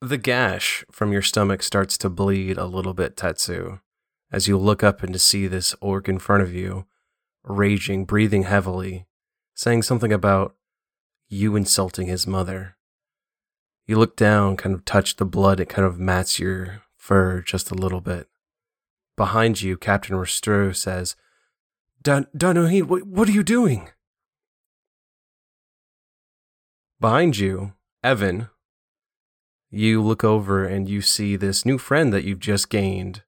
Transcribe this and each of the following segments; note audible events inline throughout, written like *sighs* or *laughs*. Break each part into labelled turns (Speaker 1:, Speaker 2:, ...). Speaker 1: The gash from your stomach starts to bleed a little bit, Tetsu, as you look up and to see this orc in front of you, raging, breathing heavily, saying something about you insulting his mother. You look down, kind of touch the blood, it kind of mats your fur just a little bit. Behind you, Captain Restreau says, Dan- Danoheen, what, what are you doing? Behind you, Evan, you look over and you see this new friend that you've just gained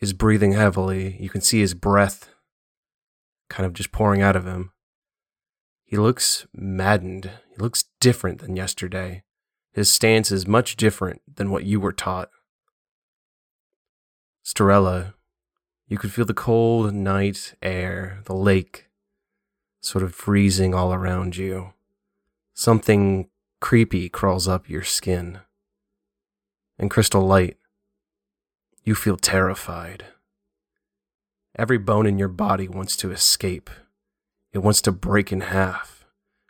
Speaker 1: is breathing heavily. You can see his breath kind of just pouring out of him. He looks maddened. He looks different than yesterday. His stance is much different than what you were taught. Storella, you could feel the cold night air, the lake, sort of freezing all around you. Something creepy crawls up your skin. And crystal light, you feel terrified. Every bone in your body wants to escape. It wants to break in half,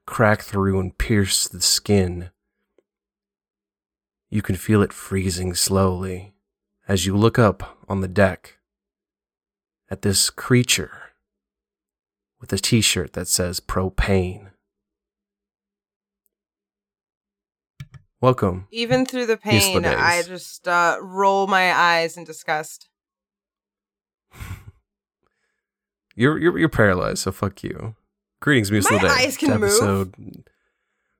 Speaker 1: crack through, and pierce the skin. You can feel it freezing slowly as you look up on the deck at this creature with a t shirt that says propane. Welcome.
Speaker 2: Even through the
Speaker 1: He's the
Speaker 2: pain,
Speaker 1: best.
Speaker 2: I just uh, roll my eyes in disgust.
Speaker 1: You're you're, you're paralyzed, so fuck you. Greetings, Muse
Speaker 2: My
Speaker 1: of the Day.
Speaker 2: eyes can
Speaker 1: to
Speaker 2: move.
Speaker 1: Episode...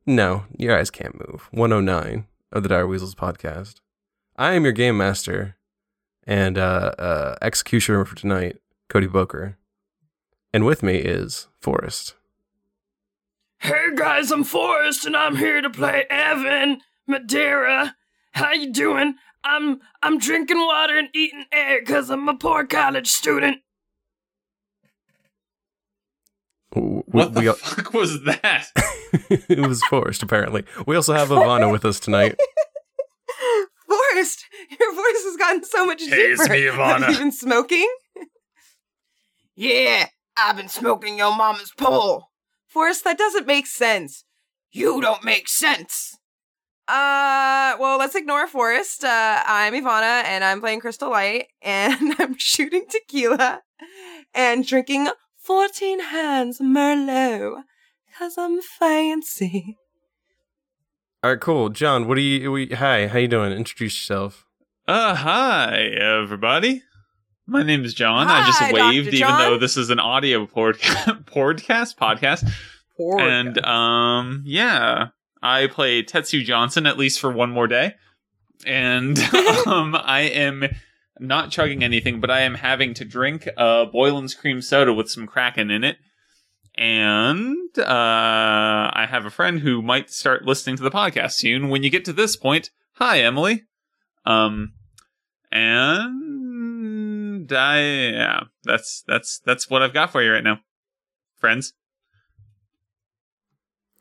Speaker 1: No, your eyes can't move. 109 of the Dire Weasels podcast. I am your game master and uh, uh, executioner for tonight, Cody Boker. And with me is Forrest.
Speaker 3: Hey guys, I'm Forrest and I'm here to play Evan Madeira. How you doing? I'm I'm drinking water and eating air cuz I'm a poor college student.
Speaker 1: W- w-
Speaker 4: What the
Speaker 1: we al-
Speaker 4: fuck was that?
Speaker 1: *laughs* it was Forrest, apparently. We also have Ivana with us
Speaker 2: *laughs*
Speaker 1: tonight.
Speaker 2: Forrest, your voice has gotten so much deeper.
Speaker 4: Hey,
Speaker 2: *laughs*
Speaker 4: it's me, Ivana.
Speaker 2: Have you been smoking? yeah, I've been smoking your mama's pole. Forrest, that doesn't make sense. You don't make sense. Uh, well, let's ignore Forrest. Uh, I'm Ivana, and I'm playing Crystal Light, and *laughs* I'm shooting tequila and drinking 14 hands Merlot, because I'm fancy.
Speaker 1: All right, cool. John, what do you? We, hi, how you doing? Introduce yourself.
Speaker 4: Uh, hi, everybody. My name is John. I just
Speaker 2: Hi, Dr.
Speaker 4: waved, even
Speaker 2: John.
Speaker 4: though this is an audio podcast, *laughs* podcast, podcast. and um, yeah, I play Tetsu Johnson at least for one more day, and um, I am not chugging anything, but I am having to drink uh, Boylan's cream soda with some Kraken in it. And uh, I have a friend who might start listening to the podcast soon. When you get to this point, hi Emily. Um, and I yeah, that's that's that's what I've got for you right now, friends.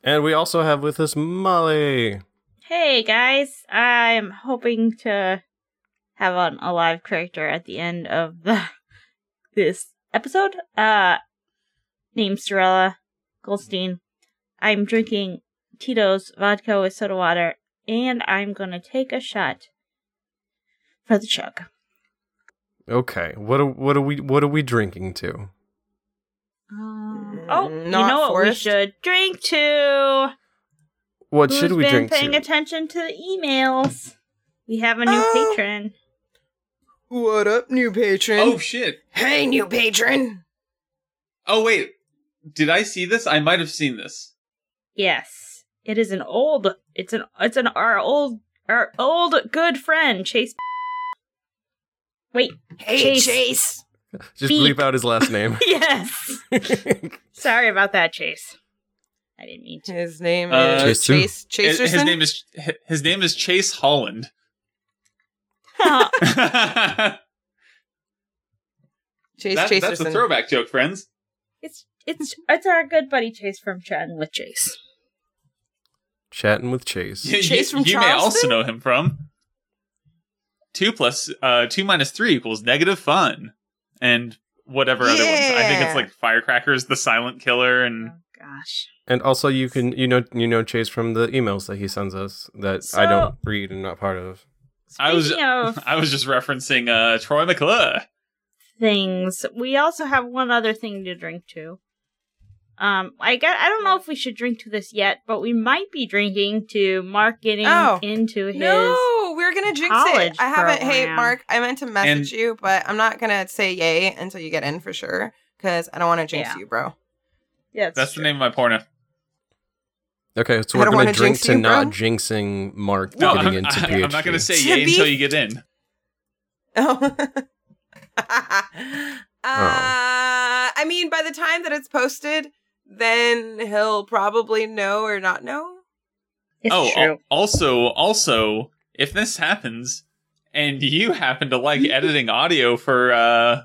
Speaker 1: And we also have with us Molly.
Speaker 5: Hey guys, I'm hoping to have an alive character at the end of the *laughs* this episode. Uh named Sorella Goldstein. I'm drinking Tito's vodka with soda water, and I'm gonna take a shot for the chug.
Speaker 1: Okay, what are, what are we what are we drinking to?
Speaker 5: Um, oh, you
Speaker 2: Not
Speaker 5: know what we
Speaker 2: Forrest.
Speaker 5: should drink to.
Speaker 1: What
Speaker 5: Who's
Speaker 1: should we
Speaker 5: been
Speaker 1: drink
Speaker 5: paying
Speaker 1: to?
Speaker 5: attention to the emails? We have a new
Speaker 2: Oh.
Speaker 5: patron.
Speaker 2: What up, new patron?
Speaker 4: Oh shit!
Speaker 2: hey, new patron.
Speaker 4: Oh wait, did I see this? I might have seen this.
Speaker 5: Yes, it is an old. It's an. It's an our old our old good friend Chase. Wait. *laughs*
Speaker 2: Hey,
Speaker 5: Chase.
Speaker 2: Chase.
Speaker 1: Just
Speaker 5: Beep.
Speaker 1: bleep out his last
Speaker 5: *laughs*
Speaker 1: name. *laughs*
Speaker 5: Yes. Sorry about that, Chase. I didn't mean
Speaker 2: *laughs*
Speaker 5: to. *laughs*
Speaker 2: His name
Speaker 4: Uh,
Speaker 2: is Chase.
Speaker 4: His,
Speaker 2: Chaserson.
Speaker 4: his name is hi- his name is Chase Holland. *laughs*
Speaker 5: Huh.
Speaker 4: That-
Speaker 2: Chase Chaserson.
Speaker 4: that's a throwback joke, friends.
Speaker 5: it's it's it's our good buddy Chase from Chatting with Chase.
Speaker 1: Chatting with Chase.
Speaker 4: You-
Speaker 2: Chase
Speaker 4: you,
Speaker 2: from
Speaker 4: you may also
Speaker 2: Charleston?
Speaker 4: know him from two plus uh, two minus three equals negative fun, and whatever other ones. I think
Speaker 2: Yeah.
Speaker 4: it's like Firecrackers, The Silent Killer, and
Speaker 5: Oh gosh.
Speaker 1: And also, you can you know you know Chase from the emails that he sends us that I don't
Speaker 5: So-
Speaker 1: read and not part of.
Speaker 4: I was-
Speaker 5: Speaking of
Speaker 4: *laughs* I was just referencing uh, Troy McClure.
Speaker 5: things, we also have one other thing to drink to. Um, I got. I don't know if we should drink to this yet, but we might be drinking to Mark getting
Speaker 2: Oh.
Speaker 5: into his.
Speaker 2: No, we're gonna jinx it.
Speaker 5: college
Speaker 2: I haven't. Hey,
Speaker 5: program.
Speaker 2: Mark, I meant to message
Speaker 4: And-
Speaker 2: you, but I'm not gonna say yay until you get in for sure because I don't want to jinx
Speaker 5: Yeah.
Speaker 2: you, bro. *laughs*
Speaker 5: Yeah, it's
Speaker 4: That's the
Speaker 5: true.
Speaker 4: name of my porno.
Speaker 1: Okay, so
Speaker 2: I
Speaker 1: we're
Speaker 2: don't
Speaker 1: going
Speaker 2: wanna
Speaker 1: to drink
Speaker 2: jinx
Speaker 1: to
Speaker 2: you,
Speaker 1: not
Speaker 2: bro.
Speaker 1: jinxing Mark
Speaker 4: No,
Speaker 1: getting
Speaker 4: I'm,
Speaker 1: into
Speaker 4: I,
Speaker 1: PhD.
Speaker 4: am not going to say
Speaker 2: To
Speaker 4: yay
Speaker 2: be-
Speaker 4: until you get in.
Speaker 2: Oh. uh, I mean, by the time that it's posted, then he'll probably know or not know.
Speaker 5: It's
Speaker 4: oh,
Speaker 5: true.
Speaker 4: al- also, also, if this happens and you happen to
Speaker 5: *laughs*
Speaker 4: like editing audio for uh,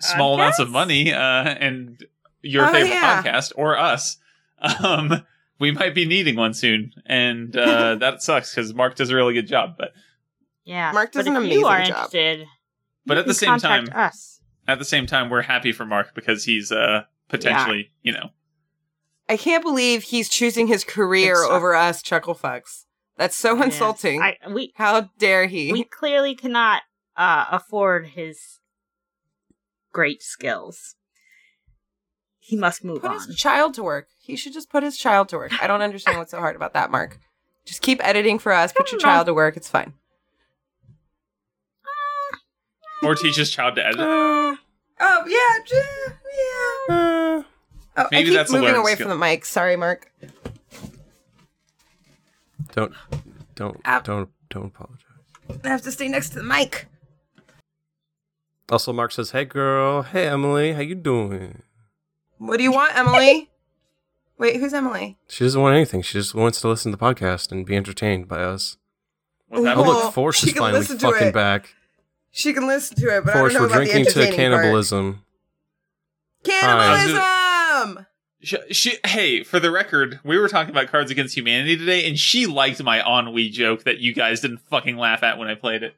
Speaker 4: small amounts of
Speaker 5: Podcasts?
Speaker 4: money uh, and your
Speaker 2: Oh,
Speaker 4: favorite
Speaker 2: yeah.
Speaker 4: podcast or us, *laughs* um, we might be needing one soon, and
Speaker 5: *laughs*
Speaker 4: uh, that sucks because Mark does a really good job. But
Speaker 5: yeah,
Speaker 2: Mark does
Speaker 5: but
Speaker 2: an
Speaker 5: if
Speaker 2: amazing
Speaker 5: you are
Speaker 2: job.
Speaker 5: Interested,
Speaker 4: But
Speaker 5: you
Speaker 4: at the
Speaker 5: can
Speaker 4: same
Speaker 5: contact
Speaker 4: time-
Speaker 5: us.
Speaker 4: at the same time, we're happy for Mark because he's uh, potentially, you know,
Speaker 2: I can't believe he's choosing his career
Speaker 5: Think so.
Speaker 2: over us, Chuckle Fucks. That's so
Speaker 5: Yeah.
Speaker 2: insulting.
Speaker 5: I, we
Speaker 2: How dare he?
Speaker 5: we clearly cannot uh, afford his great skills. He must move
Speaker 2: put
Speaker 5: on.
Speaker 2: his child to work. He should just put his child to work. I don't understand what's so hard about that, Mark. Just keep editing for us. Put your
Speaker 5: don't know.
Speaker 2: child to work. It's fine.
Speaker 4: or teaches child to
Speaker 5: *gasps*
Speaker 4: edit.
Speaker 1: Uh,
Speaker 2: Oh yeah, yeah.
Speaker 1: uh,
Speaker 2: Oh,
Speaker 4: Maybe
Speaker 2: I keep
Speaker 4: that's a
Speaker 2: moving
Speaker 4: learned
Speaker 2: away
Speaker 4: skill.
Speaker 2: from the mic. Sorry, Mark.
Speaker 1: *laughs* don't don't
Speaker 2: Ow.
Speaker 1: don't don't apologize.
Speaker 2: I have to stay next to the mic.
Speaker 1: Also, Mark says, "Hey, girl. Hey, Emily. How you doing?"
Speaker 2: What do you want, *laughs* Emily? Wait, who's Emily?
Speaker 1: She doesn't want anything. She just wants to listen to the podcast and be entertained by us.
Speaker 4: Was that
Speaker 1: Oh,
Speaker 4: one?
Speaker 2: Well,
Speaker 1: look, Force
Speaker 2: she
Speaker 1: is
Speaker 2: can
Speaker 1: finally
Speaker 2: listen to
Speaker 1: fucking
Speaker 2: it,
Speaker 1: back.
Speaker 2: She can listen to it, but
Speaker 1: Force,
Speaker 2: I
Speaker 1: we're
Speaker 2: don't know about the
Speaker 1: drinking to
Speaker 2: entertaining part.
Speaker 1: cannibalism.
Speaker 2: Cannibalism.
Speaker 4: She, she, hey, for the record, we were talking about Cards Against Humanity today, and she liked my ennui joke that you guys didn't fucking laugh at when I played it.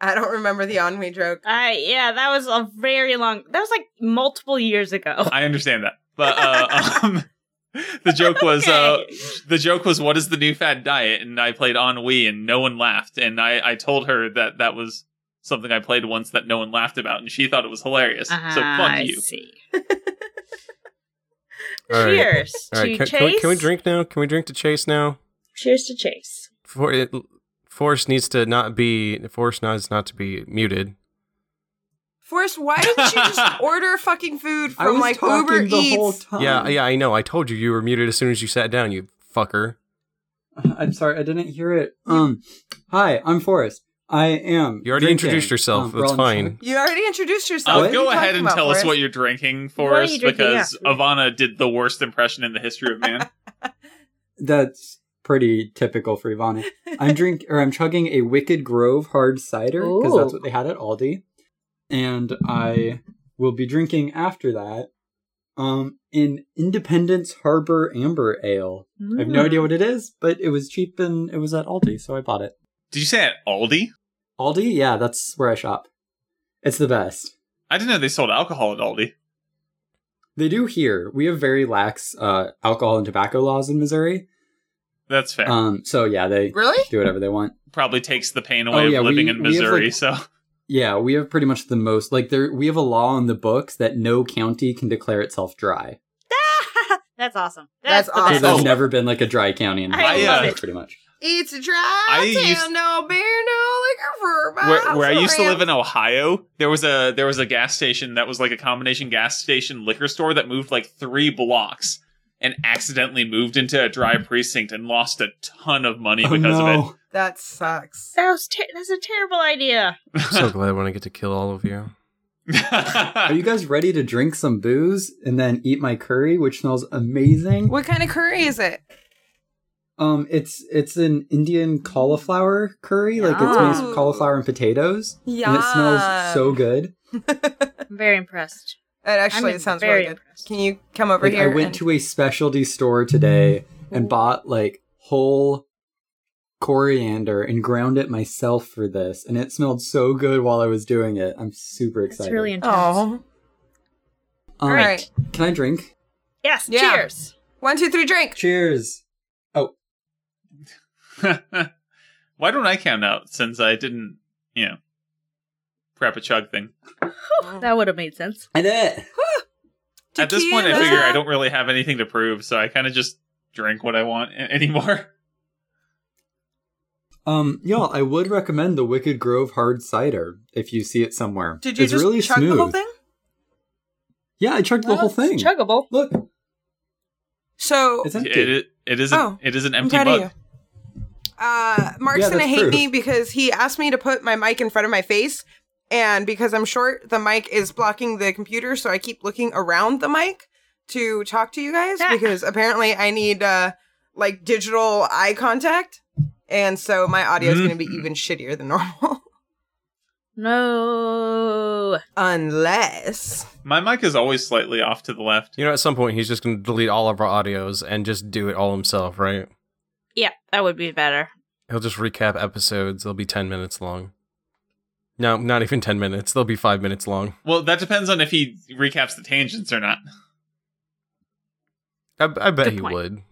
Speaker 2: I don't remember the ennui joke.
Speaker 5: Uh, yeah, that was a very long. That was like multiple years ago.
Speaker 4: *laughs* I understand that, but uh, um, *laughs* the joke was uh,
Speaker 5: Okay.
Speaker 4: the joke was what is the new fad diet? And I played ennui, and no one laughed. And I I told her that that was something I played once that no one laughed about, and she thought it was hilarious. so
Speaker 5: Ah,
Speaker 4: fuck
Speaker 5: I
Speaker 4: you.
Speaker 5: see.
Speaker 1: All right.
Speaker 5: Cheers
Speaker 1: All right,
Speaker 5: to
Speaker 1: can,
Speaker 5: Chase.
Speaker 1: can we, can we drink now? Can we drink to Chase now?
Speaker 5: Cheers to Chase.
Speaker 1: For, it, Force needs to not be. Force needs not to be muted.
Speaker 2: Forrest,
Speaker 6: *laughs*
Speaker 2: why didn't you just order fucking food
Speaker 6: I
Speaker 2: from
Speaker 6: was
Speaker 2: like
Speaker 6: talking
Speaker 2: Uber
Speaker 6: the whole
Speaker 2: Eats?
Speaker 6: time.
Speaker 1: yeah, yeah, I know. I told you you were muted as soon as you sat down. You fucker.
Speaker 6: I'm sorry, I didn't hear it. Um, hi, I'm Forrest. I am.
Speaker 1: You already
Speaker 6: drinking.
Speaker 1: introduced yourself.
Speaker 6: Um, we're
Speaker 1: That's
Speaker 6: on
Speaker 1: fine.
Speaker 6: track.
Speaker 2: You already introduced
Speaker 4: Uh,
Speaker 2: yourself. What are you
Speaker 4: go ahead
Speaker 2: talking
Speaker 4: and
Speaker 2: about,
Speaker 4: tell us
Speaker 2: Forrest?
Speaker 4: what you're drinking for
Speaker 5: What are
Speaker 4: us,
Speaker 5: you drinking?
Speaker 4: because
Speaker 5: Yeah.
Speaker 4: Ivana did the worst impression in the history of man.
Speaker 6: That's pretty typical
Speaker 2: *laughs*
Speaker 6: for Ivana. I'm drink or I'm chugging a Wicked Grove hard cider because that's
Speaker 5: Ooh.
Speaker 6: what they had at Aldi, and I will be drinking after that. Um, an Independence Harbor Amber Ale. I have
Speaker 2: Hmm.
Speaker 6: no idea what it is, but it was cheap and it was at Aldi, so I bought it.
Speaker 4: Did you say at Aldi?
Speaker 6: Aldi, yeah, that's where I shop. It's the best.
Speaker 4: I didn't know they sold alcohol at Aldi.
Speaker 6: They do here. We have very lax uh, alcohol and tobacco laws in Missouri.
Speaker 4: That's fair.
Speaker 6: Um, so yeah, they
Speaker 2: Really?
Speaker 6: do whatever they want.
Speaker 4: Probably takes the pain away
Speaker 6: yeah,
Speaker 4: of
Speaker 6: we-
Speaker 4: living in
Speaker 6: we have,
Speaker 4: Missouri.
Speaker 6: like-
Speaker 4: so
Speaker 6: Yeah, we have pretty much the most like there. We have a law on the books that no county can declare itself dry.
Speaker 5: Mm. *laughs* That's awesome.
Speaker 2: That's
Speaker 5: That's, the
Speaker 6: So
Speaker 2: awesome.
Speaker 5: best.
Speaker 6: there's
Speaker 4: Oh.
Speaker 6: never been like a dry county in
Speaker 5: I
Speaker 4: love
Speaker 6: Missouri,
Speaker 4: it.
Speaker 6: pretty much.
Speaker 2: It's a
Speaker 4: I
Speaker 2: dry town,
Speaker 4: used-
Speaker 2: no beer, no liquor for miles
Speaker 4: *laughs* where, where I used to
Speaker 2: around.
Speaker 4: live in Ohio, there was a there was a gas station that was like a combination gas station liquor store that moved like three blocks and accidentally moved into a dry precinct and lost a ton of money
Speaker 6: Oh,
Speaker 4: because of
Speaker 6: no.
Speaker 4: it.
Speaker 2: That sucks.
Speaker 5: That was ter- that's a terrible idea.
Speaker 1: I'm
Speaker 4: *laughs*
Speaker 1: so
Speaker 2: *laughs*
Speaker 1: glad when I get to kill all of you.
Speaker 6: Are you guys ready to drink some booze and then eat my curry, which smells amazing?
Speaker 2: What kind of curry is it?
Speaker 6: Um, it's it's an Indian cauliflower curry. Like it's made
Speaker 2: Yum.
Speaker 6: of cauliflower and potatoes, and it
Speaker 2: *laughs*
Speaker 6: smells so good.
Speaker 5: I'm very impressed.
Speaker 2: It actually
Speaker 5: I'm
Speaker 2: sounds
Speaker 5: very
Speaker 2: really good.
Speaker 5: impressed.
Speaker 2: Can you come over
Speaker 6: Like, I
Speaker 2: here?
Speaker 6: went
Speaker 2: and-
Speaker 6: to a specialty store today and bought like whole coriander and ground it myself for this, and it smelled so good while I was doing it. I'm super
Speaker 5: It's
Speaker 6: excited.
Speaker 5: really intense.
Speaker 2: Oh,
Speaker 6: Um,
Speaker 2: all right.
Speaker 6: Can I drink?
Speaker 5: Yes,
Speaker 2: Yeah.
Speaker 5: cheers.
Speaker 2: One, two, three, drink.
Speaker 6: Cheers.
Speaker 4: *laughs* Why don't I count out since I didn't, you know, prep a chug thing?
Speaker 5: That would have made sense.
Speaker 6: I did it.
Speaker 4: At this point, I figure
Speaker 2: Tequila.
Speaker 4: I don't really have anything to prove, so I kind of just drink what I want a- anymore.
Speaker 6: Um, y'all, I would recommend the Wicked Grove hard cider if you see it somewhere.
Speaker 2: Did you
Speaker 6: it's
Speaker 2: just
Speaker 6: really
Speaker 2: chug
Speaker 6: smooth.
Speaker 2: the whole thing?
Speaker 6: Yeah, I chugged the whole
Speaker 5: Well,
Speaker 6: thing.
Speaker 5: it's Chuggable.
Speaker 6: Look,
Speaker 2: So
Speaker 6: it's empty.
Speaker 4: It, it, it is an,
Speaker 2: Oh,
Speaker 4: it is an
Speaker 2: I'm
Speaker 4: empty
Speaker 2: proud of
Speaker 4: mug.
Speaker 2: you. Uh, Mark's
Speaker 6: Yeah,
Speaker 2: gonna
Speaker 6: that's
Speaker 2: hate
Speaker 6: proof.
Speaker 2: me because he asked me to put my mic in front of my face, and because I'm short, the mic is blocking the computer, so I keep looking around the mic to talk to you guys because apparently I need uh like digital eye contact, and so my audio is gonna be
Speaker 4: Mhm.
Speaker 6: Mm-hmm.
Speaker 2: even shittier than normal *laughs*
Speaker 5: No.
Speaker 2: unless
Speaker 4: My mic is always slightly off to the left.
Speaker 1: You know, at some point, he's just going to delete all of our audios and just do it all himself, right?
Speaker 5: Yeah, that would be better.
Speaker 1: He'll just recap episodes. They'll be 10 minutes long. No, not even 10 minutes. They'll be five minutes long.
Speaker 4: Well, that depends on if he recaps the tangents or not.
Speaker 1: I, I bet
Speaker 5: Good
Speaker 1: he
Speaker 5: point.
Speaker 1: would.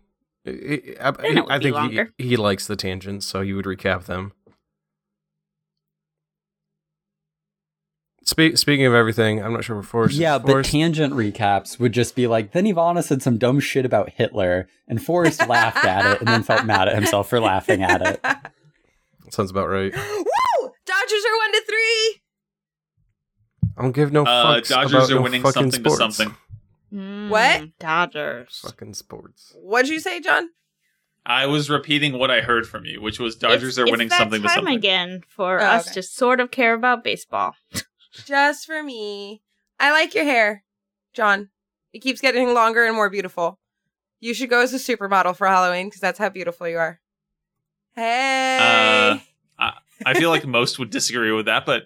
Speaker 1: I, I-
Speaker 5: Then it would
Speaker 1: I think
Speaker 5: be
Speaker 1: he,
Speaker 5: longer.
Speaker 1: he likes the tangents, so he would recap them. Spe- speaking of everything, I'm not sure we're forced.
Speaker 6: Yeah, but
Speaker 1: forced.
Speaker 6: tangent recaps would just be like, then Ivana said some dumb shit about Hitler, and Forrest laughed at it and then felt mad at himself for laughing at it.
Speaker 1: sounds about right.
Speaker 2: *laughs* Woo! Dodgers are one to three.
Speaker 1: I don't give no
Speaker 4: Uh,
Speaker 1: fucks
Speaker 4: Dodgers
Speaker 1: about
Speaker 4: are
Speaker 1: no
Speaker 4: winning
Speaker 1: fucking
Speaker 4: something
Speaker 1: sports.
Speaker 4: to something.
Speaker 5: Mm,
Speaker 2: What?
Speaker 5: Dodgers.
Speaker 1: Fucking sports.
Speaker 2: What'd you say, John?
Speaker 4: I was repeating what I heard from you, which was Dodgers
Speaker 5: It's-
Speaker 4: are
Speaker 5: it's
Speaker 4: winning
Speaker 5: that
Speaker 4: something to
Speaker 5: time
Speaker 4: something.
Speaker 5: again for
Speaker 2: Oh,
Speaker 5: us
Speaker 2: okay.
Speaker 5: to sort of care about baseball.
Speaker 2: Just for me. I like your hair, John. It keeps getting longer and more beautiful. You should go as a supermodel for Halloween because that's how beautiful you are.
Speaker 4: Uh,
Speaker 2: Hey.
Speaker 4: I
Speaker 2: *laughs*
Speaker 4: feel like most would disagree with that, but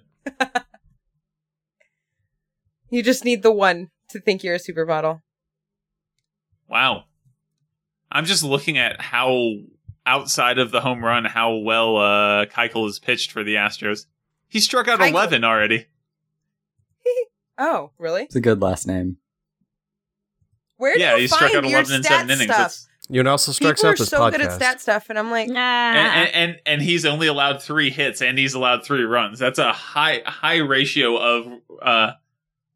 Speaker 2: you just need the one to think you're a supermodel. *laughs*
Speaker 4: wow. I'm just looking at how outside of the home run, how well uh Keuchel is pitched for the Astros. He struck out
Speaker 2: Keuchel.
Speaker 4: eleven already.
Speaker 2: Oh, really?
Speaker 6: It's a good last name.
Speaker 2: Where do
Speaker 4: yeah,
Speaker 2: you
Speaker 4: he struck out
Speaker 2: find your
Speaker 4: eleven in seven
Speaker 2: stat
Speaker 4: innings.
Speaker 2: stuff?
Speaker 4: It's-
Speaker 1: You know, what also strikes
Speaker 2: People
Speaker 1: out
Speaker 2: are
Speaker 1: this
Speaker 2: so
Speaker 1: podcast.
Speaker 2: good at stat stuff, and I'm like,
Speaker 5: Nah.
Speaker 4: And, and and and he's only allowed three hits and he's allowed three runs. That's a high high ratio of uh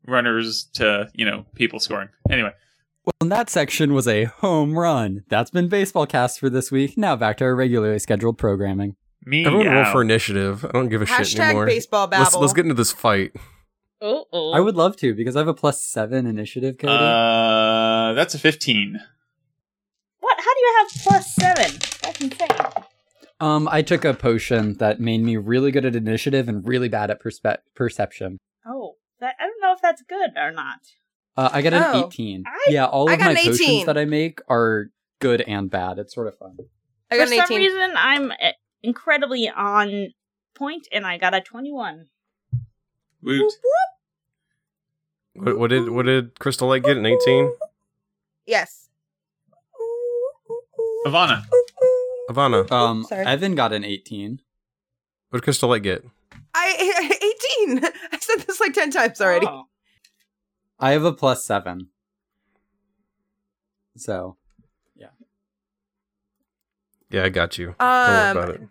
Speaker 4: runners to, you know, people scoring. Anyway.
Speaker 6: Well, and that section was a home run. That's been Baseball Cast for this week. Now back to our regularly scheduled programming.
Speaker 4: Me
Speaker 1: Everyone roll
Speaker 4: out.
Speaker 1: for initiative. I don't give a shit
Speaker 2: hashtag
Speaker 1: anymore.
Speaker 2: baseball babble.
Speaker 1: Let's, let's get into this fight.
Speaker 5: oh, oh.
Speaker 6: I would love to because I have a plus seven initiative, Cody.
Speaker 4: Uh, that's a 15.
Speaker 5: What? How do you have plus seven? That's insane.
Speaker 6: um, I took a potion that made me really good at initiative and really bad at perspe- perception.
Speaker 5: Oh, that, I don't know if that's good or not.
Speaker 6: Uh, I got an
Speaker 2: Oh.
Speaker 6: 18.
Speaker 5: I-
Speaker 6: yeah, all
Speaker 2: I
Speaker 6: of
Speaker 2: got
Speaker 6: my
Speaker 2: an 18.
Speaker 6: potions that I make are good and bad. It's sort of fun.
Speaker 2: I got
Speaker 5: For
Speaker 2: an 18.
Speaker 5: some reason, I'm eh, incredibly on point, and I got a twenty-one.
Speaker 4: Woot.
Speaker 1: What, what did what did Crystal Light get? An eighteen.
Speaker 2: Yes.
Speaker 4: Ivana.
Speaker 1: Ivana, what
Speaker 6: Um,
Speaker 2: Oh, Sorry.
Speaker 6: Evan got an 18.
Speaker 1: did Crystal Light get?
Speaker 2: I *laughs* 18. I said this like 10 times already.
Speaker 5: Oh.
Speaker 6: I have a plus seven. So,
Speaker 1: Yeah, Oh, I got you. Don't worry about it.
Speaker 2: Um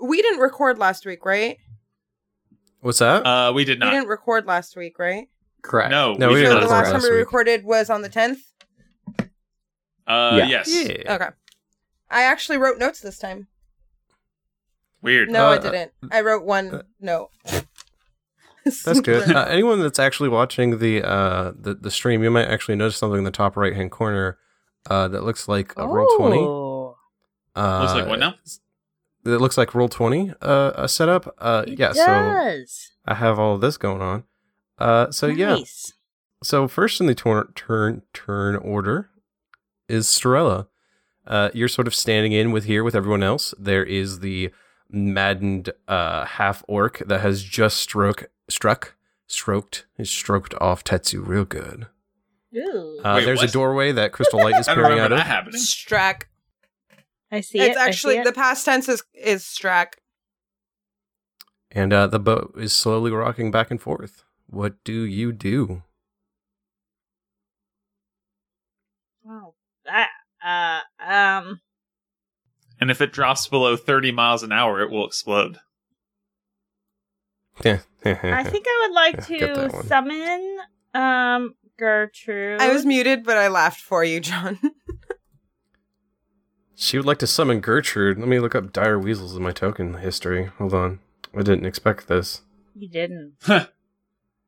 Speaker 2: we didn't record last week, right?
Speaker 1: What's that?
Speaker 4: Uh, we did
Speaker 2: We
Speaker 4: not.
Speaker 2: didn't record last week, right?
Speaker 6: correct.
Speaker 4: No,
Speaker 1: No,
Speaker 4: we,
Speaker 1: we
Speaker 4: did
Speaker 2: so
Speaker 1: didn't
Speaker 2: the
Speaker 4: not.
Speaker 1: record
Speaker 2: last time
Speaker 1: last
Speaker 2: we
Speaker 1: week.
Speaker 2: recorded was on the 10th.
Speaker 4: Uh,
Speaker 6: Yeah.
Speaker 4: yes.
Speaker 1: yeah.
Speaker 2: Okay. I actually wrote notes this time.
Speaker 4: Weird.
Speaker 2: No, I
Speaker 1: Uh,
Speaker 2: didn't. I wrote one note. *laughs*
Speaker 1: That's good. Uh, anyone that's actually watching the uh the, the stream, you might actually notice something in the top right hand corner uh that looks like a roll twenty.
Speaker 5: Oh.
Speaker 1: Uh,
Speaker 4: Looks like what now?
Speaker 1: That looks like roll twenty. Uh, a setup. Uh,
Speaker 5: It
Speaker 1: yeah. So
Speaker 5: does.
Speaker 1: I have all of this going on. Uh, so yeah.
Speaker 5: Nice.
Speaker 1: So first in the turn turn turn order is Storella. Uh, you're sort of standing in with here with everyone else. There is the maddened uh, half orc that has just struck struck stroked is stroked off Tetsu real good.
Speaker 5: Ooh.
Speaker 1: Uh,
Speaker 4: Wait,
Speaker 1: there's
Speaker 4: what?
Speaker 1: a doorway
Speaker 4: *laughs*
Speaker 1: that crystal light is
Speaker 4: I don't
Speaker 1: peering out
Speaker 4: remember
Speaker 1: of.
Speaker 4: that happening.
Speaker 2: Strack.
Speaker 5: I see it.
Speaker 2: It's
Speaker 5: I see
Speaker 2: actually
Speaker 5: it.
Speaker 2: the past tense is is strack.
Speaker 1: And uh, the boat is slowly rocking back and forth. What do you do?
Speaker 5: Wow. That, uh, um,
Speaker 4: And if it drops below 30 miles an hour, it will explode.
Speaker 1: *laughs*
Speaker 4: *laughs*
Speaker 5: I think I would like
Speaker 1: Yeah, get that
Speaker 5: to
Speaker 1: one.
Speaker 5: summon, um, Gertrude.
Speaker 2: I was muted, but I laughed for you, John. *laughs*
Speaker 1: She would like to summon Gertrude. Let me look up dire weasels in my token history. Hold on. I didn't expect this.
Speaker 5: You didn't.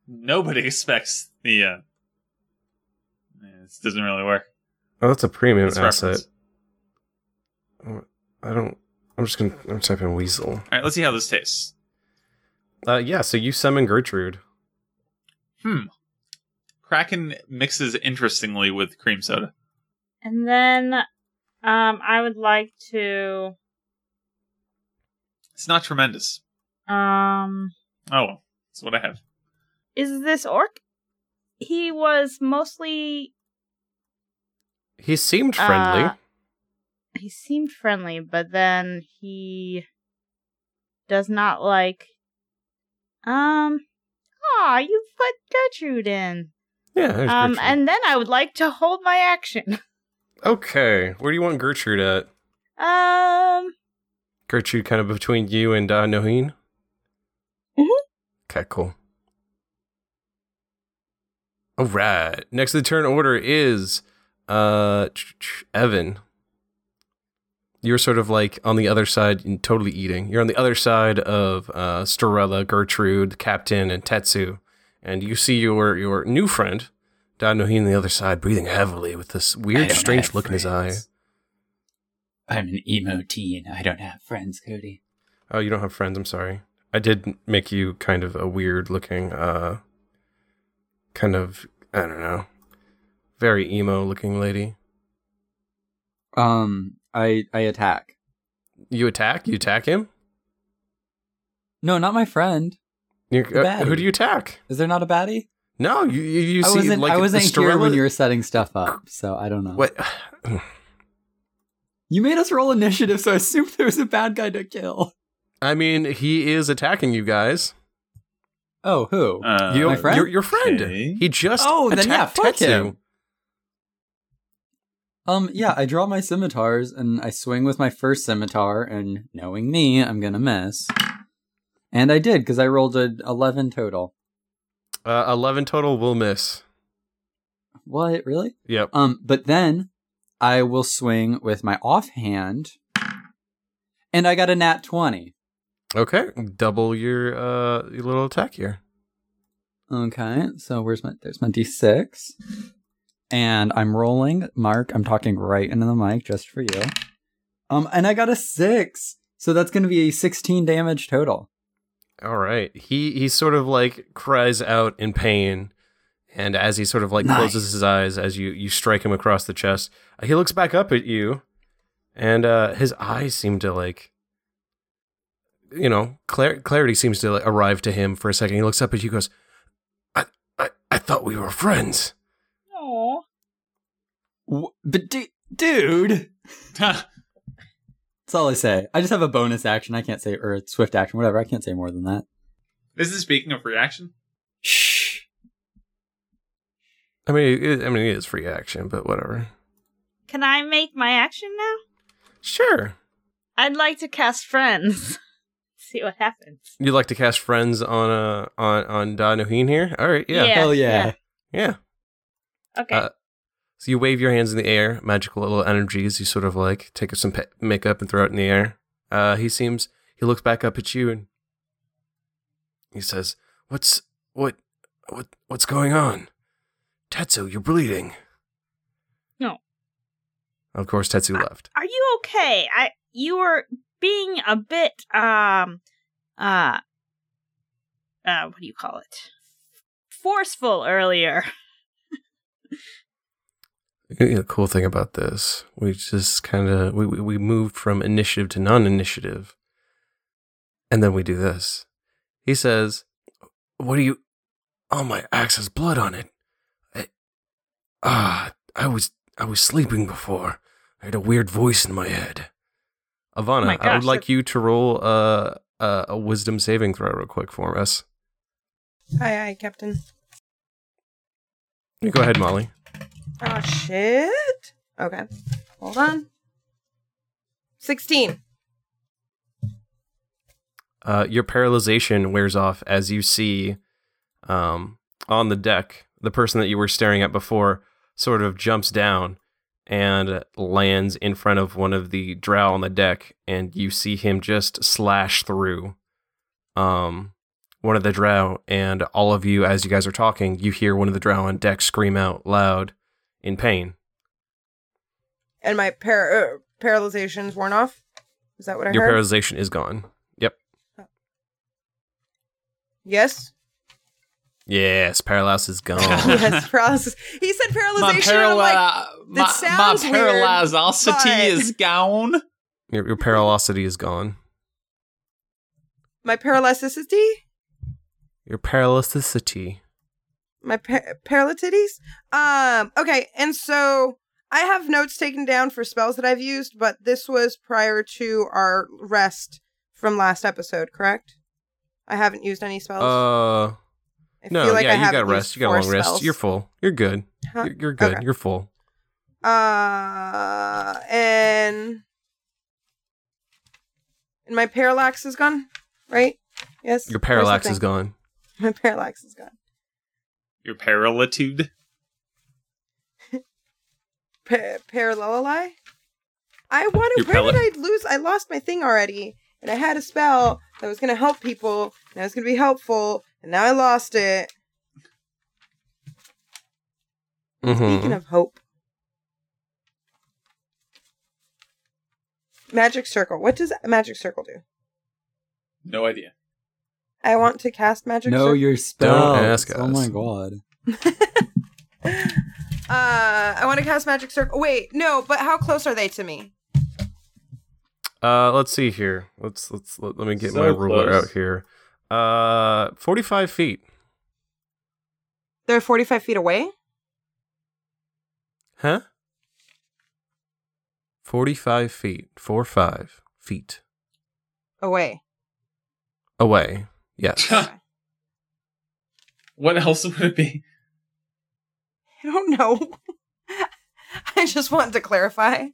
Speaker 4: Nobody *laughs* expects the. Uh... yeah, This doesn't really work.
Speaker 1: Oh, that's a premium
Speaker 4: It's
Speaker 1: asset.
Speaker 4: reference.
Speaker 1: I don't. I'm just gonna. I'm typing weasel.
Speaker 4: All right, let's see how this tastes.
Speaker 1: Uh, yeah. So you summon Gertrude.
Speaker 4: Kraken mixes interestingly with cream soda.
Speaker 5: And then, um, I would like to,
Speaker 4: It's not tremendous.
Speaker 5: um,
Speaker 4: Oh, well, that's what I have.
Speaker 5: is this orc? He was mostly,
Speaker 1: He seemed friendly.
Speaker 5: Uh, he seemed friendly, but then he does not like, um, ah, you put Gertrude in.
Speaker 1: yeah. there's
Speaker 5: Um,
Speaker 1: Gertrude.
Speaker 5: and then I would like to hold my action. *laughs*
Speaker 1: okay. Where do you want Gertrude at?
Speaker 5: Um,
Speaker 1: Gertrude, kind of between you and uh, Noheen.
Speaker 5: Mhm.
Speaker 1: Okay. Cool. All right. Next to the turn order is uh ch- ch- Evan. You're sort of like on the other side, and totally eating. You're on the other side of uh, Storella, Gertrude, Captain, and Tetsu, and you see your your new friend, Don Noheen, on the other side, breathing heavily with this
Speaker 7: I
Speaker 1: weird,
Speaker 7: don't
Speaker 1: strange
Speaker 7: have
Speaker 1: look in his eye.
Speaker 7: friends. I'm an emo teen. I don't have friends, Cody.
Speaker 1: Oh, you don't have friends. I'm sorry. I did make you kind of a weird looking, uh, kind of I don't know, very emo looking lady.
Speaker 6: Um, I I attack.
Speaker 1: You attack. You attack him.
Speaker 6: No, not my friend.
Speaker 1: You,
Speaker 6: The
Speaker 1: uh, who
Speaker 6: baddie.
Speaker 1: do you attack?
Speaker 6: Is there not a baddie?
Speaker 1: No, you you, you
Speaker 6: I
Speaker 1: see
Speaker 6: wasn't.
Speaker 1: like
Speaker 6: I
Speaker 1: the
Speaker 6: wasn't here
Speaker 1: Storella-
Speaker 6: when you were setting stuff up, so I don't
Speaker 1: *sighs*
Speaker 6: know.
Speaker 1: What?
Speaker 6: You made us roll initiative, so I assumed *laughs* there was a bad guy to kill.
Speaker 1: I mean, he is attacking you guys.
Speaker 6: Oh, who?
Speaker 4: Uh,
Speaker 1: you,
Speaker 6: my friend?
Speaker 1: Your, your friend.
Speaker 4: Okay.
Speaker 1: He just
Speaker 6: Oh, then yeah,
Speaker 1: attacked
Speaker 6: fuck
Speaker 1: Tetsu.
Speaker 6: him. Um, yeah, I draw my scimitars and I swing with my first scimitar, and knowing me, I'm gonna miss. And I did because I rolled an eleven total.
Speaker 1: Uh, Eleven total will miss.
Speaker 6: What really?
Speaker 1: Yep.
Speaker 6: Um, but then I will swing with my offhand, and I got a nat twenty.
Speaker 1: Okay. Double your uh your little attack here.
Speaker 6: Okay, so where's my there's my d6, and I'm rolling. Mark, I'm talking right into the mic just for you. Um, and I got a six, so that's gonna be a sixteen damage total.
Speaker 1: All right. He he sort of like cries out in pain, and as he sort of like
Speaker 7: Nice.
Speaker 1: closes his eyes as you you strike him across the chest, uh, he looks back up at you, and uh, his eyes seem to like, you know, clar- clarity seems to like, arrive to him for a second. He looks up at you, goes, "I I I thought we were friends."
Speaker 5: oh,
Speaker 6: Wh- But du- dude, that's all I say. I just have a bonus action. I can't say or a swift action, whatever. I can't say more than that.
Speaker 4: *laughs* this is speaking of reaction.
Speaker 6: Shh.
Speaker 1: I mean, it, I mean, it is free action, but whatever.
Speaker 5: can I make my action now?
Speaker 1: Sure.
Speaker 5: I'd like to cast friends. *laughs* See what happens.
Speaker 1: You'd like to cast friends on uh on on Donoheen here? All right. Yeah.
Speaker 5: Yeah,
Speaker 6: Hell yeah.
Speaker 1: yeah.
Speaker 5: Okay.
Speaker 1: Uh, So you wave your hands in the air, magical little energies. You sort of like take some pe- makeup and throw it in the air. Uh, he seems. He looks back up at you and he says, "What's what what what's going on, Tetsu? You're bleeding."
Speaker 5: No.
Speaker 1: Of course, Tetsu left.
Speaker 5: Are you okay? I you were being a bit um uh uh what do you call it? Forceful earlier. *laughs*
Speaker 1: You know, the cool thing about this, we just kind of we, we we moved from initiative to non-initiative, and then we do this. He says, "What do you? Oh, my axe has blood on it. I- Ah, I, was I was sleeping before. I had a weird voice in my head."
Speaker 5: Oh
Speaker 1: Ivana,
Speaker 5: my
Speaker 1: I would
Speaker 5: gosh,
Speaker 1: like
Speaker 5: that-
Speaker 1: you to roll a, a a wisdom saving throw real quick for us.
Speaker 2: aye, aye, Captain.
Speaker 1: Go ahead, Molly.
Speaker 2: Oh shit! Okay. Hold on. 16.
Speaker 1: Uh, your paralyzation wears off as you see um, on the deck the person that you were staring at before sort of jumps down and lands in front of one of the drow on the deck, and you see him just slash through um, one of the drow. And all of you, as you guys are talking, you hear one of the drow on deck scream out loud in pain.
Speaker 2: And my par- uh, paralyzation's worn off? Is that what I
Speaker 1: Your
Speaker 2: heard?
Speaker 1: paralyzation is gone.
Speaker 2: yes?
Speaker 1: Yes, paralysis is gone.
Speaker 2: *laughs* yes, paralysis. He said paralyzation. and I'm like, that
Speaker 4: my
Speaker 2: sounds weird,
Speaker 4: paralysosity
Speaker 2: but-
Speaker 4: is gone.
Speaker 1: your, your paralosity is gone.
Speaker 2: my paralysicity?
Speaker 1: Your paralysicity.
Speaker 2: My par- paralytities? Um, okay, and so I have notes taken down for spells that I've used, but this was prior to our rest from last episode, correct? I haven't used any spells.
Speaker 1: Uh,
Speaker 2: I
Speaker 1: no, yeah, you got
Speaker 2: haven't used
Speaker 1: rest. You got a
Speaker 2: four
Speaker 1: long rest.
Speaker 2: spells.
Speaker 1: You're full. You're good.
Speaker 2: Huh?
Speaker 1: You're, you're good.
Speaker 2: Okay.
Speaker 1: You're full.
Speaker 2: Uh, and and my parallax is gone, right? Yes.
Speaker 1: Your parallax
Speaker 2: Where's
Speaker 1: is
Speaker 2: the
Speaker 1: gone.
Speaker 2: thing? My parallax is gone.
Speaker 4: Your paralitude.
Speaker 2: Pa- parallelali. I want to.
Speaker 4: Your
Speaker 2: Where
Speaker 4: pal-
Speaker 2: did I lose? I lost my thing already, and I had a spell that was going to help people, and I was going to be helpful, and now I lost it.
Speaker 1: Mm-hmm.
Speaker 2: Speaking
Speaker 1: Mhm.
Speaker 2: of hope, magic circle. What does magic circle do?
Speaker 4: No idea.
Speaker 2: I want to cast magic.
Speaker 6: Know
Speaker 2: circle.
Speaker 6: your spells.
Speaker 1: ask
Speaker 6: Oh my
Speaker 1: us.
Speaker 6: god.
Speaker 2: Uh, I want to cast magic circle. Wait, no, but how close are they to me?
Speaker 1: Uh, let's see here. Let's let's let, let me get
Speaker 4: So
Speaker 1: my ruler
Speaker 4: close.
Speaker 1: out here. Uh, forty-five feet.
Speaker 2: They're 45 feet away.
Speaker 1: Huh? Forty-five feet. Four five feet
Speaker 2: Away.
Speaker 1: away. Yes.
Speaker 2: Okay.
Speaker 4: *laughs* What else would it be?
Speaker 2: I don't know. *laughs* I just wanted to clarify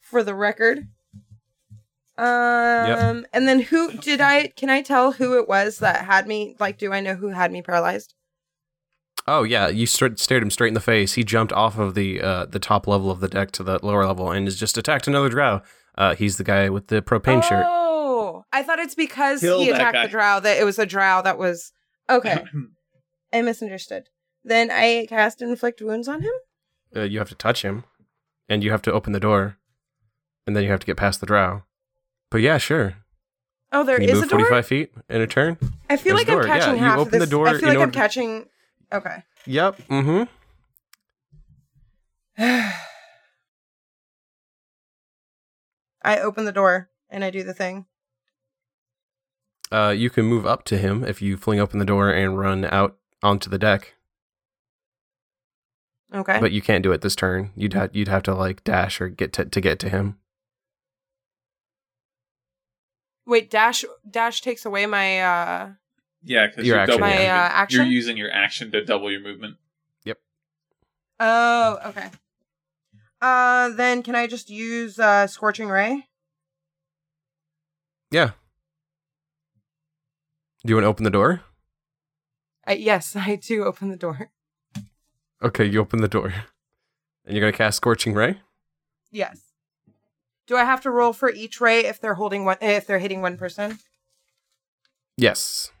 Speaker 2: for the record. Um, and then who did I? Can I tell who it was that had me? Like, do I know who had me paralyzed?
Speaker 1: Oh yeah, you st- stared him straight in the face. He jumped off of the uh, the top level of the deck to the lower level and has just attacked another drow. Uh, he's the guy with the propane shirt.
Speaker 2: Oh, I thought it's because
Speaker 4: Kill
Speaker 2: he
Speaker 4: that
Speaker 2: attacked
Speaker 4: guy.
Speaker 2: the drow that it was a drow that was
Speaker 4: *laughs*
Speaker 2: okay. I misunderstood. Then I cast inflict wounds on him.
Speaker 1: uh, you have to touch him and you have to open the door and then you have to get past the drow. But yeah, sure.
Speaker 2: Oh, there
Speaker 1: Can you
Speaker 2: is a
Speaker 1: move
Speaker 2: door.
Speaker 1: 45 feet in a turn?
Speaker 2: I feel
Speaker 1: There's
Speaker 2: like
Speaker 1: a
Speaker 2: I'm
Speaker 1: door. Yeah,
Speaker 2: catching
Speaker 1: you
Speaker 2: half of
Speaker 1: open the
Speaker 2: this.
Speaker 1: door
Speaker 2: I
Speaker 1: in
Speaker 2: feel like I'm
Speaker 1: order to-
Speaker 2: catching. Okay. *sighs*
Speaker 1: Yep. Mm hmm.
Speaker 2: I open the door and I do the thing.
Speaker 1: Uh, you can move up to him if you fling open the door and run out onto the deck,
Speaker 2: Okay.
Speaker 1: but you can't do it this turn. You'd ha- you'd have to like dash or get to to get to him.
Speaker 2: Wait, dash dash takes away my uh
Speaker 4: Yeah, because
Speaker 1: Your
Speaker 4: you're
Speaker 1: action,
Speaker 4: double
Speaker 1: yeah.
Speaker 2: my uh,
Speaker 1: My,
Speaker 4: movement.
Speaker 2: action.
Speaker 4: You're using your action to double your movement.
Speaker 2: oh, okay. Uh then can I just use uh scorching ray?
Speaker 1: Yeah. Do you want to open the door?
Speaker 2: Uh, yes, *laughs* I do open the door.
Speaker 1: Okay, you open the door, *laughs* and you're gonna cast scorching ray.
Speaker 2: Yes. Do I have to roll for each ray if they're holding one if they're hitting one person?
Speaker 1: Yes.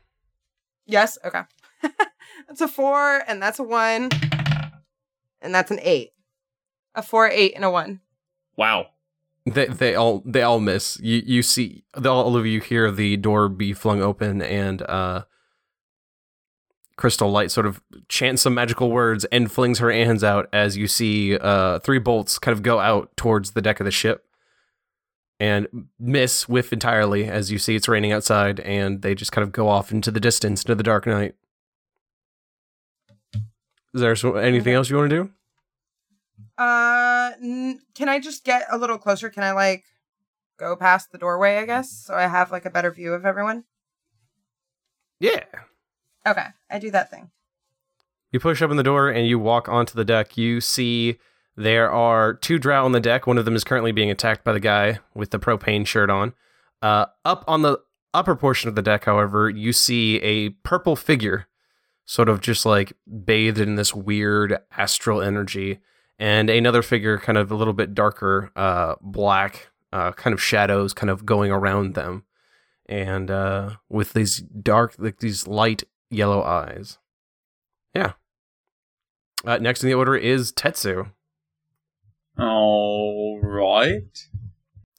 Speaker 2: Yes, okay. *laughs* that's a 4 and that's a 1 and that's an 8. A 4, 8 and a 1.
Speaker 4: Wow.
Speaker 1: They they all they all miss. You you see the, all of you hear the door be flung open and uh Crystal Light sort of chants some magical words and flings her hands out as you see uh three bolts kind of go out towards the deck of the ship and miss whiff entirely as you see it's raining outside and they just kind of go off into the distance into the dark night. Is there so- anything else you want to do?
Speaker 2: Uh, n- can I just get a little closer? Can I like go past the doorway? I guess so I have like a better view of everyone.
Speaker 1: Yeah.
Speaker 2: Okay, I do that thing. *laughs*
Speaker 1: You push open the door and you walk onto the deck. You see There are two drow on the deck. One of them is currently being attacked by the guy with the propane shirt on. Uh, up on the upper portion of the deck, however, you see a purple figure, sort of just like bathed in this weird astral energy, and another figure, kind of a little bit darker, uh, black, uh, kind of shadows, kind of going around them, and uh, with these dark, like these light yellow eyes. Yeah. Uh, next in the order is Tetsu.
Speaker 4: All right.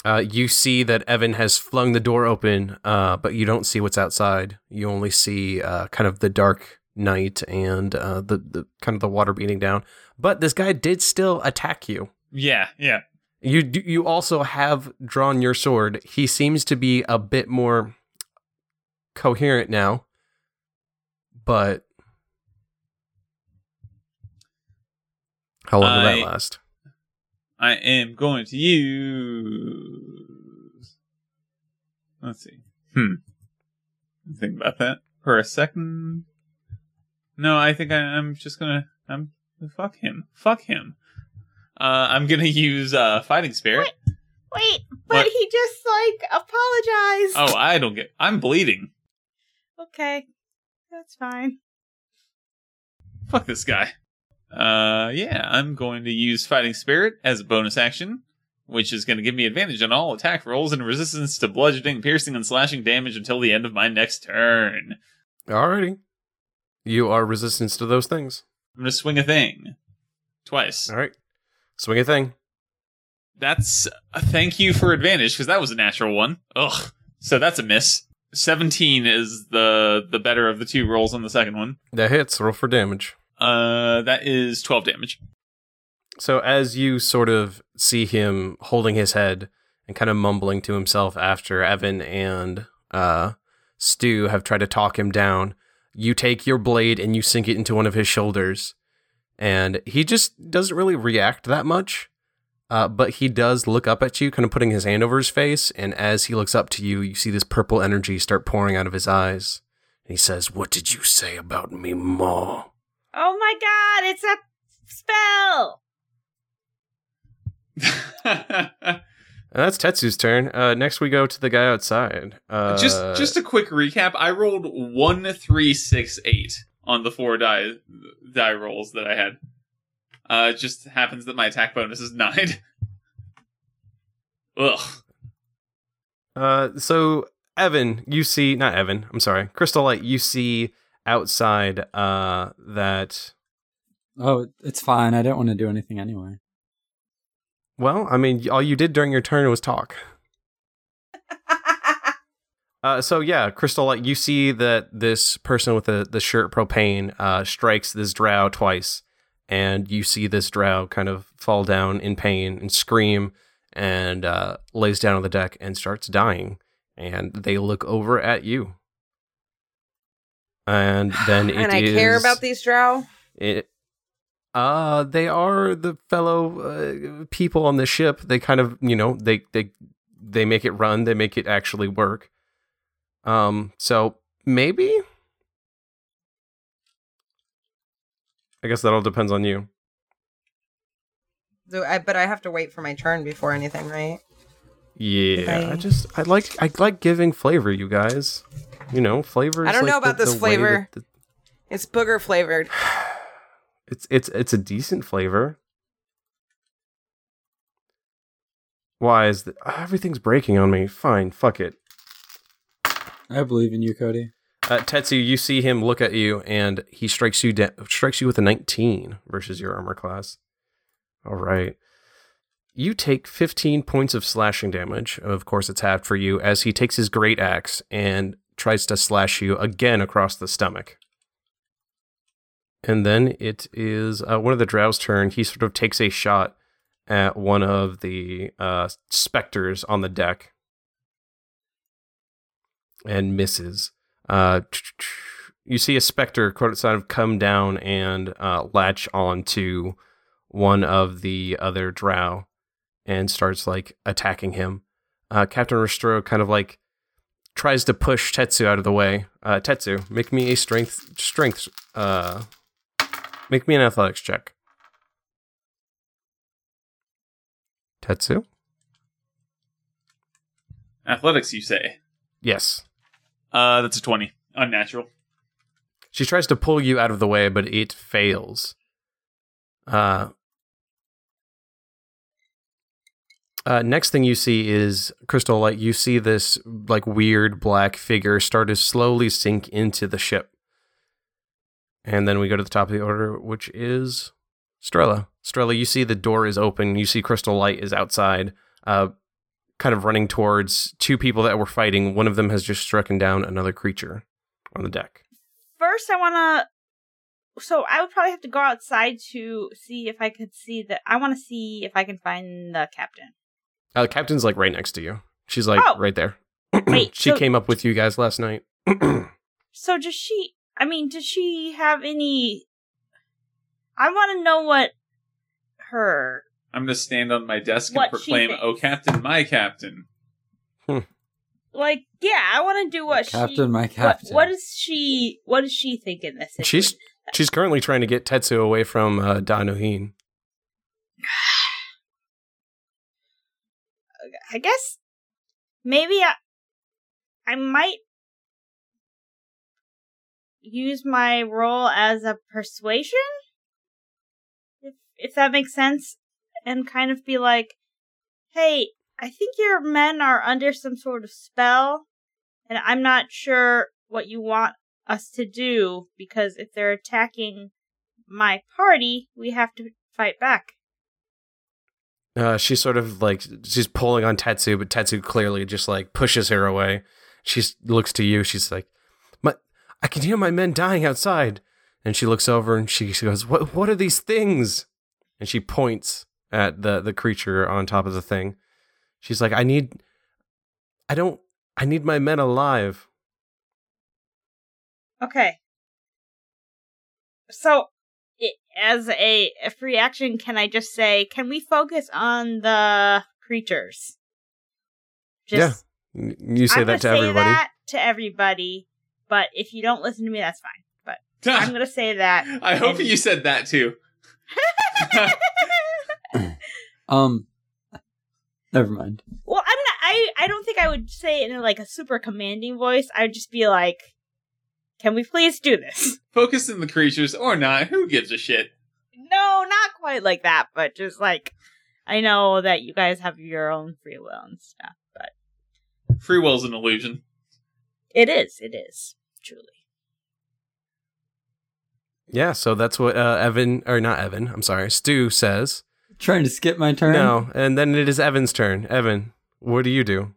Speaker 1: Uh, you see that Evan has flung the door open, uh, but you don't see what's outside. You only see uh, kind of the dark night and uh, the, the kind of the water beating down. But this guy did still attack you.
Speaker 4: Yeah, yeah.
Speaker 1: You do, you also have drawn your sword. He seems to be a bit more coherent now, but how long will
Speaker 4: I-
Speaker 1: that last?
Speaker 4: I am going to use. Let's see. Hmm. Think about that for a second. No, I think I, I'm just gonna. I'm fuck him. Fuck him. Uh, I'm gonna *laughs* use uh, fighting spirit.
Speaker 5: Wait,
Speaker 4: What?
Speaker 5: but he just like apologized.
Speaker 4: Oh, I don't get. I'm bleeding.
Speaker 5: Okay, that's fine.
Speaker 4: Fuck this guy. Uh, yeah, I'm going to use fighting spirit as a bonus action, which is gonna give me advantage on all attack rolls and resistance to bludgeoning, piercing, and slashing damage until the end of my next turn.
Speaker 1: Alrighty. You are resistance to those things.
Speaker 4: I'm gonna swing a thing twice.
Speaker 1: All right. Swing a thing.
Speaker 4: That's a thank you for advantage because that was a natural one. Ugh. So that's a miss. Seventeen is the the better of the two rolls on the second one.
Speaker 1: That hits. Roll for damage.
Speaker 4: Uh, that is twelve damage. *laughs*
Speaker 1: So as you sort of see him holding his head and kind of mumbling to himself after Evan and uh, Stu have tried to talk him down, you take your blade and you sink it into one of his shoulders, and he just doesn't really react that much. Uh, but he does look up at you, kind of putting his hand over his face, and as he looks up to you, you see this purple energy start pouring out of his eyes. And he says, "What did you say about me, Ma?"
Speaker 5: Oh my god, it's a spell.
Speaker 1: And that's Tetsu's turn. Uh, next, we go to the guy outside. Uh,
Speaker 4: just just a quick recap. I rolled one, three, six, eight on the four die die rolls that I had. Uh, it just happens that my attack bonus is nine. *laughs* Ugh.
Speaker 1: Uh, so Evan, you see not Evan. I'm sorry, Crystal Light. You see outside. Uh, that.
Speaker 6: Oh, it's fine. I don't want to do anything anyway.
Speaker 1: Well, I mean, all you did during your turn was talk. Uh, so yeah, Crystal Light. You see that this person with the the shirt propane uh strikes this drow twice, and you see this drow kind of fall down in pain and scream, and uh, lays down on the deck and starts dying. And they look over at you, and
Speaker 2: *sighs*
Speaker 1: then it
Speaker 2: and I care
Speaker 1: is-
Speaker 2: about these drow.
Speaker 1: it, uh, they are the fellow uh, people on the ship. They kind of, you know, they they they make it run. They make it actually work. Um, so maybe. I guess that all depends on you.
Speaker 2: Do I, but I have to wait for my turn before anything, right?
Speaker 1: Yeah,
Speaker 2: Okay.
Speaker 1: I just I like I like giving flavor, you guys. You know, flavor. is
Speaker 2: I don't
Speaker 1: like
Speaker 2: know
Speaker 1: the-
Speaker 2: about this
Speaker 1: the way that
Speaker 2: flavor.
Speaker 1: the-
Speaker 2: It's booger flavored.
Speaker 1: It's it's it's a decent flavor. Why is the, everything's breaking on me? Fine, fuck it.
Speaker 6: I believe in you, Cody.
Speaker 1: Uh, Tetsu, you see him look at you, and he strikes you da- strikes you with a nineteen versus your armor class. All right, you take fifteen points of slashing damage. Of course, it's halved for you as he takes his great axe and tries to slash you again across the stomach. And then it is uh, one of the drow's turn. He sort of takes a shot at one of the uh, specters on the deck and misses. Uh, you see a specter quote sort of come down and uh, latch on to one of the other drow and starts like attacking him. Uh, Captain Restro kind of like tries to push Tetsu out of the way. Uh, Tetsu, make me a strength strength uh make me an athletics check. Tetsu?
Speaker 4: Athletics, you say?
Speaker 1: Yes.
Speaker 4: Uh, that's a twenty. Unnatural.
Speaker 1: She tries to pull you out of the way, but it fails. Uh, uh, next thing you see is Crystal. Like you see this like weird black figure start to slowly sink into the ship, and then we go to the top of the order, which is Strella. Strella, you see the door is open. You see Crystal Light is outside, uh, kind of running towards two people that were fighting. One of them has just struck down another creature on the deck.
Speaker 5: First, I want to. So I would probably have to go outside to see if I could see the. I want to see if I can find the captain.
Speaker 1: Uh, the captain's like right next to you. She's like
Speaker 5: Oh.
Speaker 1: right there. *clears throat*
Speaker 5: Wait,
Speaker 1: she
Speaker 5: so-
Speaker 1: came up with you guys last night. *clears throat*
Speaker 5: So does she? I mean, does she have any? I want to know what her.
Speaker 4: I'm gonna stand on my desk
Speaker 5: What
Speaker 4: and
Speaker 5: she
Speaker 4: proclaim,
Speaker 5: thinks.
Speaker 4: "Oh, Captain, my Captain." *laughs*
Speaker 5: Like, yeah, I want to do what she.
Speaker 6: Captain, my
Speaker 5: What,
Speaker 6: captain.
Speaker 5: what is she? What does she think in this?
Speaker 1: She's
Speaker 5: situation?
Speaker 1: she's currently trying to get Tetsu away from uh, Danoheen.
Speaker 5: I guess maybe I. I might use my role as a persuasion, if if that makes sense, and kind of be like, "Hey, I think your men are under some sort of spell, and I'm not sure what you want us to do because if they're attacking my party, we have to fight back."
Speaker 1: Uh, she's sort of like she's pulling on Tetsu, but Tetsu clearly just like pushes her away. She looks to you. She's like, "My, I can hear my men dying outside." And she looks over and she, she goes, "What? What are these things?" And she points at the the creature on top of the thing. She's like, "I need, I don't, I need my men alive."
Speaker 5: Okay. So, i as a, a free action, can I just say, can we focus on the creatures?
Speaker 1: N- You say
Speaker 5: I'm
Speaker 1: that to
Speaker 5: gonna say
Speaker 1: everybody.
Speaker 5: that to everybody, but if you don't listen to me, that's fine. I'm gonna say that.
Speaker 4: *laughs* I hope
Speaker 5: and-
Speaker 4: you said that too. *laughs*
Speaker 6: Um, never mind.
Speaker 5: *laughs* well, I'm not. I I don't think I would say it in like a super commanding voice. I would just be like, "Can we please do this?"
Speaker 4: Focus on the creatures or not. Who gives a shit?
Speaker 5: No, not quite like that, but just like, I know that you guys have your own free will and stuff.
Speaker 4: Free will's an illusion.
Speaker 5: It is. It is truly.
Speaker 1: Yeah, so that's what uh, Evan or not Evan. I'm sorry, Stu says.
Speaker 6: Trying to skip my turn.
Speaker 1: No, and then it is Evan's turn. Evan, what do you do?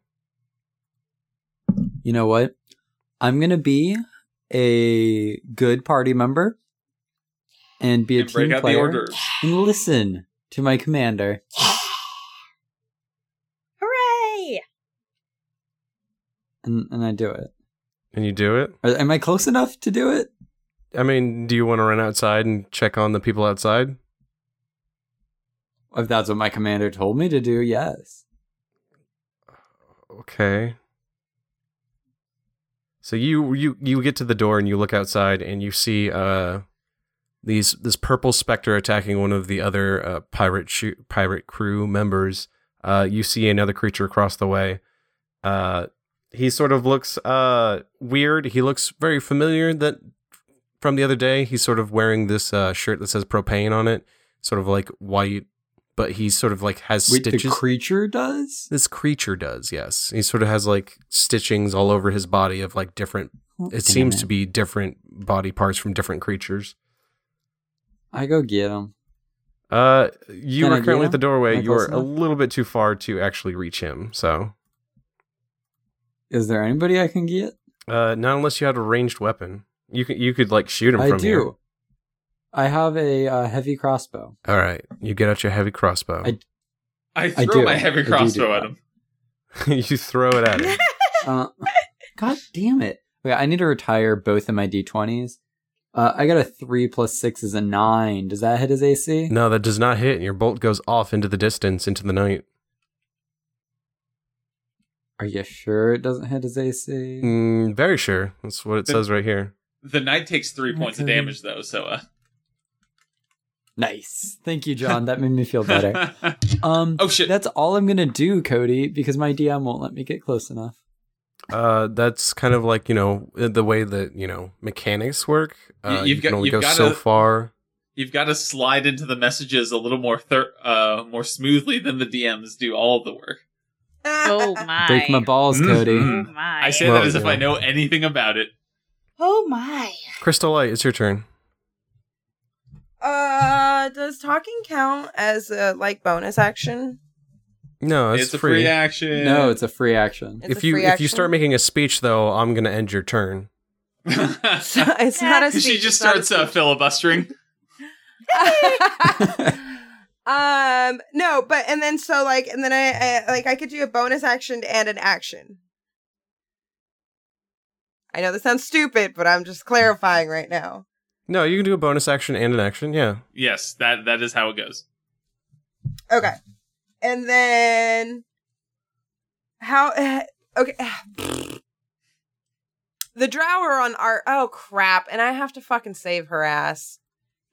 Speaker 6: You know what? I'm gonna be a good party member and be a
Speaker 4: And
Speaker 6: team
Speaker 4: break out
Speaker 6: player
Speaker 4: the orders.
Speaker 6: and listen to my commander.
Speaker 5: Hooray!
Speaker 6: And, and I do it.
Speaker 1: And you do it.
Speaker 6: Are, am I close enough to do it?
Speaker 1: I mean, do you want to run outside and check on the people outside?
Speaker 6: If that's what my commander told me to do, yes.
Speaker 1: Okay. So you you you get to the door and you look outside and you see uh these this purple specter attacking one of the other uh, pirate sh- pirate crew members. Uh, you see another creature across the way. Uh, he sort of looks uh weird. He looks very familiar that from the other day. He's sort of wearing this uh, shirt that says propane on it, sort of like white, but he sort of like has
Speaker 6: Wait, the
Speaker 1: stitches.
Speaker 6: creature does?
Speaker 1: This creature does, yes. He sort of has like stitchings all over his body of like different. It seems to be different body parts from different creatures.
Speaker 6: I go get him.
Speaker 1: Uh, you
Speaker 6: Can I
Speaker 1: were
Speaker 6: get
Speaker 1: currently at the
Speaker 6: him?
Speaker 1: doorway.
Speaker 6: Am I
Speaker 1: You were
Speaker 6: close
Speaker 1: a
Speaker 6: enough?
Speaker 1: little bit too far to actually reach him. So,
Speaker 6: Is there anybody I can get?
Speaker 1: uh, not unless you had a ranged weapon, you could you could like shoot him
Speaker 6: I
Speaker 1: from
Speaker 6: do.
Speaker 1: here.
Speaker 6: I have a uh, heavy
Speaker 1: *laughs*
Speaker 6: crossbow.
Speaker 1: All right, you get out your heavy crossbow.
Speaker 6: I-
Speaker 4: I throw
Speaker 6: I do.
Speaker 4: my
Speaker 6: I
Speaker 4: heavy
Speaker 6: do
Speaker 4: crossbow
Speaker 6: do
Speaker 4: at
Speaker 6: that.
Speaker 4: him.
Speaker 1: *laughs* you throw it at
Speaker 6: *laughs*
Speaker 1: him.
Speaker 6: Uh, God damn it. Okay, I need to retire both of my d20s. Uh, I got a 3 plus 6 is a 9. Does that hit his AC?
Speaker 1: no, that does not hit. and Your bolt goes off into the distance, into the night.
Speaker 6: Are you sure it doesn't hit his AC?
Speaker 1: Mm, very sure. That's what it says right here.
Speaker 4: The knight takes three points of
Speaker 6: Okay.
Speaker 4: damage though, so uh,
Speaker 6: Nice. Thank you, John. That made me
Speaker 1: *laughs*
Speaker 6: feel better. Um,
Speaker 4: *laughs* oh shit!
Speaker 6: That's all I'm going to do, Cody, because my DM won't let me get close enough.
Speaker 1: Uh, that's kind of like you know the way that you know mechanics work. Uh,
Speaker 4: You-
Speaker 1: you
Speaker 4: you've
Speaker 1: can
Speaker 4: got-
Speaker 1: only go
Speaker 4: you've gotta-
Speaker 1: so far.
Speaker 4: You've got to slide into the messages a little more thir- uh, more smoothly than the DMs do all of the work. *laughs*
Speaker 5: Oh my.
Speaker 6: Break my balls,
Speaker 4: Mhm.
Speaker 6: Cody.
Speaker 5: Oh my.
Speaker 4: I say
Speaker 1: Well,
Speaker 4: that as if
Speaker 1: yeah.
Speaker 4: I know anything about it.
Speaker 5: Oh my.
Speaker 1: Crystal Light, it's your turn.
Speaker 2: *laughs* Uh, does talking count as a like bonus action?
Speaker 1: No, it's,
Speaker 4: It's, a free, action. *laughs*
Speaker 6: No, it's a free action.
Speaker 2: It's
Speaker 1: if
Speaker 2: a
Speaker 1: you
Speaker 2: free
Speaker 1: if you
Speaker 2: action?
Speaker 1: start making a speech, though, I'm gonna end your turn.
Speaker 2: So it's not a speech.
Speaker 4: she
Speaker 2: it's
Speaker 4: just
Speaker 2: not a
Speaker 4: starts uh, filibustering.
Speaker 2: *laughs* um no but and then so like and then I, I like i could do a bonus action and an action i know this sounds stupid but i'm just clarifying right now
Speaker 1: No, you can do a bonus action and an action. Yeah.
Speaker 4: Yes, that that is how it goes.
Speaker 2: okay and then how *sighs* okay the drow are on our oh crap and i have to fucking save her ass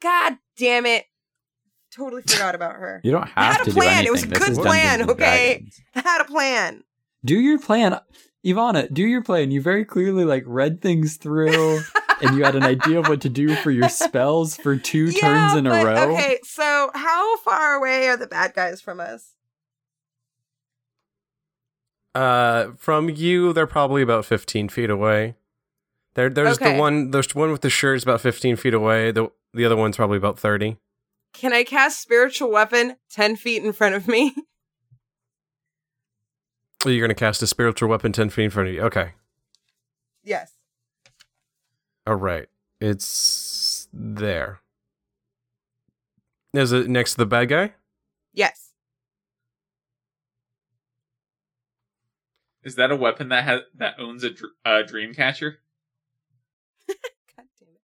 Speaker 2: god damn it totally forgot about her
Speaker 7: You don't
Speaker 2: I
Speaker 7: have
Speaker 2: had a
Speaker 7: to do
Speaker 2: plan.
Speaker 7: anything.
Speaker 2: It was a
Speaker 7: This
Speaker 2: good
Speaker 7: is
Speaker 2: plan,
Speaker 7: Dungeons and
Speaker 2: okay?
Speaker 7: Dragons.
Speaker 2: i *laughs* had a plan
Speaker 6: Do your plan. Ivana, do your plan. You very clearly like read
Speaker 2: *laughs*
Speaker 6: things through and you had an idea of what to do for your spells for two turns in a
Speaker 2: but-
Speaker 6: row.
Speaker 2: Okay, so how far away are the bad guys from us?
Speaker 1: Uh, from you, they're probably about 15 feet away. There, there's
Speaker 2: Okay.
Speaker 1: the one. There's one with the shirt is about 15 feet away. The the other one's probably about 30.
Speaker 2: Can I cast spiritual weapon ten feet in front of me? *laughs*
Speaker 1: Oh, you're gonna cast a spiritual weapon 10 feet in front of you. Okay.
Speaker 2: yes.
Speaker 1: All Oh, right. It's there. Is it next to the bad guy?
Speaker 2: Yes.
Speaker 4: Is that a weapon that has that owns a dr- uh, dream catcher?
Speaker 2: God damn it.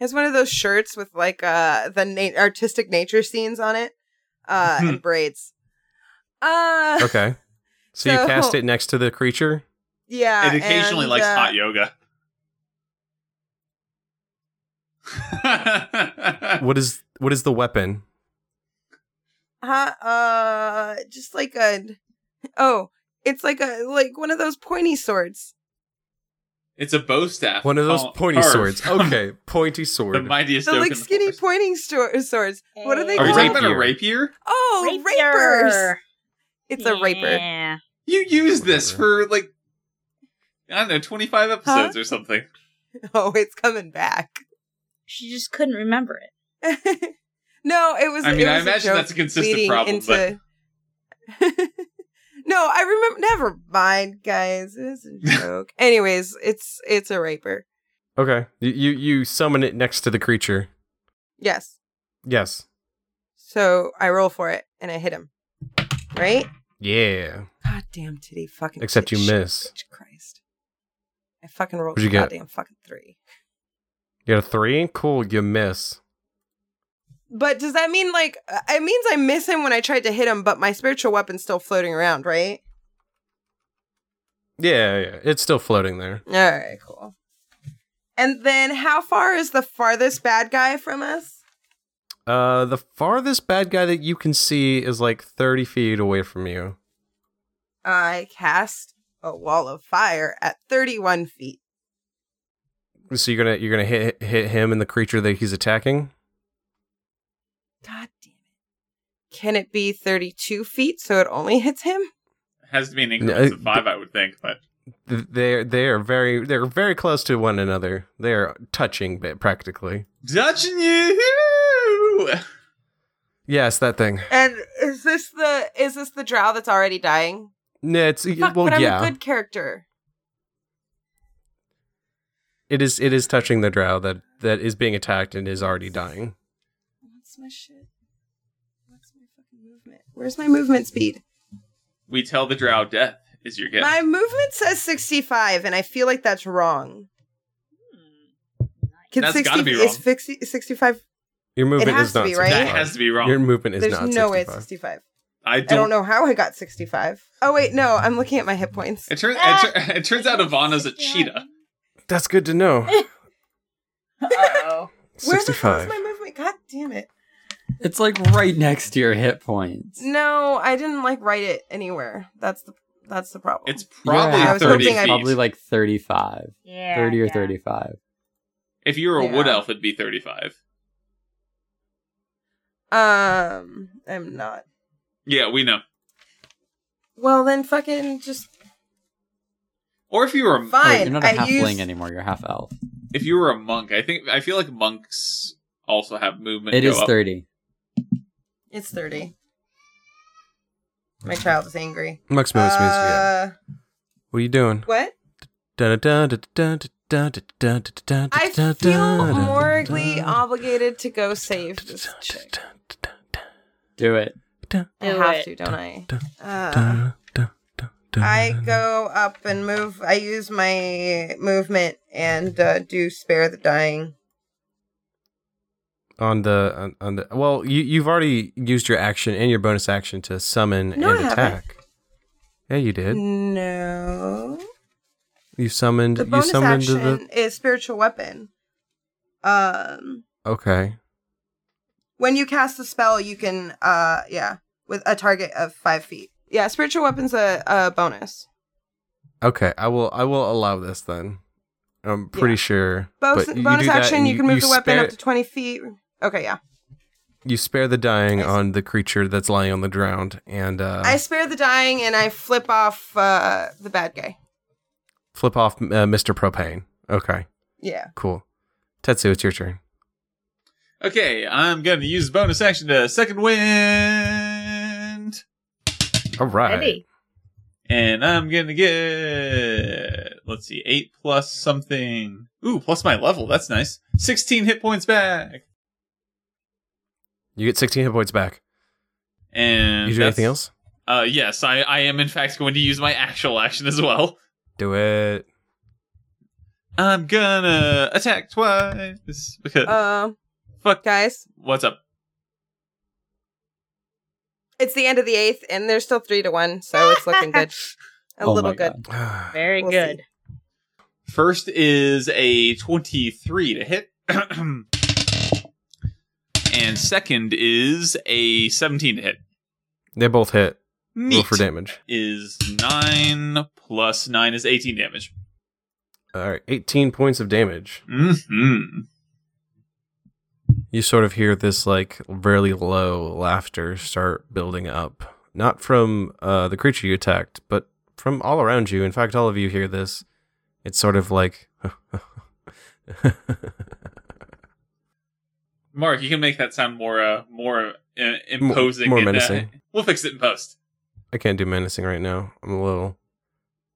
Speaker 2: It's one of those shirts with like uh the na- artistic nature scenes on it, uh,
Speaker 6: *laughs*
Speaker 2: and braids. Uh,
Speaker 1: Okay. So, you cast
Speaker 2: So-
Speaker 1: it next to the creature.
Speaker 2: *laughs* yeah.
Speaker 4: it occasionally
Speaker 2: and,
Speaker 4: likes
Speaker 2: uh,
Speaker 4: hot yoga. *laughs*
Speaker 1: What is what is the weapon?
Speaker 2: Huh? Uh, just like a. Oh, it's like a like one of those pointy swords.
Speaker 4: it's a bow staff.
Speaker 1: One of those
Speaker 4: Call-
Speaker 1: pointy
Speaker 4: carved *laughs*
Speaker 1: swords.
Speaker 4: from
Speaker 1: Okay, pointy
Speaker 4: Oh, the
Speaker 1: sword.
Speaker 4: mightiest.
Speaker 2: The
Speaker 4: oak in
Speaker 2: like
Speaker 4: the
Speaker 2: skinny
Speaker 4: forest.
Speaker 2: pointing stor- swords. What are they
Speaker 4: Are you
Speaker 2: called?
Speaker 4: talking about a rapier?
Speaker 2: Oh, rapers. It's a raper.
Speaker 5: Yeah.
Speaker 4: You used this
Speaker 1: Whatever.
Speaker 4: for like I don't know, twenty five episodes or something.
Speaker 2: *laughs* Oh, it's coming back. *laughs*
Speaker 5: She just couldn't remember it.
Speaker 2: no, it was.
Speaker 4: I
Speaker 2: it
Speaker 4: mean, I
Speaker 2: was a
Speaker 4: imagine
Speaker 2: joke
Speaker 4: that's a consistent
Speaker 2: leading
Speaker 4: problem, but
Speaker 2: into- *laughs* no, I remember. Never mind, guys. It was
Speaker 4: *laughs*
Speaker 2: a joke. Anyways, it's it's a raper.
Speaker 1: Okay. You, you you summon it next to the creature.
Speaker 2: Yes.
Speaker 1: Yes.
Speaker 2: So I roll for it and I hit him. Right?
Speaker 1: Yeah.
Speaker 2: God damn titty fucking.
Speaker 1: Except
Speaker 2: titty
Speaker 1: you
Speaker 2: shit,
Speaker 1: miss.
Speaker 2: bitch, Christ. I fucking rolled.
Speaker 1: What'd you
Speaker 2: a
Speaker 1: get?
Speaker 2: Goddamn fucking three.
Speaker 1: You got a three? Cool, you miss.
Speaker 2: But does that mean like uh, it means I miss him when I tried to hit him, but my spiritual weapon's still floating around, right?
Speaker 1: Yeah, yeah. It's still floating there.
Speaker 2: All right, cool. And then how far is the farthest bad guy from us?
Speaker 1: Uh the farthest bad guy that you can see is like thirty feet away from you.
Speaker 2: I cast a wall of fire at 31 feet.
Speaker 1: So you're gonna you're gonna hit hit him and the creature that he's attacking?
Speaker 2: God damn it. Can it be 32 feet so it only hits him?
Speaker 4: it has to be an increment of
Speaker 1: No,
Speaker 4: five, I would think. But
Speaker 1: Th- They're they are very they're very close to one another. They are touching bit practically.
Speaker 4: touching you,
Speaker 1: Yes, that thing.
Speaker 2: And is this the is this the drow that's already dying?
Speaker 1: No, it's
Speaker 2: Fuck,
Speaker 1: well,
Speaker 2: but I'm
Speaker 1: yeah.
Speaker 2: a good character.
Speaker 1: It is it is touching the drow that that is being attacked and is already dying.
Speaker 2: What's my shit? What's my fucking movement? Where's my movement speed?
Speaker 4: we tell the drow death is your gift.
Speaker 2: My movement says 65, and I feel like that's wrong.
Speaker 4: Hmm.
Speaker 2: Can
Speaker 4: That's
Speaker 2: 60
Speaker 4: gotta be
Speaker 2: Is
Speaker 4: wrong.
Speaker 2: 60, 65?
Speaker 1: Your movement
Speaker 2: has
Speaker 1: is
Speaker 2: to
Speaker 1: not
Speaker 2: be, right?
Speaker 1: 65.
Speaker 4: that has to be
Speaker 1: Your
Speaker 4: wrong.
Speaker 1: movement is
Speaker 2: There's
Speaker 1: not
Speaker 2: no way it's
Speaker 1: 65.
Speaker 2: 65.
Speaker 4: I don't.
Speaker 2: I don't know how I got 65. Oh, wait, no, I'm looking at my hit points.
Speaker 4: It, turns
Speaker 5: Ah!
Speaker 4: it, tur- it turns out Ivana's a cheetah.
Speaker 1: That's good to know.
Speaker 5: Uh oh.
Speaker 2: *laughs* Where the hell is
Speaker 1: 65.
Speaker 2: my movement? God damn it.
Speaker 6: It's like right next to your hit points.
Speaker 2: No, I didn't like write it anywhere. That's the that's the problem.
Speaker 4: It's
Speaker 6: You're
Speaker 4: probably
Speaker 2: I
Speaker 6: at
Speaker 2: was
Speaker 4: 30
Speaker 2: hoping I-
Speaker 4: feet.
Speaker 6: probably like 35.
Speaker 5: Yeah.
Speaker 6: 30 or
Speaker 5: yeah.
Speaker 6: 35.
Speaker 4: if you were a wood
Speaker 2: Yeah.
Speaker 4: elf, it'd be 35.
Speaker 2: um I'm not.
Speaker 4: Yeah, we know.
Speaker 2: Well then fucking just
Speaker 4: Or if you were a,
Speaker 6: Oh,
Speaker 2: fine.
Speaker 6: you're not a
Speaker 2: I
Speaker 6: halfling
Speaker 2: used-
Speaker 6: anymore. You're half elf.
Speaker 4: if you were a monk, I think I feel like monks also have movement.
Speaker 6: It
Speaker 4: go
Speaker 6: is
Speaker 4: up.
Speaker 6: 30.
Speaker 2: It's 30. My child is angry.
Speaker 1: Mux moves me.
Speaker 2: Uh,
Speaker 1: What are you doing?
Speaker 2: What?
Speaker 1: I
Speaker 2: I feel morally obligated to go save this chick.
Speaker 6: Do it.
Speaker 2: I
Speaker 5: Do
Speaker 2: have
Speaker 5: it.
Speaker 2: to, don't I? Uh, I
Speaker 1: I
Speaker 2: go up and move. I use my movement and uh, do spare the dying.
Speaker 1: on the on, on the well. You you've already used your action and your bonus action to summon
Speaker 2: No, I
Speaker 1: and
Speaker 2: haven't.
Speaker 1: attack. Yeah, you did.
Speaker 2: No.
Speaker 1: You summoned.
Speaker 2: The
Speaker 1: You
Speaker 2: bonus
Speaker 1: summoned
Speaker 2: action
Speaker 1: the.
Speaker 2: is spiritual weapon. Um,
Speaker 1: Okay.
Speaker 2: when you cast a spell, you can, uh, yeah, with a target of five feet. Yeah, spiritual weapon's a, a bonus.
Speaker 1: Okay. I will. I will allow this then. I'm pretty
Speaker 2: Yeah.
Speaker 1: sure.
Speaker 2: Bo-
Speaker 1: but you
Speaker 2: bonus
Speaker 1: do that
Speaker 2: action,
Speaker 1: and
Speaker 2: you, can move the weapon
Speaker 1: spare-
Speaker 2: up to twenty feet. Okay, yeah.
Speaker 1: You spare the dying
Speaker 2: I see.
Speaker 1: on the creature that's lying on the ground and uh,
Speaker 2: I spare the dying and I flip off uh, the bad guy.
Speaker 1: flip off uh, Mr. Propane. Okay.
Speaker 2: Yeah.
Speaker 1: Cool. Tetsu, it's your turn.
Speaker 4: Okay, I'm gonna use bonus action to second wind,
Speaker 1: All right.
Speaker 5: Ready.
Speaker 4: and I'm gonna get let's see, eight plus something. Ooh, plus my level. That's nice. Sixteen hit points back.
Speaker 1: You get 16 hit points back.
Speaker 4: And
Speaker 1: you do
Speaker 4: that's-
Speaker 1: anything else?
Speaker 4: Uh, yes, I, I am in fact going to use my actual action as well.
Speaker 1: Do it. *sighs*
Speaker 4: I'm gonna attack twice because
Speaker 2: Um,
Speaker 4: Fuck.
Speaker 2: guys,
Speaker 4: what's up?
Speaker 2: it's the end of the eighth, and there's still three to one, so it's looking
Speaker 5: *laughs*
Speaker 2: good. A
Speaker 6: Oh
Speaker 2: little
Speaker 6: my
Speaker 2: good.
Speaker 6: God.
Speaker 5: Very
Speaker 2: We'll
Speaker 5: good.
Speaker 4: First is a 23 to hit. *clears throat* and second is a 17 to hit.
Speaker 1: they both hit. Roll
Speaker 4: Neat.
Speaker 1: for damage.
Speaker 4: Is 9 plus 9 is 18 damage.
Speaker 1: All right. 18 points of damage.
Speaker 4: hmm
Speaker 1: You sort of hear this like really low laughter start building up. Not from uh, the creature you attacked, but from all around you. In fact, all of you hear this. It's sort of like. *laughs*
Speaker 4: Mark, you can make that sound more uh, more uh, imposing.
Speaker 1: more
Speaker 4: in, uh,
Speaker 1: menacing.
Speaker 4: we'll fix it in post.
Speaker 1: I can't do menacing right now. I'm a little.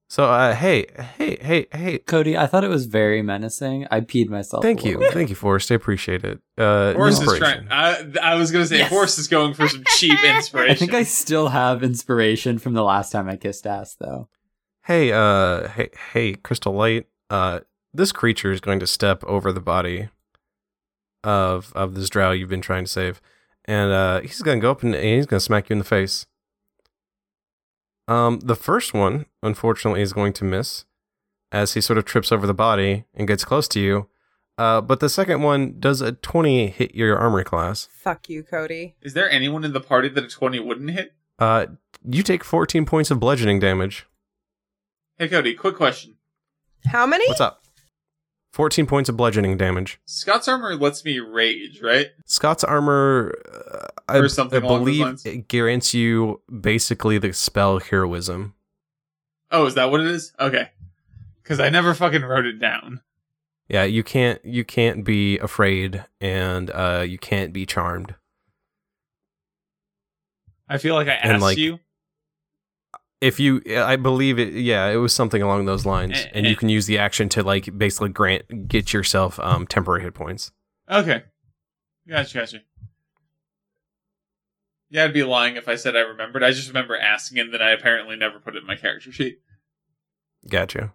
Speaker 1: So, uh, hey, hey, hey, hey.
Speaker 6: Cody, I thought it was very menacing. I peed myself.
Speaker 1: Thank
Speaker 6: a
Speaker 1: you.
Speaker 6: little.
Speaker 1: Thank you, Forrest. I appreciate it. Uh,
Speaker 4: Horse is
Speaker 1: inspiration.
Speaker 4: trying. I, I was going to say,
Speaker 6: Yes.
Speaker 4: Horse is going for some cheap inspiration.
Speaker 6: I think I still have inspiration from the last time I kissed ass, though.
Speaker 1: Hey, uh, hey, hey, Crystal Light. Uh, this creature is going to step over the body of of this drow you've been trying to save, and uh, he's going to go up and, and he's going to smack you in the face. Um, the first one, unfortunately, is going to miss as he sort of trips over the body and gets close to you. Uh, but the second one does a twenty hit your armor class.
Speaker 2: Fuck you, Cody.
Speaker 4: Is there anyone in the party that a 20 wouldn't hit?
Speaker 1: Uh, you take fourteen points of bludgeoning damage.
Speaker 4: Hey, Cody, quick question.
Speaker 2: How many?
Speaker 1: What's up? Fourteen points of bludgeoning damage.
Speaker 4: Scott's armor lets me rage, right?
Speaker 1: Scott's armor, uh, I,
Speaker 4: Or something
Speaker 1: I
Speaker 4: along those
Speaker 1: believe,
Speaker 4: lines.
Speaker 1: it grants you basically the spell heroism.
Speaker 4: Oh, is that what it is? Okay. Because I never fucking wrote it down.
Speaker 1: Yeah, you can't you can't be afraid, and uh, you can't be charmed.
Speaker 4: I feel like I
Speaker 1: And,
Speaker 4: asked
Speaker 1: like,
Speaker 4: you.
Speaker 1: If you, I believe it. Yeah, it was something along those lines,
Speaker 4: Eh,
Speaker 1: and
Speaker 4: eh.
Speaker 1: you can use the action to like basically grant get yourself um, temporary hit points.
Speaker 4: Okay. Gotcha, gotcha. Yeah, I'd be lying if I said I remembered. I just remember asking and then I apparently never put it in my character sheet.
Speaker 1: Gotcha.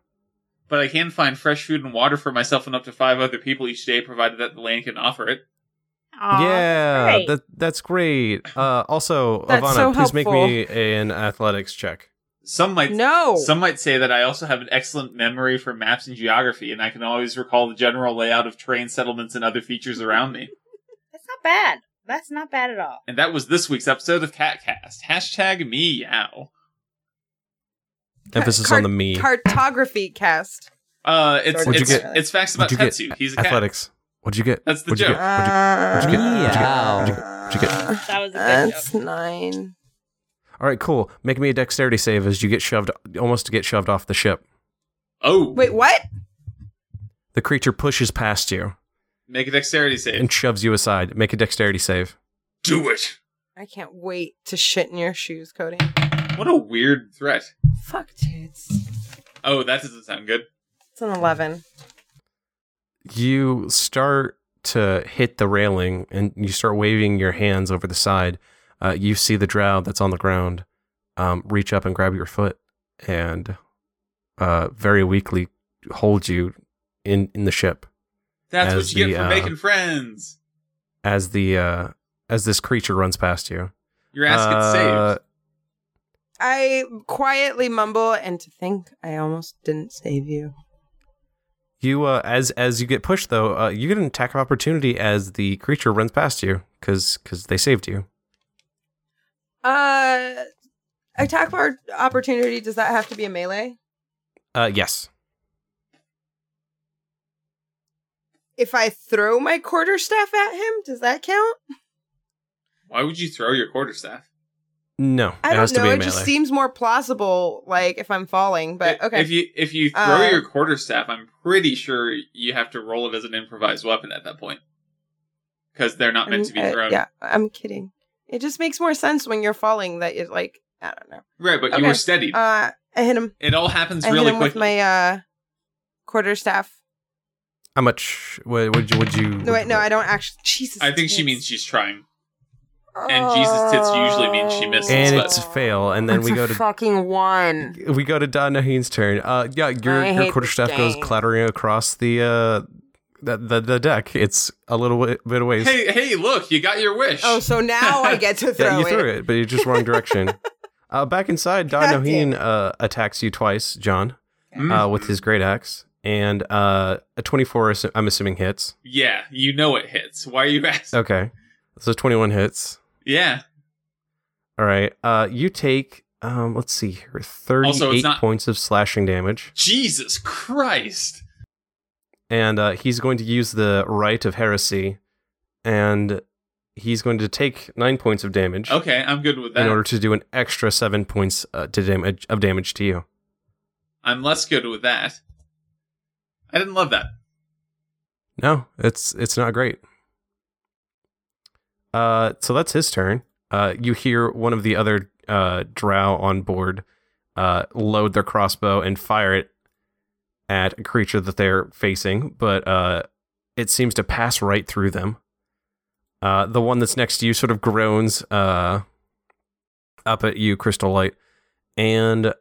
Speaker 4: But I can find fresh food and water for myself and up to five other people each day, provided that the land can offer it.
Speaker 5: Aw,
Speaker 1: yeah,
Speaker 5: great.
Speaker 1: that that's great. Uh, also,
Speaker 2: *laughs* That's
Speaker 1: Ivana,
Speaker 2: so
Speaker 1: please make
Speaker 2: helpful.
Speaker 1: me an athletics check.
Speaker 4: Some might
Speaker 2: No.
Speaker 4: Some might say that I also have an excellent memory for maps and geography, and I can always recall the general layout of terrain settlements and other features around me.
Speaker 5: That's not bad. That's not bad at all.
Speaker 4: And that was this week's episode of Catcast. Hashtag meow.
Speaker 1: Emphasis
Speaker 2: Cart-
Speaker 1: on the me.
Speaker 2: Cartography cast.
Speaker 4: Uh, it's
Speaker 1: What'd you
Speaker 4: it's,
Speaker 1: get?
Speaker 4: it's facts about
Speaker 1: What'd you get?
Speaker 4: Tetsu. He's a cat.
Speaker 1: Athletics. What'd you get?
Speaker 4: That's the
Speaker 1: What'd you
Speaker 4: joke.
Speaker 1: get?
Speaker 2: Ah.
Speaker 1: What'd you- what'd you get? What'd you get? What'd you get? What'd you get?
Speaker 5: That was a good
Speaker 2: Uh, That's
Speaker 5: joke.
Speaker 2: nine.
Speaker 1: All right, cool. Make me a dexterity save as you get shoved, almost to get shoved off the ship.
Speaker 4: Oh,
Speaker 2: Wait, what?
Speaker 1: The creature pushes past you
Speaker 4: make a dexterity save.
Speaker 1: and shoves you aside. Make a dexterity save.
Speaker 4: Do it.
Speaker 2: I can't wait to shit in your shoes, Cody.
Speaker 4: What a weird threat.
Speaker 2: Fuck, dude. It's
Speaker 4: Oh, that doesn't sound good.
Speaker 2: an 11.
Speaker 1: You start to hit the railing and you start waving your hands over the side. Uh, you see the drow that's on the ground um, reach up and grab your foot and uh, very weakly hold you in, in the ship.
Speaker 4: That's
Speaker 1: As
Speaker 4: what you
Speaker 1: the,
Speaker 4: get for
Speaker 1: uh,
Speaker 4: making friends.
Speaker 1: as the uh, as this creature runs past you.
Speaker 4: Your ass gets
Speaker 1: Uh,
Speaker 4: saved.
Speaker 2: I quietly mumble, and to think I almost didn't save you.
Speaker 1: You uh, as as you get pushed though, uh, you get an attack of opportunity as the creature runs past you because they saved you.
Speaker 2: Uh, attack bar opportunity, does that have to be a melee?
Speaker 1: Uh, yes,
Speaker 2: If I throw my quarterstaff at him, does that count?
Speaker 4: Why would you throw your quarterstaff?
Speaker 1: no,
Speaker 2: I
Speaker 1: it has
Speaker 2: don't
Speaker 1: to
Speaker 2: know.
Speaker 1: be a
Speaker 2: It
Speaker 1: melee.
Speaker 2: just seems more plausible, like if I'm falling, but
Speaker 4: I-
Speaker 2: okay.
Speaker 4: If you if you throw
Speaker 2: Uh,
Speaker 4: your quarterstaff, I'm pretty sure you have to roll it as an improvised weapon at that point, because they're
Speaker 2: I'm-
Speaker 4: not meant to be
Speaker 2: uh,
Speaker 4: thrown.
Speaker 2: yeah, I'm kidding. It just makes more sense when you're falling that it, like, I don't know.
Speaker 4: Right, but
Speaker 2: Okay.
Speaker 4: you were steadied.
Speaker 2: Uh, I hit him.
Speaker 4: it all happens
Speaker 2: I hit
Speaker 4: really
Speaker 2: him with
Speaker 4: quickly.
Speaker 2: my uh, quarterstaff.
Speaker 1: How much? What would you? Would you?
Speaker 2: No, wait, no, I don't actually. Jesus.
Speaker 4: I think she
Speaker 2: tits.
Speaker 4: means she's trying. and Jesus tits usually means she misses,
Speaker 1: And
Speaker 4: but-
Speaker 1: it's fail, and then
Speaker 2: That's
Speaker 1: we
Speaker 2: a
Speaker 1: go to
Speaker 2: fucking one.
Speaker 1: we go to Don Naheen's turn. Uh, yeah, your
Speaker 2: I hate
Speaker 1: your
Speaker 2: this
Speaker 1: quarterstaff goes
Speaker 2: game.
Speaker 1: clattering across the uh the the, the deck. It's a little wa- bit of ways.
Speaker 4: Hey, hey, look, you got your wish.
Speaker 2: Oh, so now I get to throw
Speaker 1: *laughs* yeah, you
Speaker 2: it.
Speaker 1: threw it, but you're just wrong
Speaker 2: *laughs*
Speaker 1: direction. uh, back inside, Don
Speaker 2: God damn
Speaker 1: Naheen uh, attacks you twice, John.
Speaker 4: Mm.
Speaker 1: uh, with his great axe and uh, a 24 assu- i'm assuming hits
Speaker 4: yeah, you know it hits. Why are you asking?
Speaker 1: okay so 21 hits
Speaker 4: Yeah.
Speaker 1: all right uh, you take um, let's see here 38
Speaker 4: Also, it's not-
Speaker 1: points of slashing damage
Speaker 4: Jesus Christ.
Speaker 1: and uh, he's going to use the right of heresy and he's going to take 9 points of damage
Speaker 4: Okay, I'm good with that.
Speaker 1: in order to do an extra 7 points uh, to damage of damage to you
Speaker 4: I'm less good with that. I didn't love that.
Speaker 1: No, it's it's not great. Uh, so that's his turn. Uh, you hear one of the other uh, drow on board uh, load their crossbow and fire it at a creature that they're facing, but uh, it seems to pass right through them. Uh, the one that's next to you sort of groans uh, up at you, Crystal Light, and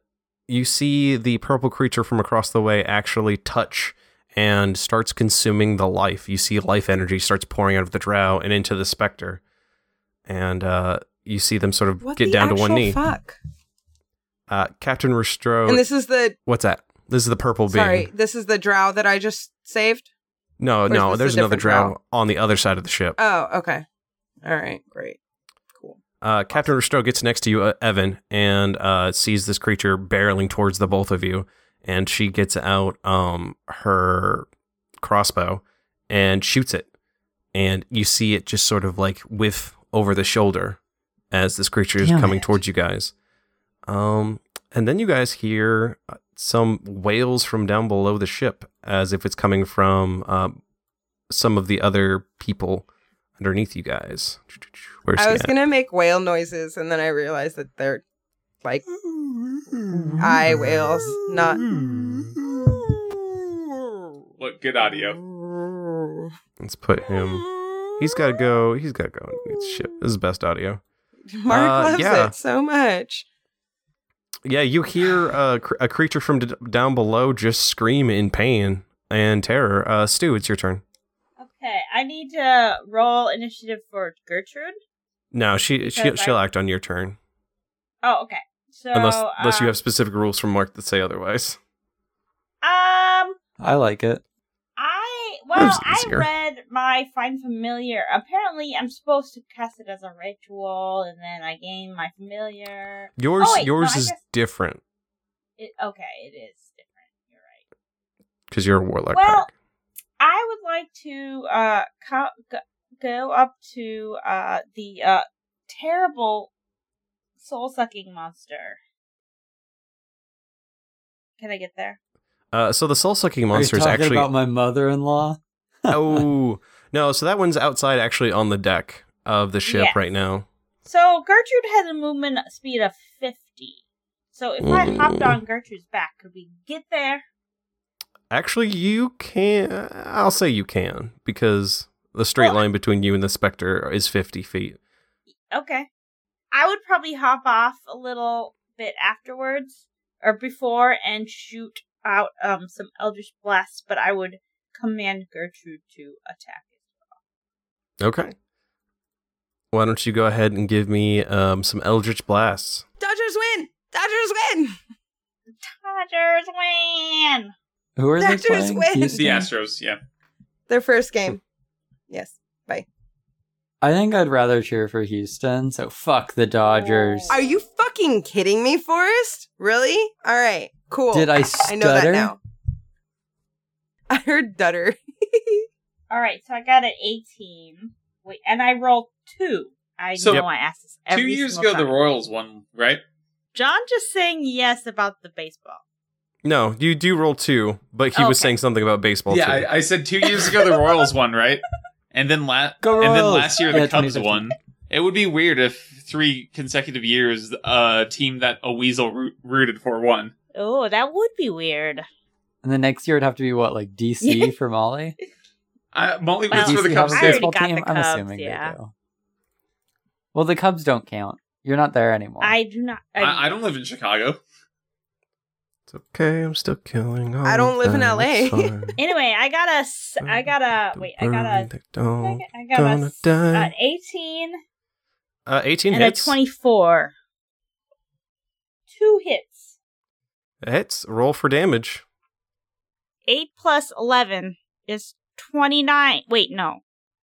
Speaker 1: you see the purple creature from across the way actually touch and starts consuming the life. You see life energy starts pouring out of the drow and into the specter. And uh, you see them sort of
Speaker 2: What
Speaker 1: get
Speaker 2: the
Speaker 1: down to one
Speaker 2: actual
Speaker 1: knee.
Speaker 2: Fuck.
Speaker 1: Uh, Captain Restro.
Speaker 2: And this is the
Speaker 1: what's that? This is the purple being.
Speaker 2: sorry. This is the drow that I just saved.
Speaker 1: No,
Speaker 2: is
Speaker 1: no,
Speaker 2: this
Speaker 1: there's
Speaker 2: a
Speaker 1: another
Speaker 2: different
Speaker 1: drow,
Speaker 2: drow?
Speaker 1: on the other side of the ship.
Speaker 2: Oh, okay. All right, great, cool.
Speaker 1: Uh, Captain Restro gets next to you, uh, Evan, and uh, sees this creature barreling towards the both of you. And she gets out um, her crossbow and shoots it. And you see it just sort of like whiff over the shoulder as this creature is
Speaker 7: Damn
Speaker 1: coming
Speaker 7: it.
Speaker 1: towards you guys. Um, and then you guys hear uh, some wails from down below the ship as if it's coming from um, some of the other people underneath you guys. Where's
Speaker 2: I
Speaker 1: he
Speaker 2: was
Speaker 1: at?
Speaker 2: gonna make whale noises, and then I realized that they're like eye whales, not.
Speaker 6: Mm-hmm.
Speaker 4: Look, good audio.
Speaker 1: Let's put him. He's got to go. He's got to go. It's ship. This is best audio.
Speaker 2: Mark
Speaker 1: Uh,
Speaker 2: loves
Speaker 1: yeah.
Speaker 2: it so much.
Speaker 1: Yeah, you hear a, cr- a creature from d- down below just scream in pain and terror. Uh, Stu, it's your turn.
Speaker 5: Okay, I need to roll initiative for Gertrude.
Speaker 1: No, she, she
Speaker 5: Yes, I-
Speaker 1: she'll act on your turn
Speaker 5: Oh, okay. So
Speaker 1: unless unless you
Speaker 5: um,
Speaker 1: have specific rules from Mark that say otherwise.
Speaker 5: Um,
Speaker 6: I like it.
Speaker 5: I
Speaker 1: That
Speaker 5: well,
Speaker 1: was
Speaker 5: um, I
Speaker 1: easier.
Speaker 5: read my find familiar. Apparently, I'm supposed to cast it as a ritual, and then I gain my familiar.
Speaker 1: Yours,
Speaker 5: Oh, wait, no,
Speaker 1: yours
Speaker 5: I
Speaker 1: is
Speaker 5: guess-
Speaker 1: different
Speaker 5: It, okay, it is different. You're right.
Speaker 1: because you're a warlock.
Speaker 5: Well-
Speaker 1: Pack.
Speaker 5: I would like to uh co- go- go up to uh the uh terrible soul sucking monster. Can I get there?
Speaker 1: Uh, so the soul sucking monster
Speaker 6: Are
Speaker 1: is
Speaker 6: you talking
Speaker 1: actually
Speaker 6: about *laughs* my mother-in-law.
Speaker 1: oh no, so that one's outside, actually on the deck of the ship
Speaker 5: Yes.
Speaker 1: right now.
Speaker 5: So Gertrude has a movement speed of fifty. So if I hopped on Gertrude's back, could we get there?
Speaker 1: Actually, you can. I'll say you can because the straight
Speaker 5: Well, I-
Speaker 1: line between you and the specter is fifty feet.
Speaker 5: Okay. I would probably hop off a little bit afterwards or before and shoot out um some Eldritch blasts, but I would command Gertrude to attack.
Speaker 1: Okay. Why don't you go ahead and give me um, some eldritch blasts?
Speaker 2: Dodgers win. Dodgers win.
Speaker 5: Dodgers win.
Speaker 6: Who are they
Speaker 2: Doctors
Speaker 6: playing?
Speaker 2: win.
Speaker 6: Houston?
Speaker 4: The Astros, yeah.
Speaker 2: Their first game. Yes.
Speaker 6: I think I'd rather cheer for Houston. So fuck the Dodgers.
Speaker 2: Are you fucking kidding me, Forrest? Really? All right. Cool.
Speaker 6: Did I
Speaker 2: I know that
Speaker 6: stutter?
Speaker 2: now. I heard dutter.
Speaker 5: All right, so I got an 18. Wait, and I rolled two. I
Speaker 4: So-
Speaker 5: know I asked this every
Speaker 4: Two years
Speaker 5: single
Speaker 4: ago, the
Speaker 5: time.
Speaker 4: Royals won, right?
Speaker 5: John just saying yes about the baseball.
Speaker 1: No, you do roll two, but he was
Speaker 5: Okay.
Speaker 1: saying something about baseball.
Speaker 4: yeah,
Speaker 1: too.
Speaker 4: I, I said two years ago the Royals won, right? And then la-
Speaker 6: Go
Speaker 4: and then
Speaker 6: Royals!
Speaker 4: last year the
Speaker 6: Yeah,
Speaker 4: Cubs
Speaker 6: 2013.
Speaker 4: won. It would be weird if three consecutive years a team that a weasel roo- rooted for won.
Speaker 5: Oh, that would be weird.
Speaker 6: And the next year it'd have to be what,
Speaker 2: *laughs*
Speaker 6: like DC for Molly?
Speaker 4: I, Molly
Speaker 5: Well,
Speaker 4: roots
Speaker 6: DC
Speaker 4: for the
Speaker 6: have
Speaker 4: Cubs
Speaker 6: a
Speaker 5: I
Speaker 4: too.
Speaker 5: already
Speaker 6: baseball
Speaker 5: got
Speaker 6: team?
Speaker 5: the
Speaker 6: I'm
Speaker 5: Cubs,
Speaker 6: assuming
Speaker 5: yeah.
Speaker 6: they do. Well, the Cubs don't count. You're not there anymore.
Speaker 5: I do not.
Speaker 4: I, I don't live in Chicago.
Speaker 1: It's okay. I'm still killing. All
Speaker 2: I don't live in
Speaker 1: of them,
Speaker 2: LA.
Speaker 1: it's fine.
Speaker 5: Anyway, I got a. s- *laughs* I got a. Wait, I got a.
Speaker 1: Burn, they
Speaker 5: I
Speaker 1: don't.
Speaker 5: got- I got a,
Speaker 1: Gonna
Speaker 5: s-
Speaker 1: die.
Speaker 5: an 18
Speaker 1: Uh, 18
Speaker 5: and a
Speaker 1: hits.
Speaker 5: 24. Two hits.
Speaker 1: Hits. Roll for damage.
Speaker 5: 8 plus 11 is 29. Wait, no.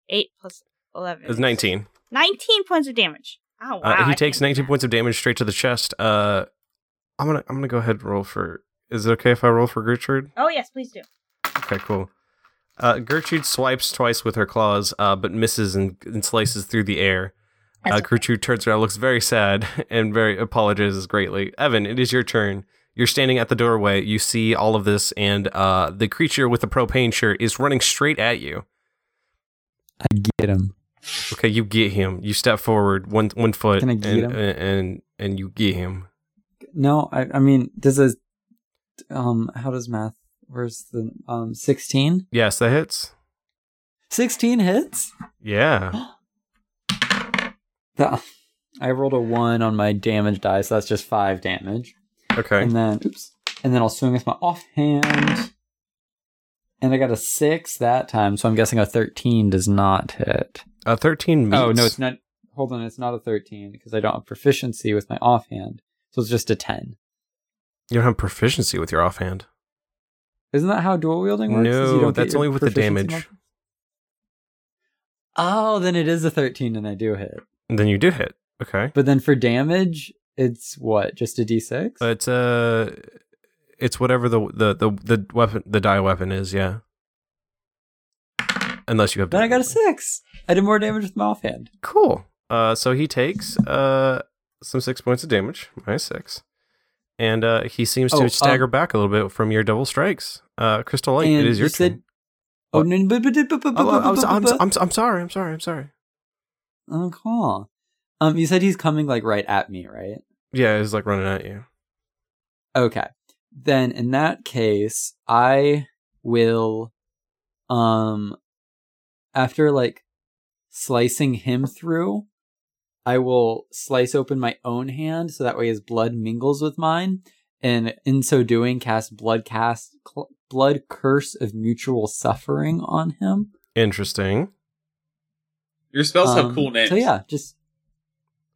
Speaker 5: 8 plus 11.
Speaker 1: It's
Speaker 5: is
Speaker 1: 19.
Speaker 5: 19 points of damage. Oh, wow.
Speaker 1: uh, he
Speaker 5: I
Speaker 1: takes
Speaker 5: think-
Speaker 1: 19 points of damage straight to the chest. Uh, I'm gonna I'm gonna go ahead and roll for. Is it okay if I roll for Gertrude?
Speaker 5: Oh, yes, please do.
Speaker 1: Okay, cool. Uh, Gertrude swipes twice with her claws, uh, but misses and, and slices through the air.
Speaker 5: That's
Speaker 1: uh,
Speaker 5: okay.
Speaker 1: Gertrude turns around, looks very sad, *laughs* and very apologizes greatly. Evan, it is your turn. You're standing at the doorway. You see all of this, and uh, the creature with the propane shirt is running straight at you.
Speaker 6: I get him.
Speaker 1: Okay, you get him. You step forward one one foot,
Speaker 6: Can I
Speaker 1: and,
Speaker 6: get him?
Speaker 1: and and and you get him.
Speaker 6: No, I, I mean, does a, um, how does math? Where's the um, sixteen?
Speaker 1: Yes, that hits.
Speaker 6: Sixteen hits.
Speaker 1: Yeah.
Speaker 6: The- I rolled a one on my damage die, so that's just five damage.
Speaker 1: Okay.
Speaker 6: And then, oops. And then I'll swing with my offhand. And I got a six that time, so I'm guessing a thirteen does not hit.
Speaker 1: Uh, 13 meets.
Speaker 6: Oh no, it's not. Hold on, it's not a thirteen because I don't have proficiency with my offhand, so it's just a ten.
Speaker 1: You don't have proficiency with your offhand.
Speaker 6: Isn't that how dual wielding works? is you
Speaker 1: No,
Speaker 6: don't get
Speaker 1: that's
Speaker 6: your
Speaker 1: only with the
Speaker 6: proficiency
Speaker 1: damage.
Speaker 6: modifier? Oh, then it is a thirteen, and I do hit.
Speaker 1: And then you do hit. Okay.
Speaker 6: But then for damage, it's what? Just a d6?
Speaker 1: But it's, uh, it's whatever the, the, the, the weapon, the die weapon is, yeah. Unless you have.
Speaker 6: then I got a
Speaker 1: damage.
Speaker 6: six. I did more damage with my offhand.
Speaker 1: Cool. Uh, so he takes, uh, some six points of damage, minus six. And, uh, he seems
Speaker 6: Oh,
Speaker 1: to
Speaker 6: um,
Speaker 1: stagger back a little bit from your double strikes. Uh, Crystal Light, it
Speaker 6: And
Speaker 1: is your
Speaker 6: you said-
Speaker 1: turn.
Speaker 6: Oh, no, but, but, but, but, but,
Speaker 1: Oh,
Speaker 6: but,
Speaker 1: I'm,
Speaker 6: but,
Speaker 1: I'm,
Speaker 6: *laughs* but-
Speaker 1: I'm, I'm sorry. I'm sorry. I'm sorry.
Speaker 6: Oh, cool. Um, you said he's coming like right at me, right?
Speaker 1: Yeah, it's like running at you.
Speaker 6: Okay. Then in that case, I will um after like slicing him through, I will slice open my own hand so that way his blood mingles with mine and in so doing cast blood cast cl- blood curse of mutual suffering on him.
Speaker 1: Interesting.
Speaker 4: Your spells have
Speaker 6: Um,
Speaker 4: cool names.
Speaker 6: So
Speaker 4: *laughs*
Speaker 6: yeah, just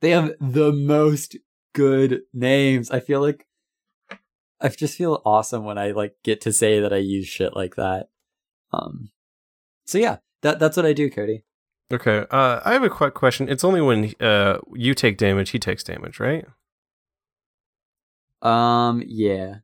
Speaker 6: they have the most good names. I feel like I just feel awesome when I like get to say that I use shit like that. Um so yeah, That that's what I do, Cody.
Speaker 1: Okay. Uh, I have a quick question. It's only when uh you take damage, he takes damage, right?
Speaker 6: Um, yeah.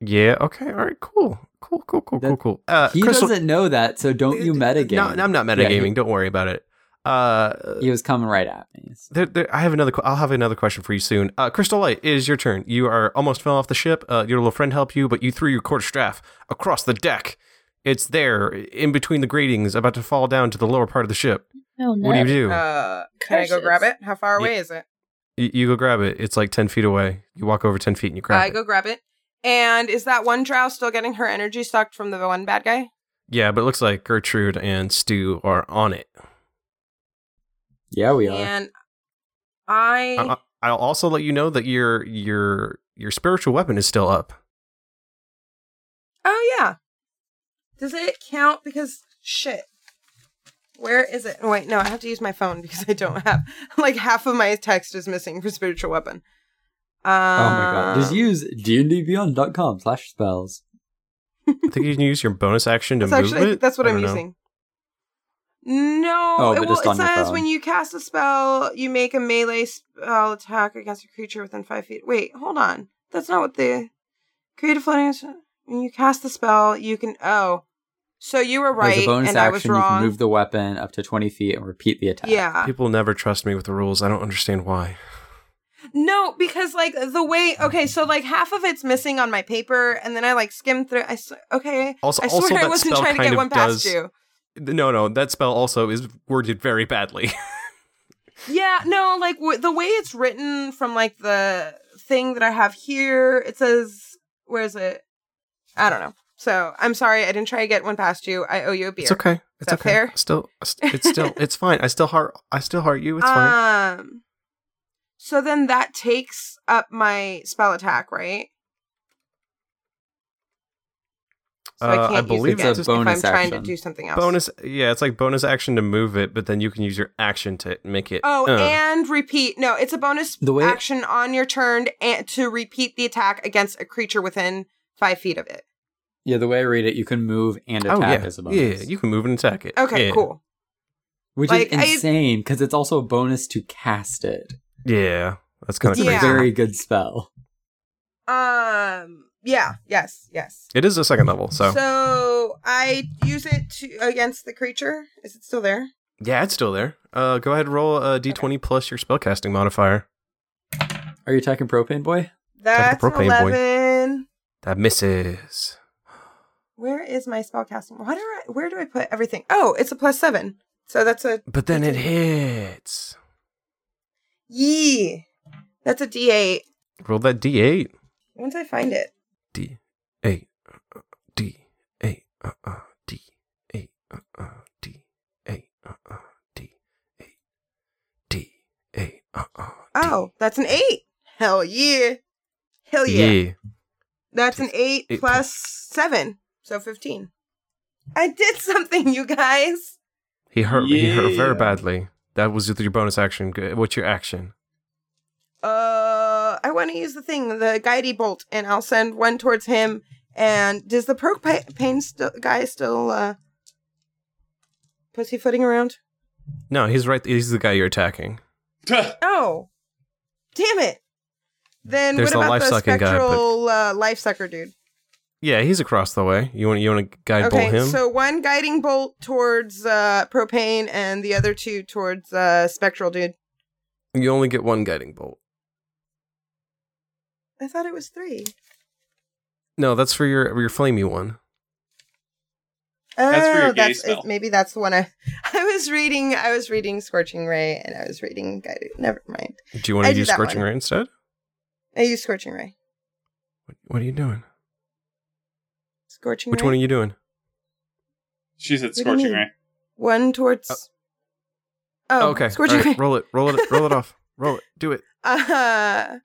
Speaker 1: Yeah. Okay. All right. Cool. Cool. Cool. Cool.
Speaker 6: That-
Speaker 1: cool. Cool. Uh,
Speaker 6: he
Speaker 1: Crystal-
Speaker 6: doesn't know that, so don't you
Speaker 1: Uh,
Speaker 6: metagame.
Speaker 1: No, I'm not
Speaker 6: Yeah,
Speaker 1: metagaming.
Speaker 6: he-
Speaker 1: Don't worry about it. Uh,
Speaker 6: he was coming right at me.
Speaker 1: There, there, I have another. que- I'll have another question for you soon. Uh, Crystal Light, it is your turn. You are almost fell off the ship. Uh, your little friend helped you, but you threw your quarterstaff across the deck. It's there, in between the gratings, about to fall down to the lower part of the ship.
Speaker 5: Oh no.
Speaker 1: What do you do?
Speaker 2: Uh, can I go
Speaker 5: Curses.
Speaker 2: grab it? How far
Speaker 1: Ye-
Speaker 2: away is it?
Speaker 1: you, you go grab it. It's like ten feet away. You walk over ten feet and you grab
Speaker 2: I
Speaker 1: it.
Speaker 2: go grab it. And is that one drow still getting her energy sucked from the one bad guy?
Speaker 1: yeah, but it looks like Gertrude and Stu are on it.
Speaker 6: Yeah, we are. Uh-uh.
Speaker 2: And I,
Speaker 1: I, I'll also let you know that your your your spiritual weapon is still up.
Speaker 2: oh yeah. Does it count? Because shit. Where is it? Wait, no, I have to use my phone because I don't have *laughs* like half of my text is missing for spiritual weapon. Um,
Speaker 6: Oh my god! Just use dndbeyond.com slash spells.
Speaker 1: I think you can use your bonus action to
Speaker 2: That's
Speaker 1: move
Speaker 2: actually
Speaker 1: it.
Speaker 2: that's what
Speaker 1: I
Speaker 2: I'm
Speaker 1: don't know.
Speaker 2: using. No,
Speaker 6: Oh,
Speaker 2: it,
Speaker 6: but
Speaker 2: well,
Speaker 6: just
Speaker 2: it
Speaker 6: on your
Speaker 2: says
Speaker 6: phone.
Speaker 2: when you cast a spell, you make a melee spell attack against a creature within five feet. Wait, hold on. That's not what the create a floating. When you cast the spell, you can. Oh, so you were
Speaker 6: As
Speaker 2: right,
Speaker 6: a bonus
Speaker 2: and
Speaker 6: action,
Speaker 2: I was
Speaker 6: you
Speaker 2: wrong.
Speaker 6: can move the weapon up to twenty feet and repeat the attack.
Speaker 2: yeah.
Speaker 1: People never trust me with the rules. I don't understand why.
Speaker 2: No, because like the way okay, so like half of it's missing on my paper, and then I like skimmed through. I s- okay,
Speaker 1: Also,
Speaker 2: I
Speaker 1: also
Speaker 2: swear I
Speaker 1: that
Speaker 2: wasn't
Speaker 1: spell
Speaker 2: trying to
Speaker 1: kind
Speaker 2: get
Speaker 1: of
Speaker 2: one past
Speaker 1: does.
Speaker 2: you.
Speaker 1: No, no, that spell also is worded very badly.
Speaker 2: Yeah, no, like w- the way it's written from like the thing that I have here, it says, where is it? I don't know. So I'm sorry, I didn't try to get one past you. I owe you a beer.
Speaker 1: It's okay. It's
Speaker 2: that
Speaker 1: okay.
Speaker 2: fair?
Speaker 1: Still, it's
Speaker 2: *laughs*
Speaker 1: still, it's fine. I still heart, I still heart you. It's fine.
Speaker 2: Um, so then that takes up my spell attack, right? So
Speaker 1: Uh, I believe
Speaker 2: use it
Speaker 1: it's a
Speaker 2: again if I'm
Speaker 6: bonus
Speaker 2: trying to
Speaker 6: action.
Speaker 2: do something else.
Speaker 1: Bonus, yeah, it's like bonus action to move it, but then you can use your action to make it.
Speaker 2: Oh,
Speaker 1: uh.
Speaker 2: and repeat. No, it's a bonus
Speaker 6: The way-
Speaker 2: action on your turn and to repeat the attack against a creature within five feet of it.
Speaker 6: Yeah, the way I read it, you can move and attack
Speaker 1: oh yeah,
Speaker 6: as a
Speaker 1: yeah.
Speaker 6: bonus.
Speaker 1: You can move and attack it.
Speaker 2: Okay,
Speaker 1: Yeah.
Speaker 2: cool.
Speaker 6: which
Speaker 2: Like, I-
Speaker 6: is insane because it's also a bonus to cast it.
Speaker 1: Yeah, that's kind
Speaker 6: It's
Speaker 1: of
Speaker 2: Yeah.
Speaker 6: a
Speaker 1: crazy.
Speaker 6: very good spell.
Speaker 2: Um. Yeah. Yes. Yes.
Speaker 1: It is a second level, so.
Speaker 2: I use it to against the creature. Is it still there?
Speaker 1: yeah, it's still there. Uh, go ahead, and roll a d20 plus your spellcasting modifier.
Speaker 6: Are you attacking Propane Boy?
Speaker 2: That's an
Speaker 1: propane boy.
Speaker 2: eleven.
Speaker 1: That misses.
Speaker 2: Where is my spell casting? Why do I? Where do I put everything? Oh, it's a plus seven. So that's a
Speaker 1: But then it hits.
Speaker 2: yee. That's a D eight.
Speaker 1: Roll that d8.
Speaker 2: Once I find it.
Speaker 1: D A uh, D A uh, uh, D A uh, uh, D A uh, uh, D A D A uh, uh, D.
Speaker 2: Oh, that's an eight. Hell yeah. Hell yeah. That's an eight,
Speaker 1: Eight
Speaker 2: plus seven, so fifteen. I did *laughs* something, you guys.
Speaker 1: He hurt he hurt very
Speaker 4: Yeah.
Speaker 1: badly. That was your bonus action. G- What's your action?
Speaker 2: Uh, I want to use the thing, the guidey bolt, and I'll send one towards him. And does the propane still guy still uh pussyfooting around?
Speaker 1: No, he's right. He's the guy you're attacking.
Speaker 2: Oh, damn it! Then
Speaker 1: There's the
Speaker 2: what about the
Speaker 1: life-sucking guy, but-
Speaker 2: spectral uh, life sucker dude?
Speaker 1: Yeah, he's across the way. You want you want to guide bolt
Speaker 2: okay,
Speaker 1: him?
Speaker 2: so one guiding bolt towards uh propane, and the other two towards uh spectral dude.
Speaker 1: you only get one guiding bolt.
Speaker 2: I thought it was three.
Speaker 1: No, that's for your your flamey one.
Speaker 2: Oh,
Speaker 4: That's for your gay
Speaker 2: that's
Speaker 4: spell.
Speaker 2: it- maybe that's the one I. *laughs* I was reading. I was reading Scorching Ray, and I was reading Guided. Never mind.
Speaker 1: Do you want
Speaker 2: I
Speaker 1: to
Speaker 2: do
Speaker 1: do
Speaker 2: that
Speaker 1: scorching
Speaker 2: one.
Speaker 1: ray instead?
Speaker 2: I use Scorching Ray.
Speaker 1: What, what are you doing?
Speaker 2: Scorching
Speaker 1: Which
Speaker 2: Ray.
Speaker 1: one are you doing?
Speaker 4: She's at
Speaker 2: do you
Speaker 4: Scorching
Speaker 2: mean?
Speaker 4: Ray.
Speaker 2: One towards. oh,
Speaker 1: okay.
Speaker 2: Scorching
Speaker 1: All right,
Speaker 2: Ray. *laughs*
Speaker 1: roll it. Roll it. Roll it off. Roll it. Do it.
Speaker 2: Uh,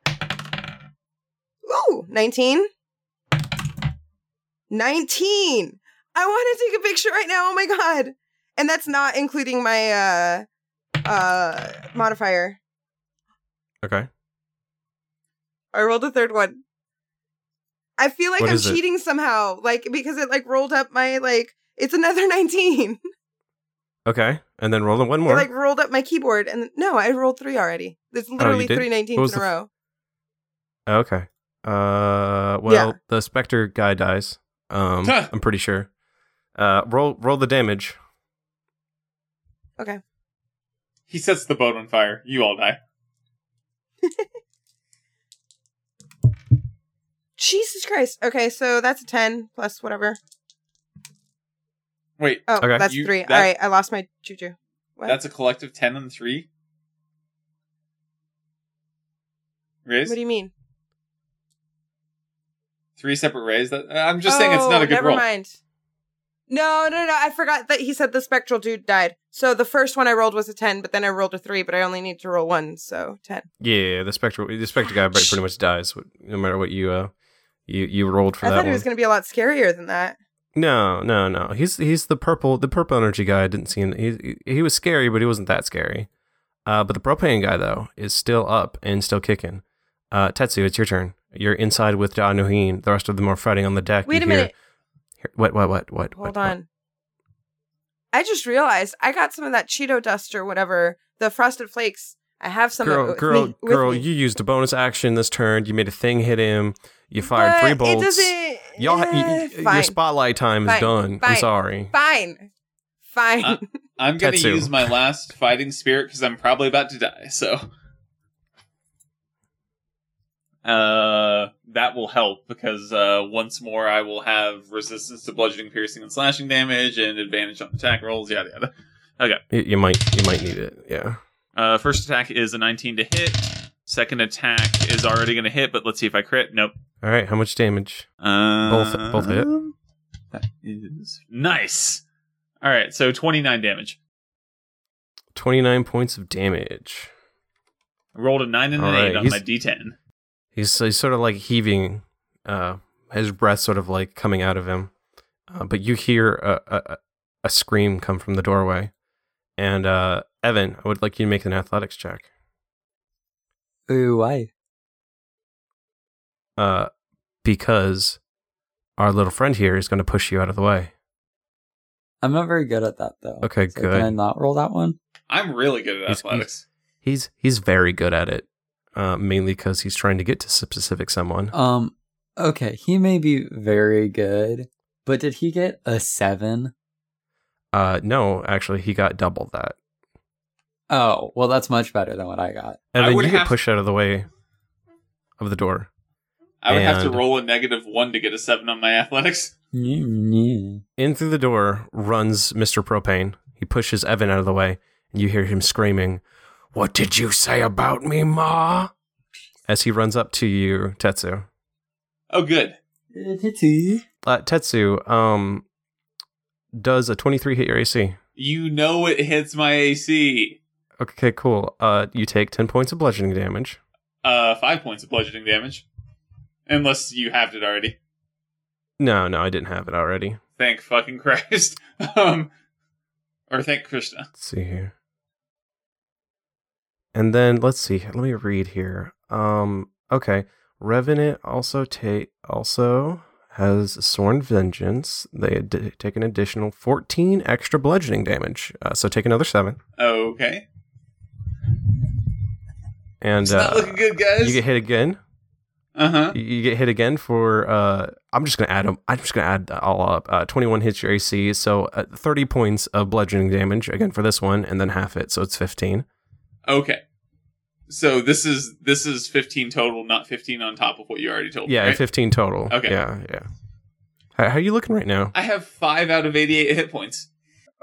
Speaker 2: ooh, 19. 19. I want to take a picture right now. Oh my god. And that's not including my uh uh modifier.
Speaker 1: Okay.
Speaker 2: I rolled a third one. I feel like
Speaker 1: What
Speaker 2: I'm
Speaker 1: is it?
Speaker 2: *laughs* cheating somehow, like because it like rolled up my like. It's another nineteen.
Speaker 1: Okay, and then roll the one
Speaker 2: I
Speaker 1: more. Oh,
Speaker 2: like rolled up my keyboard and no, I rolled three already. There's literally
Speaker 1: did?
Speaker 2: three
Speaker 1: What
Speaker 2: 19s
Speaker 1: was
Speaker 2: in a
Speaker 1: the f-
Speaker 2: row.
Speaker 1: okay. Uh, well,
Speaker 2: Yeah.
Speaker 1: the specter guy dies. Um,
Speaker 4: Huh.
Speaker 1: I'm pretty sure. Uh, roll roll the damage.
Speaker 4: He sets the boat on fire. You all die.
Speaker 2: Jesus Christ. Okay, so that's a 10 plus whatever.
Speaker 4: Wait,
Speaker 2: Oh,
Speaker 1: Okay.
Speaker 2: that's
Speaker 4: You-
Speaker 2: three.
Speaker 4: that-
Speaker 2: All right, I lost my juju. What?
Speaker 4: that's a collective ten and three. Raise
Speaker 2: what do you mean?
Speaker 4: three separate rays. That I'm just saying it's
Speaker 2: Oh,
Speaker 4: not a good
Speaker 2: never
Speaker 4: roll.
Speaker 2: mind. No, no, no. I forgot that he said the spectral dude died. So the first one I rolled was a 10, but then I rolled a 3, but I only need to roll one, so 10.
Speaker 1: Yeah, the specter the specter guy pretty pretty much dies. wh- No matter what you uh you you rolled for
Speaker 2: I
Speaker 1: that
Speaker 2: thought
Speaker 1: one.
Speaker 2: it was going to be a lot scarier than that.
Speaker 1: No, no, no. He's he's the purple the purple energy guy. I didn't see him. He he was scary, but he wasn't that scary. Uh, but the propane guy though is still up and still kicking. Uh, Tetsu, it's your turn. You're inside with Danuhin. The rest of them are fighting on the deck. You
Speaker 2: Wait a
Speaker 1: hear-
Speaker 2: minute.
Speaker 1: hear- what? What? What? What? what,
Speaker 2: Hold
Speaker 1: what?
Speaker 2: on. I just realized I got some of that Cheeto dust or whatever, the frosted flakes. I have some
Speaker 1: Girl,
Speaker 2: of it with
Speaker 1: girl,
Speaker 2: me- with
Speaker 1: girl!
Speaker 2: me.
Speaker 1: You used a bonus action this turn. You made a thing hit him. You fired
Speaker 2: But
Speaker 1: three bolts.
Speaker 2: It doesn't.
Speaker 1: Y'all, ha-
Speaker 2: eh,
Speaker 1: y- y-
Speaker 2: fine.
Speaker 1: your spotlight time
Speaker 2: Fine.
Speaker 1: is done. I'm
Speaker 2: Fine.
Speaker 1: sorry.
Speaker 2: fine, fine.
Speaker 4: Uh,
Speaker 2: *laughs*
Speaker 4: I'm gonna
Speaker 1: Tetsu.
Speaker 4: use my last fighting spirit because I'm probably about to die. So, uh, that will help because uh, once more I will have resistance to bludgeoning, piercing, and slashing damage, and advantage on attack rolls. Yada yada.
Speaker 1: You, you might, you might need it. Yeah.
Speaker 4: Uh, first attack is a 19 to hit. Second attack is already gonna hit, but let's see if I crit. Nope.
Speaker 1: All right. How much damage?
Speaker 4: Uh,
Speaker 1: both hit.
Speaker 4: That is nice. All right, so 29 damage.
Speaker 1: Twenty nine points of damage.
Speaker 4: I rolled a nine and
Speaker 1: All
Speaker 4: an
Speaker 1: right,
Speaker 4: eight on
Speaker 1: he's-
Speaker 4: my d10.
Speaker 1: He's, he's sort of like heaving, uh, his breath sort of like coming out of him. Uh, but you hear a, a, a- a scream come from the doorway. And uh, Evan, I would like you to make an athletics check.
Speaker 6: Ooh, why?
Speaker 1: Uh, because our little friend here is going to push you out of the way.
Speaker 6: I'm not very good at that though.
Speaker 1: Okay,
Speaker 6: So
Speaker 1: good.
Speaker 6: Can I not roll that one?
Speaker 4: I'm really good at
Speaker 1: He's-
Speaker 4: athletics.
Speaker 1: He's he's very good at it, uh, mainly because he's trying to get to specific someone.
Speaker 6: Um, okay, he may be very good, but did he get a seven?
Speaker 1: Uh, no, actually, he got double that.
Speaker 6: Oh, well, that's much better than what I got.
Speaker 1: And
Speaker 4: I
Speaker 1: then
Speaker 4: would
Speaker 1: you get
Speaker 4: have-
Speaker 1: pushed out of the way of the door.
Speaker 4: I would have to
Speaker 1: and-
Speaker 4: roll a negative one to get a seven on my athletics.
Speaker 6: Mm,
Speaker 1: In through the door runs Mr. Propane. He pushes Evan out of the way, and you hear him screaming, What did you say about me, Ma? As he runs up to you, Tetsu.
Speaker 4: Oh, good.
Speaker 6: yeah. Titsy.
Speaker 1: Uh, Tetsu, um, does a 23 hit your AC?
Speaker 4: You know it hits my AC.
Speaker 1: Okay, cool. Uh, you take 10 points of bludgeoning damage.
Speaker 4: Uh, five points of bludgeoning damage, unless you have it already.
Speaker 1: No, no, I didn't have it already.
Speaker 4: Thank fucking *laughs* Christ. um, or thank Krishna.
Speaker 1: Let's see here. And then let's see. Let me read here. Um okay. Revenant also take also has sworn vengeance. They d- take an additional 14 extra bludgeoning damage. Uh, so take another 7
Speaker 4: Okay,
Speaker 1: and
Speaker 4: it's not
Speaker 1: uh,
Speaker 4: looking good,
Speaker 1: you
Speaker 4: guys.
Speaker 1: get hit again.
Speaker 4: uh huh.
Speaker 1: You- You get hit again for uh I'm just going to add them. I'm just going to add that all up. Uh, 21 hits your AC, so uh, 30 points of bludgeoning damage again for this one and then half it, so it's 15.
Speaker 4: Okay. So this is this is fifteen total, not fifteen on top of what you already told
Speaker 1: Yeah,
Speaker 4: me. right?
Speaker 1: 15 total.
Speaker 4: Okay.
Speaker 1: Yeah, yeah. How, how are you looking right now?
Speaker 4: I have five out of eighty-eight hit points.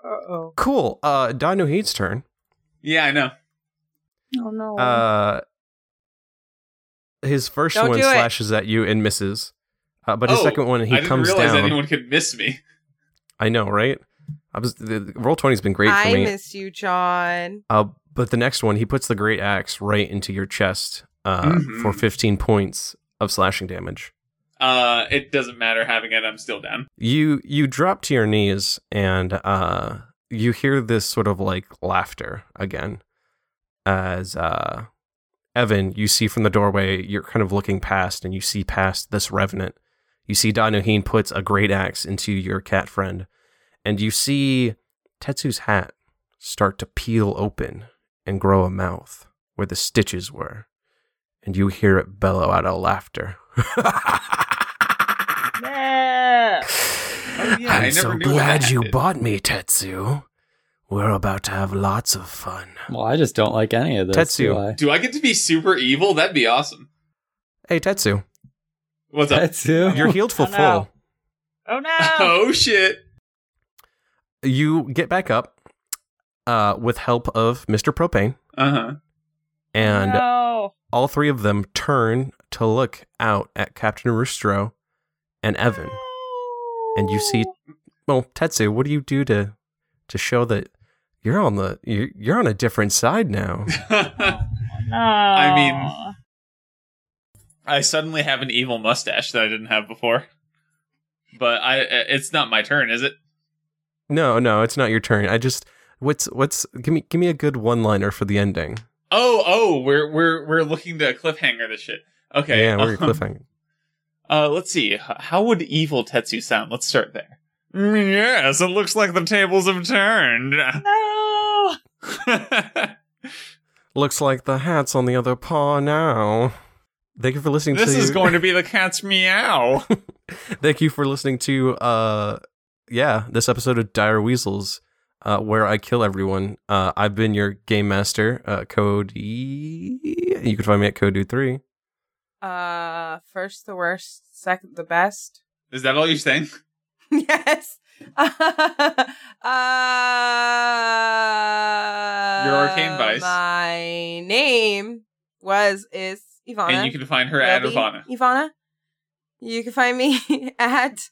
Speaker 5: oh.
Speaker 1: Cool. Uh, Danu Heat's turn.
Speaker 4: Yeah, I know.
Speaker 5: Oh no.
Speaker 1: Uh, his 1st
Speaker 2: Don't
Speaker 1: one
Speaker 2: do it.
Speaker 1: slashes at you and misses, uh, but his
Speaker 4: Oh,
Speaker 1: second one
Speaker 4: I
Speaker 1: he
Speaker 4: didn't
Speaker 1: comes
Speaker 4: realize
Speaker 1: down.
Speaker 4: anyone could miss me.
Speaker 1: I know, right? I was the, the- roll 20's been great
Speaker 2: I
Speaker 1: for me.
Speaker 2: miss you, John.
Speaker 1: uh, but the next one he puts the great axe right into your chest uh,
Speaker 4: Mhm.
Speaker 1: for 15 points of slashing damage.
Speaker 4: Uh, it doesn't matter having it. I'm still down.
Speaker 1: you you drop to your knees and uh you hear this sort of like laughter again as uh evan you see from the doorway you're kind of looking past and you see past this revenant you see Danuhin puts a great axe into your cat friend and you see tetsu's hat start to peel open and grow a mouth where the stitches were, and you hear it bellow out a laughter. *laughs*
Speaker 4: *laughs*
Speaker 5: Yeah.
Speaker 4: Oh, yeah, I
Speaker 1: I'm
Speaker 4: never
Speaker 1: so
Speaker 4: knew
Speaker 1: glad
Speaker 4: that.
Speaker 1: you bought me, Tetsu. We're about to have lots of fun.
Speaker 6: Well, I just don't like any of this.
Speaker 1: Tetsu.
Speaker 6: do I?
Speaker 4: Do I get to be super evil? That'd be awesome.
Speaker 1: Hey, Tetsu,
Speaker 4: What's
Speaker 1: *laughs*
Speaker 4: up? *laughs*
Speaker 6: Tetsu.
Speaker 1: you're healed full
Speaker 5: Oh, no.
Speaker 1: full. *laughs*
Speaker 5: Oh no.
Speaker 4: Oh shit.
Speaker 1: You get back up uh, with help of Mr. Propane,
Speaker 4: Uh huh.
Speaker 1: and
Speaker 5: No.
Speaker 1: all three of them turn to look out at Captain Roostro and Evan. And you see, well, Tetsu, what do you do to to show that you're on the you're, you're on a different side
Speaker 4: *laughs*
Speaker 1: now?
Speaker 4: Uh-huh.
Speaker 5: No.
Speaker 4: I mean- I suddenly have an evil mustache that I didn't have before. But I, it's not my turn, is it?
Speaker 1: no, no, it's not your turn. I just what's what's give me give me a good one liner for the ending.
Speaker 4: Oh, oh, we're we're we're looking to cliffhanger this shit. Okay.
Speaker 1: yeah, we're
Speaker 4: um,
Speaker 1: cliffhanger.
Speaker 4: Uh, let's see. H- How would evil Tetsu sound? Let's start there. Mm, yes, it looks like the tables have turned. *laughs*
Speaker 5: no.
Speaker 1: Looks like the hat's on the other paw now. Thank you for listening
Speaker 4: this
Speaker 1: to *laughs*
Speaker 4: is going to be the cat's meow.
Speaker 1: Thank you for listening to uh yeah, this episode of Dire Weasels uh where I kill everyone. Uh I've been your game master, uh Cody. You can find me at Code3.
Speaker 2: Uh, first the worst, second the best.
Speaker 4: Is that all you're saying?
Speaker 2: *laughs* yes. uh,
Speaker 4: arcane vice.
Speaker 2: Uh, My name was is Ivana.
Speaker 4: And you can find her at
Speaker 2: will be
Speaker 4: Ivana.
Speaker 2: Ivana. You can find me *laughs* at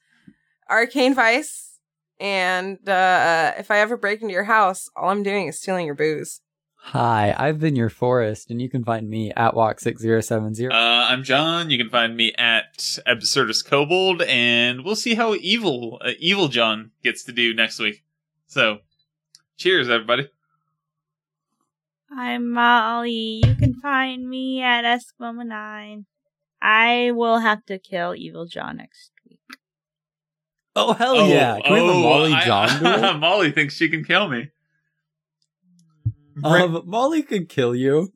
Speaker 2: Arcane Vice. And uh, if I ever break into your house, all I'm doing is stealing your booze.
Speaker 6: Hi, I've been your forest, and you can find me at walk6070.
Speaker 4: Uh, I'm John. You can find me at Absurdus Kobold, and we'll see how evil uh, evil John gets to do next week. So, cheers, everybody.
Speaker 5: I'm Molly. You can find me at Esquimalt9. I will have to kill Evil John next week.
Speaker 6: oh, hell yeah. Can we have a
Speaker 4: oh,
Speaker 6: Molly
Speaker 4: I- *laughs*
Speaker 6: John duel?
Speaker 4: Molly thinks she can kill me. Brit-
Speaker 6: Um, Molly could kill you.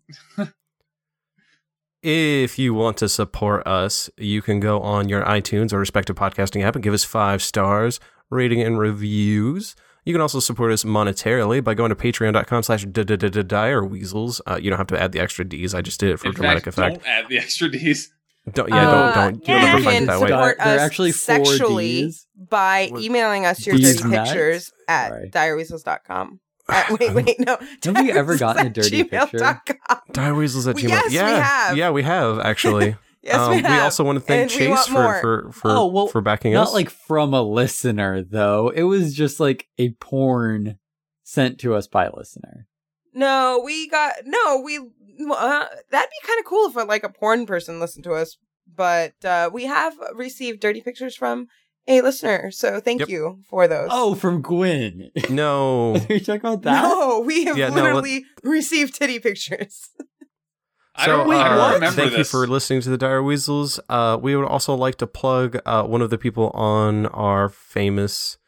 Speaker 1: If you want to support us, you can go on your iTunes or respective podcasting app and give us five stars, rating and reviews. You can also support us monetarily by going to patreon.com slash direweasels. Uh, you don't have to add the extra D's. I just did it for
Speaker 4: In
Speaker 1: dramatic
Speaker 4: fact,
Speaker 1: effect.
Speaker 4: Don't add the extra D's.
Speaker 1: Don't, yeah, don't,
Speaker 2: Uh,
Speaker 1: don't. You'll
Speaker 5: yeah,
Speaker 1: never
Speaker 5: you
Speaker 1: find
Speaker 2: can
Speaker 1: it that way. *laughs*
Speaker 2: support
Speaker 6: There are
Speaker 2: us
Speaker 6: actually four
Speaker 2: sexually
Speaker 6: Ds.
Speaker 2: By
Speaker 1: What-
Speaker 2: evening us your
Speaker 6: These
Speaker 2: dirty
Speaker 6: nuts?
Speaker 2: pictures at
Speaker 6: Sorry. *laughs*
Speaker 2: direweasels.com. At, Uh, wait,
Speaker 1: Um,
Speaker 2: wait, no.
Speaker 6: Have
Speaker 2: *laughs*
Speaker 6: we ever gotten a dirty picture?
Speaker 2: picture?
Speaker 1: Direweasels at
Speaker 2: We-
Speaker 1: Gmail.
Speaker 2: yes, we
Speaker 1: yeah,
Speaker 2: have.
Speaker 1: yeah, we have actually.
Speaker 2: *laughs* Yes,
Speaker 1: um,
Speaker 2: we have.
Speaker 1: also want to thank
Speaker 2: And we want
Speaker 1: Chase for,
Speaker 2: more.
Speaker 1: for for
Speaker 6: Oh, well,
Speaker 1: for backing
Speaker 6: Not
Speaker 1: us.
Speaker 6: like from a listener, though. It was just like a porn sent to us by a listener.
Speaker 2: No, we got no. We uh, that'd be kind of cool if uh, like a porn person listened to us, but uh, we have received dirty pictures from a listener, so thank
Speaker 1: Yep.
Speaker 2: you for those.
Speaker 6: Oh, from Gwen.
Speaker 1: no,
Speaker 6: *laughs* Are you talking about that?
Speaker 2: no, *laughs* we have
Speaker 1: Yeah, no, let-
Speaker 2: literally received titty pictures.
Speaker 4: I don't,
Speaker 1: So,
Speaker 4: I don't
Speaker 1: uh,
Speaker 4: remember
Speaker 1: thank you
Speaker 4: this.
Speaker 1: for listening to the Dire Weasels. Uh, we would also like to plug uh, one of the people on our famous,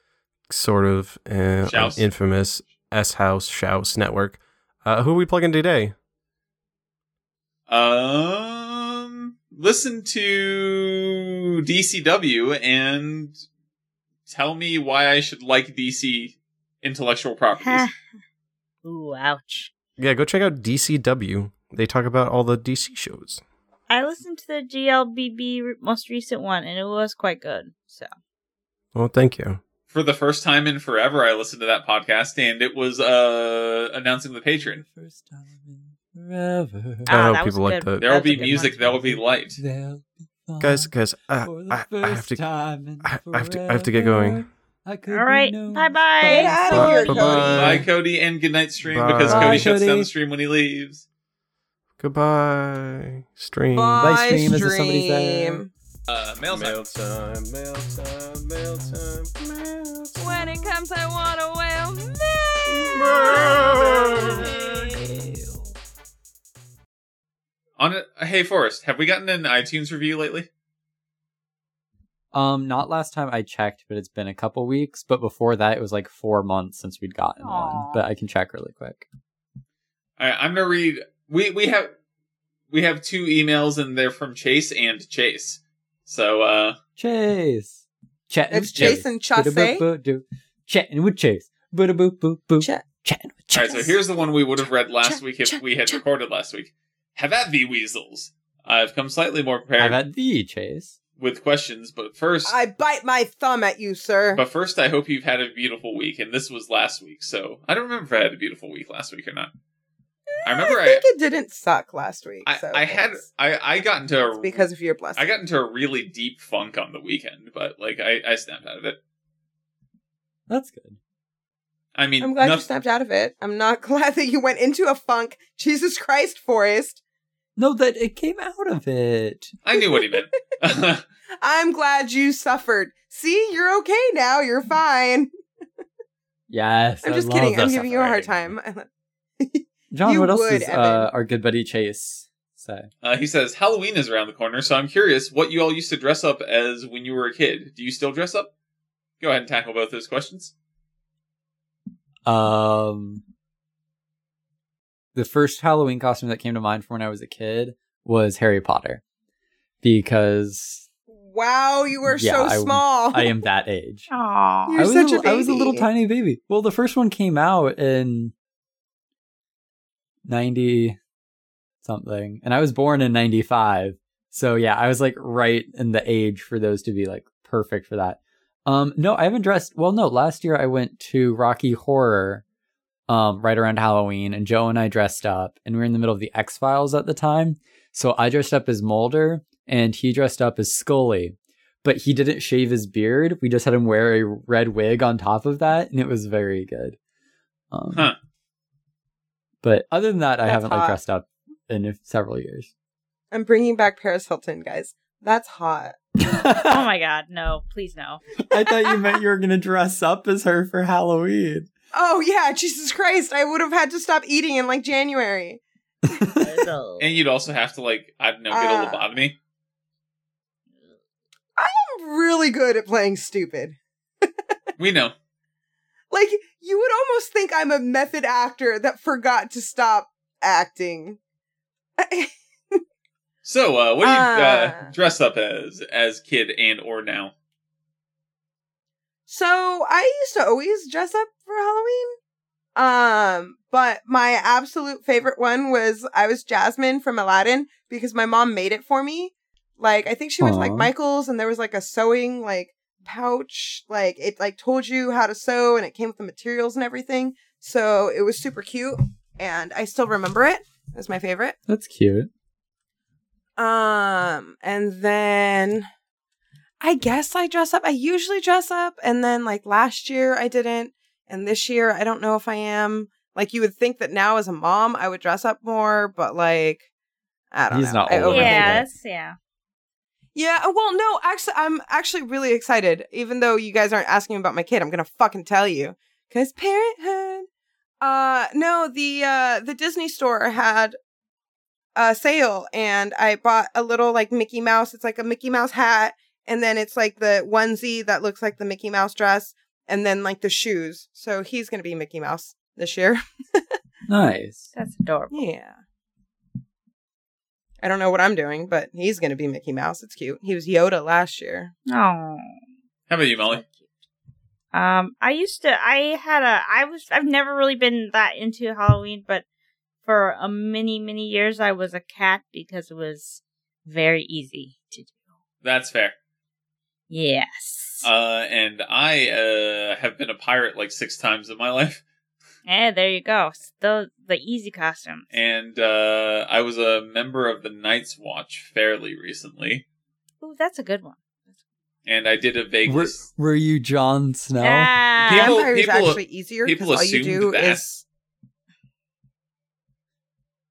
Speaker 1: sort of uh,
Speaker 4: Shouse.
Speaker 1: infamous S House Shouse network. Uh, who are we plugging today?
Speaker 4: Um, listen to DCW and tell me why I should like DC intellectual properties.
Speaker 5: Ooh, ouch.
Speaker 1: Yeah, go check out DCW. They talk about all the DC shows.
Speaker 5: I listened to the GLBB re- most recent one, and it was quite good. So
Speaker 1: Well, thank you.
Speaker 4: For the first time in forever, I listened to that podcast, and it was uh announcing the patron.
Speaker 6: First time in forever.
Speaker 1: I
Speaker 5: Ah,
Speaker 1: hope
Speaker 5: that was
Speaker 1: people like
Speaker 5: good.
Speaker 1: that.
Speaker 4: There will
Speaker 5: That's a
Speaker 4: be
Speaker 5: good one.
Speaker 4: music. There will be light.
Speaker 6: There'll be fun
Speaker 1: Guys, guys, I,
Speaker 6: for the
Speaker 1: I, I have
Speaker 6: first
Speaker 1: to.
Speaker 6: time in
Speaker 1: I- I have to- I have to get going.
Speaker 5: All right, bye-bye.
Speaker 2: Get out of here, Cody.
Speaker 4: Bye, Cody, and good night stream
Speaker 1: Bye.
Speaker 4: because
Speaker 1: Bye,
Speaker 4: Cody shuts
Speaker 6: Cody.
Speaker 4: down the stream when he leaves.
Speaker 1: Goodbye. Stream.
Speaker 2: Bye,
Speaker 6: stream, is there somebody there?
Speaker 2: stream.
Speaker 4: Uh, mail time.
Speaker 1: time, mail time, mail time, mail time.
Speaker 2: When it comes, I want to whale.
Speaker 4: On a, hey, Forrest, have we gotten an iTunes review lately?
Speaker 6: Um, not last time I checked, but it's been a couple weeks. But before that, it was like four months since we'd gotten one.
Speaker 5: Aw.
Speaker 6: But I can check really quick.
Speaker 4: All right, I'm gonna read. We we have we have two emails, and they're from Chase and Chase. So uh,
Speaker 6: Chase. Chatting
Speaker 2: It's
Speaker 6: with Chase.
Speaker 2: Jason Chasse.
Speaker 6: Ba-da-boop-boop-doo. Chatting with Chase. Ba-da-boop-boop-boop.
Speaker 2: Chat-
Speaker 6: Chatting with
Speaker 4: all
Speaker 6: Chase.
Speaker 4: right, so here's the one we would have read last
Speaker 2: Ch-
Speaker 4: week if
Speaker 2: ch-
Speaker 4: we had
Speaker 2: ch-
Speaker 4: recorded last week. Have at thee, weasels. I've come slightly more
Speaker 6: I've
Speaker 4: prepared
Speaker 6: had the Chase.
Speaker 4: with questions, but first,
Speaker 2: I bite my thumb at you, sir.
Speaker 4: but first, I hope you've had a beautiful week. And this was last week, so I don't remember if I had a beautiful week last week or not. I remember
Speaker 2: I
Speaker 4: I
Speaker 2: think it didn't suck last week.
Speaker 4: I,
Speaker 2: so
Speaker 4: I had
Speaker 2: it's-
Speaker 4: I I got into
Speaker 2: it's
Speaker 4: a
Speaker 2: because of your blessing.
Speaker 4: I got into a really deep funk on the weekend, but like I I snapped out of it.
Speaker 6: That's good.
Speaker 4: I mean,
Speaker 2: I'm glad you
Speaker 4: noth-
Speaker 2: snapped out of it. I'm not *laughs* glad that you went into a funk. Jesus Christ, Forrest.
Speaker 6: No, that it came out of it.
Speaker 4: I knew what he meant.
Speaker 2: *laughs*
Speaker 4: *laughs*
Speaker 2: I'm glad you suffered. See, you're okay now. You're fine.
Speaker 6: Yes.
Speaker 2: I'm
Speaker 6: I
Speaker 2: just
Speaker 6: love
Speaker 2: kidding.
Speaker 6: the
Speaker 2: I'm giving you a hard
Speaker 6: suffering.
Speaker 2: time. *laughs*
Speaker 6: John,
Speaker 2: You
Speaker 6: what else
Speaker 2: would,
Speaker 6: does uh,
Speaker 2: Evan.
Speaker 6: our good buddy Chase say?
Speaker 4: Uh, he says Halloween is around the corner, so I'm curious what you all used to dress up as when you were a kid. Do you still dress up? Go ahead and tackle both those questions.
Speaker 6: Um, the first Halloween costume that came to mind from when I was a kid was Harry Potter, because
Speaker 2: Wow, you were
Speaker 6: Yeah, I-
Speaker 2: so small.
Speaker 6: I am that age.
Speaker 5: Aww.
Speaker 2: You're
Speaker 6: I was
Speaker 2: such
Speaker 6: a,
Speaker 2: a
Speaker 6: I was a little
Speaker 2: baby.
Speaker 6: tiny baby. Well, the first one came out in ninety something, and I was born in ninety five. So yeah, I was like right in the age for those to be like perfect for that. Um, no, I haven't dressed. Well, no, last year I went to Rocky Horror, um, right around Halloween, and Joe and I dressed up, and we were in the middle of the X Files at the time. So I dressed up as Mulder, and he dressed up as Scully but he didn't shave his beard. We just had him wear a red wig on top of that, and it was very good. Um,
Speaker 4: Huh.
Speaker 6: But other than that, I
Speaker 2: That's
Speaker 6: haven't like
Speaker 2: hot.
Speaker 6: dressed up in several years.
Speaker 2: *laughs* I'm bringing back Paris Hilton, guys. That's hot.
Speaker 5: Oh
Speaker 6: *laughs* I
Speaker 5: my god, no, please
Speaker 4: *laughs*
Speaker 5: no.
Speaker 6: thought you meant you were gonna dress up as her for Halloween.
Speaker 2: Oh yeah, *laughs* Jesus Christ. I would have had to stop eating in like January.
Speaker 4: And you'd also have to like I don't know get a
Speaker 2: Uh.
Speaker 4: lobotomy.
Speaker 2: I'm really good at playing stupid.
Speaker 4: We know.
Speaker 2: Like you would almost think I'm a method actor that forgot to stop acting. *laughs*
Speaker 4: So uh, what do you uh,
Speaker 2: Uh.
Speaker 4: dress up as as kid and or now?
Speaker 2: So I used to always dress up for Halloween. Um, but my absolute favorite one was I was Jasmine from Aladdin because my mom made it for me. Like I think she went to like
Speaker 6: Aw.
Speaker 2: Michael's and there was like a sewing like pouch, like it like told you how to sew and it came with the materials and everything. So it was super cute and I still remember it. It was my favorite.
Speaker 6: That's cute.
Speaker 2: Um, and then I guess I dress up. I usually dress up, and then like last year I didn't, and this year I don't know if I am. Like you would think that now as a mom I would dress up more, but like I don't
Speaker 6: He's
Speaker 2: know.
Speaker 6: not
Speaker 2: I
Speaker 6: old
Speaker 2: overthink
Speaker 6: enough.
Speaker 2: it.
Speaker 5: yeah, that's yeah.
Speaker 2: Yeah, uh, well, no, actually, I'm actually really excited. Even though you guys aren't asking about my kid, I'm gonna fucking tell you. Cause parenthood. Uh, no, the uh the Disney store had a sale, and I bought a little like Mickey Mouse. It's like a Mickey Mouse hat, and then it's like the onesie that looks like the Mickey Mouse dress, and then like the shoes. So he's gonna be Mickey Mouse this year. *laughs*
Speaker 6: Nice.
Speaker 5: That's adorable.
Speaker 2: Yeah. I don't know what I'm doing, but he's gonna be Mickey Mouse. It's cute. He was Yoda last year.
Speaker 5: Oh.
Speaker 4: How about you, Molly?
Speaker 5: Um, I used to. I had a. I was. I've never really been that into Halloween, but for a many many years, I was a cat because it was very easy to do.
Speaker 4: That's fair.
Speaker 5: Yes.
Speaker 4: Uh, and I uh, have been a pirate like six times in my life,
Speaker 5: yeah, Eh, there you go. The the easy costumes.
Speaker 4: and uh, I was a member of the Night's Watch fairly recently,
Speaker 5: Ooh, that's a good one.
Speaker 4: and I did a Vegas.
Speaker 6: Were, were you Jon Snow?
Speaker 5: Ah,
Speaker 4: People-
Speaker 2: Vampire is
Speaker 4: people-
Speaker 2: actually easier because
Speaker 4: people
Speaker 2: all you
Speaker 4: assumed
Speaker 2: do
Speaker 4: that.
Speaker 2: is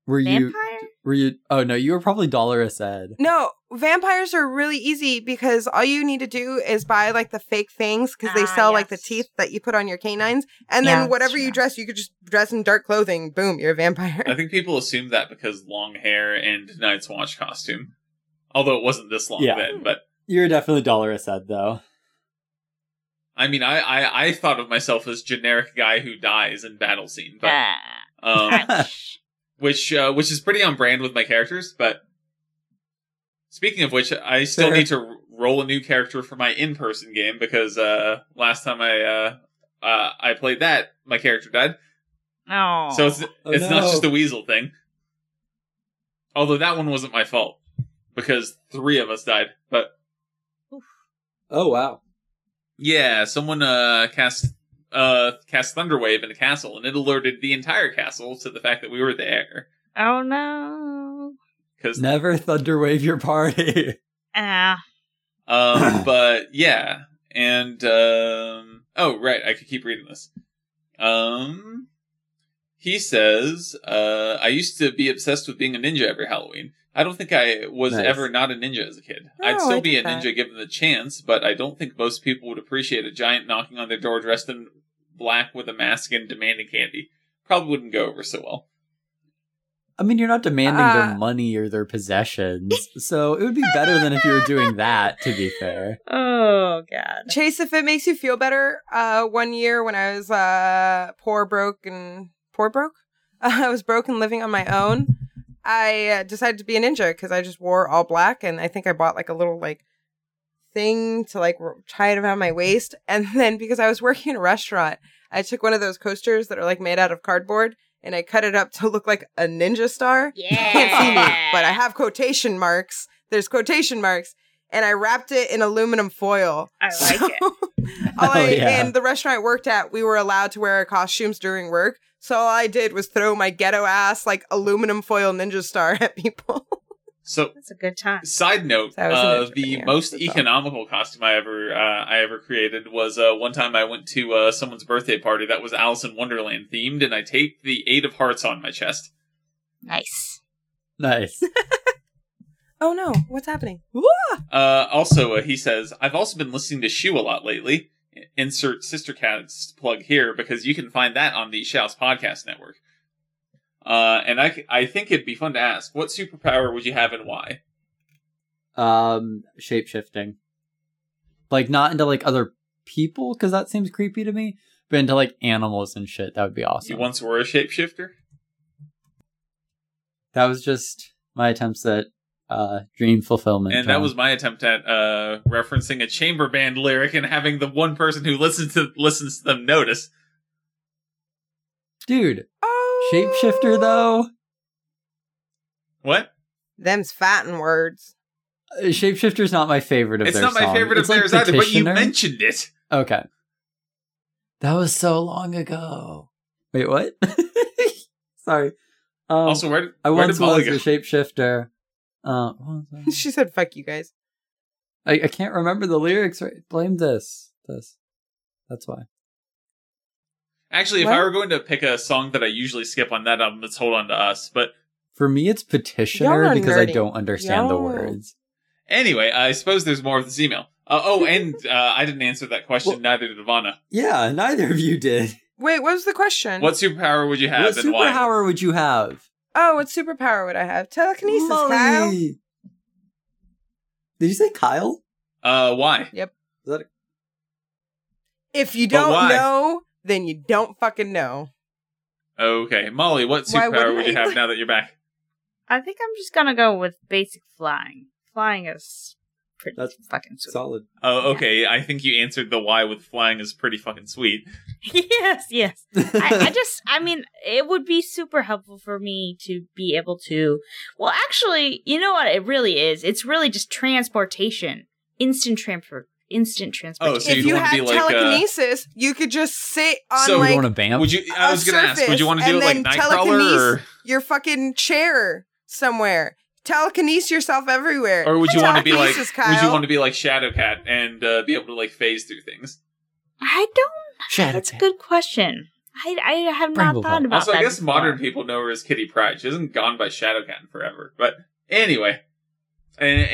Speaker 6: Were you?
Speaker 5: vampire.
Speaker 6: Were you? Oh no, you were probably Dolores Ed.
Speaker 2: no vampires are really easy because all you need to do is buy like the fake things because they
Speaker 5: Ah,
Speaker 2: sell like the
Speaker 5: yes.
Speaker 2: teeth that you put on your canines and
Speaker 5: Yeah,
Speaker 2: then
Speaker 5: that's
Speaker 2: whatever
Speaker 5: true.
Speaker 2: you dress you could just dress in dark clothing boom you're a vampire
Speaker 4: I think people assumed that because long hair and Night's Watch costume. Although it wasn't this long
Speaker 6: Yeah.
Speaker 4: then, but
Speaker 6: You're definitely dollar a said
Speaker 4: *laughs*
Speaker 6: though.
Speaker 4: I mean, I, I I thought of myself as generic guy who dies in battle scene, but
Speaker 5: Ah,
Speaker 6: *laughs*
Speaker 4: um,
Speaker 6: Oh,
Speaker 5: ouch.
Speaker 4: which uh, which is pretty on brand with my characters. But speaking of which, I still
Speaker 6: Fair.
Speaker 4: need to r- roll a new character for my in person game because uh, last time I uh, uh, I played that, my character died.
Speaker 5: oh.
Speaker 4: So it's
Speaker 6: Oh,
Speaker 4: it's not
Speaker 6: no.
Speaker 4: just the weasel thing. Although that one wasn't my fault because three of us died. But
Speaker 6: Oh wow.
Speaker 4: yeah, someone uh, cast uh, cast Thunderwave in a castle, and it alerted the entire castle to the fact that we were there.
Speaker 5: oh no.
Speaker 4: Because
Speaker 6: Never thunderwave your party. *laughs*
Speaker 5: Ah.
Speaker 4: Um, but yeah, and um, oh right, I could keep reading this. Um, he says, uh, I used to be obsessed with being a ninja every Halloween. I don't think I was
Speaker 6: Nice.
Speaker 4: ever not a ninja as a kid.
Speaker 2: No,
Speaker 4: I'd still
Speaker 2: I
Speaker 4: be a
Speaker 2: did
Speaker 4: ninja
Speaker 2: that.
Speaker 4: given the chance, but I don't think most people would appreciate a giant knocking on their door dressed in black with a mask and demanding candy. Probably wouldn't go over so well.
Speaker 6: I mean, you're not demanding
Speaker 2: Uh.
Speaker 6: their money or their possessions, so it would be better than if you were doing that. To be fair,
Speaker 5: Oh
Speaker 4: *laughs*
Speaker 5: god.
Speaker 2: Chase, if it makes you feel better, uh, one year when I was uh, poor, broke, and poor broke, *laughs* I was broke and living on my own. I uh, decided to be a ninja because I just wore all black, and I think I bought like a little like thing to like r- tie it around my waist. *laughs* And then because I was working in a restaurant, I took one of those coasters that are like made out of cardboard, and I cut it up to look like a ninja star.
Speaker 5: Yeah.
Speaker 2: can't see *laughs* me, but I have quotation marks. There's quotation marks. And I wrapped it in aluminum foil.
Speaker 5: I like it.
Speaker 2: it. *laughs* all I,
Speaker 6: Oh, yeah.
Speaker 2: And the restaurant I worked at, we were allowed to wear our costumes during work. So all I did was throw my ghetto ass, like aluminum foil ninja star *laughs* at people.
Speaker 4: So
Speaker 5: That's a good time.
Speaker 4: Side note:
Speaker 2: So I was in
Speaker 4: uh,
Speaker 2: Israel,
Speaker 4: the
Speaker 2: yeah,
Speaker 4: most
Speaker 2: that's all.
Speaker 4: economical costume I ever uh, I ever created was uh, one time I went to uh, someone's birthday party that was Alice in Wonderland themed, and I taped the Eight of Hearts on my chest.
Speaker 5: Nice.
Speaker 4: *laughs*
Speaker 6: nice.
Speaker 2: oh no, what's happening?
Speaker 4: Uh, also, uh, he says I've also been listening to Shoe a lot lately. Insert sister cats plug here because you can find that on the Shouts Podcast Network. Uh, and I, c- I think it'd be fun to ask what superpower would you have and why?
Speaker 6: Um, shape shifting, like not into like other people because that seems creepy to me, but into like animals and shit. That would be
Speaker 4: You
Speaker 6: awesome.
Speaker 4: once were a shapeshifter.
Speaker 6: that was just my attempts at uh dream fulfillment.
Speaker 4: and that
Speaker 6: John.
Speaker 4: was my attempt at uh, referencing a chamber band lyric and having the one person who listens to listens to them notice.
Speaker 6: dude
Speaker 2: Oh,
Speaker 6: shapeshifter though.
Speaker 4: What?
Speaker 2: Them's fatting words. *laughs*
Speaker 6: Uh, Shapeshifter's not my favorite of
Speaker 4: It's
Speaker 6: their
Speaker 4: not my
Speaker 6: song.
Speaker 4: favorite
Speaker 6: It's
Speaker 4: of
Speaker 6: like
Speaker 4: theirs either, but you
Speaker 6: Petitioner.
Speaker 4: mentioned it.
Speaker 6: Okay. That was so long ago. Wait, what? *laughs* Sorry. Um,
Speaker 4: also, where,
Speaker 6: I
Speaker 4: where
Speaker 6: once
Speaker 4: did
Speaker 6: was
Speaker 4: Molly
Speaker 6: a
Speaker 4: go?
Speaker 6: shapeshifter. Uh, what
Speaker 4: *laughs*
Speaker 6: was
Speaker 2: she said, "Fuck you guys."
Speaker 6: I? I, I can't remember the lyrics. Right? Blame this. This. That's why.
Speaker 4: Actually, if
Speaker 2: What?
Speaker 4: I were going to pick a song that I usually skip on that album, it's Hold On To Us. But
Speaker 6: For me, it's petitioner
Speaker 2: Y'all are
Speaker 6: because I
Speaker 2: nerdy.
Speaker 6: don't understand the
Speaker 2: Y'all-
Speaker 6: words.
Speaker 4: anyway, I suppose there's more of this email. Uh, oh, and uh, I didn't answer that question,
Speaker 6: Well-
Speaker 4: neither did Ivana.
Speaker 6: Yeah, neither of you did.
Speaker 2: Wait, what was the question?
Speaker 4: What superpower would you
Speaker 6: What
Speaker 4: *laughs* have and why?
Speaker 6: superpower would you have?
Speaker 2: Oh, what superpower would I have? Telekinesis,
Speaker 6: Molly!
Speaker 2: Kyle.
Speaker 6: Did you say Kyle?
Speaker 4: Uh, why?
Speaker 6: Is that a-
Speaker 2: If you
Speaker 4: But why?
Speaker 2: don't know, then you don't fucking know.
Speaker 4: Okay, Molly, what
Speaker 2: Why
Speaker 4: superpower
Speaker 2: wouldn't
Speaker 4: would you
Speaker 2: I?
Speaker 4: have now that you're back?
Speaker 5: I think I'm just gonna go with basic flying. Flying is pretty
Speaker 6: That's
Speaker 5: fucking sweet.
Speaker 6: solid?
Speaker 4: Oh, okay. I think you answered the why with flying is pretty fucking sweet.
Speaker 5: *laughs* yes, yes.
Speaker 2: *laughs*
Speaker 5: I, I
Speaker 6: *laughs*
Speaker 5: just, I mean, it would be super helpful for me to be able to. Well, actually, you know what? It really is. It's really just transportation, instant transfer, instant transportation.
Speaker 4: Oh, so
Speaker 2: if
Speaker 4: you'd
Speaker 2: you
Speaker 4: wanna
Speaker 2: had
Speaker 4: be like, uh,
Speaker 2: telekinesis, you could just sit on
Speaker 4: So
Speaker 6: you
Speaker 2: like
Speaker 6: want a bamf?
Speaker 4: Would you? I
Speaker 2: a
Speaker 4: was gonna ask. Would
Speaker 2: surface
Speaker 4: you want to do
Speaker 2: and
Speaker 4: it like
Speaker 2: then
Speaker 4: Nightcrawler,
Speaker 2: your fucking chair somewhere. Telekinesis yourself everywhere.
Speaker 4: or, or would you want to be like?
Speaker 2: Telekinesis,
Speaker 4: Would you
Speaker 2: Kyle.
Speaker 4: want to be like Shadowcat and uh, be able to like phase through things?
Speaker 5: I don't. know. That's a good question. I, I have not
Speaker 6: Bramble
Speaker 5: thought
Speaker 6: Ball.
Speaker 5: about
Speaker 4: Also,
Speaker 5: that.
Speaker 4: I guess
Speaker 5: before.
Speaker 4: modern people know her as Kitty Pryde. She hasn't gone by Shadowcat in forever. But anyway, and,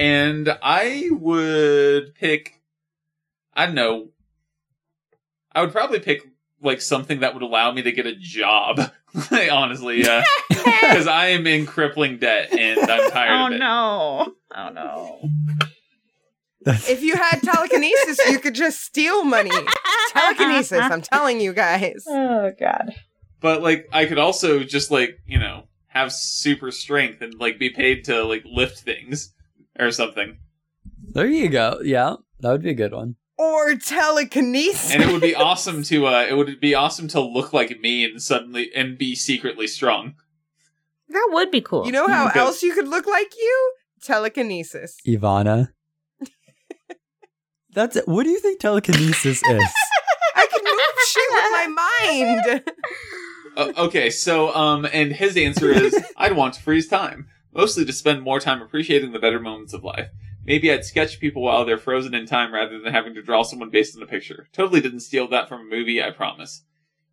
Speaker 4: and I would pick. I don't know. I would probably pick like something that would allow me to get a job. *laughs* honestly, uh, because I am in crippling debt and I'm tired
Speaker 5: oh
Speaker 4: of it.
Speaker 5: no! Oh no!
Speaker 6: That's,
Speaker 2: If you had telekinesis, you could just steal
Speaker 5: *laughs*
Speaker 2: money. Telekinesis, I'm telling you guys.
Speaker 5: Oh god.
Speaker 4: But like, I could also just like you know have super strength and like be paid to like lift things or something,
Speaker 6: *laughs* there you go. Yeah, that would be a good one.
Speaker 2: Or telekinesis.
Speaker 4: and
Speaker 2: *laughs*
Speaker 4: it would be awesome to uh, it would be awesome to look like me and suddenly and be secretly strong.
Speaker 5: That would be cool.
Speaker 2: You know how
Speaker 4: Okay.
Speaker 2: else you could look like you? Telekinesis.
Speaker 6: Ivana. That's it. What do you think *laughs* telekinesis is?
Speaker 2: I can move shit with my mind.
Speaker 4: Uh, okay, so um, and his
Speaker 2: *laughs*
Speaker 4: answer is, I'd want to freeze time, mostly to spend more time appreciating the better moments of life. Maybe I'd sketch people while they're frozen in time rather than having to draw someone based on a picture. Totally didn't steal that from a movie, I promise.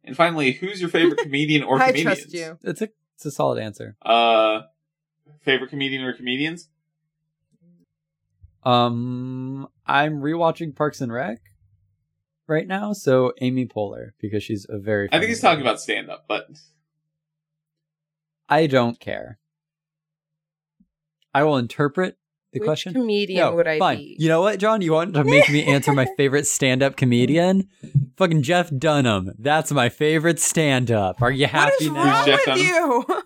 Speaker 4: And finally, who's
Speaker 2: *laughs*
Speaker 4: your favorite comedian or
Speaker 2: I
Speaker 4: comedians?
Speaker 2: trust you.
Speaker 6: It's a it's a solid answer.
Speaker 4: Uh, favorite comedian or comedians?
Speaker 6: Um, I'm rewatching Parks and Rec right now, so Amy Poehler because she's a very.
Speaker 4: I
Speaker 6: funny
Speaker 4: think he's talking
Speaker 6: lady.
Speaker 4: about stand up, but
Speaker 6: I don't care. I will interpret the
Speaker 2: Which
Speaker 6: question.
Speaker 2: comedian
Speaker 6: No,
Speaker 2: would I
Speaker 6: fine.
Speaker 2: be?
Speaker 6: You know what, John? You want to make me
Speaker 2: *laughs*
Speaker 6: answer my favorite stand-up comedian? Fucking Jeff Dunham. That's my favorite stand-up. Are you happy
Speaker 2: what is
Speaker 6: now?
Speaker 2: wrong
Speaker 4: Reject
Speaker 2: with
Speaker 4: him.
Speaker 2: you? *laughs*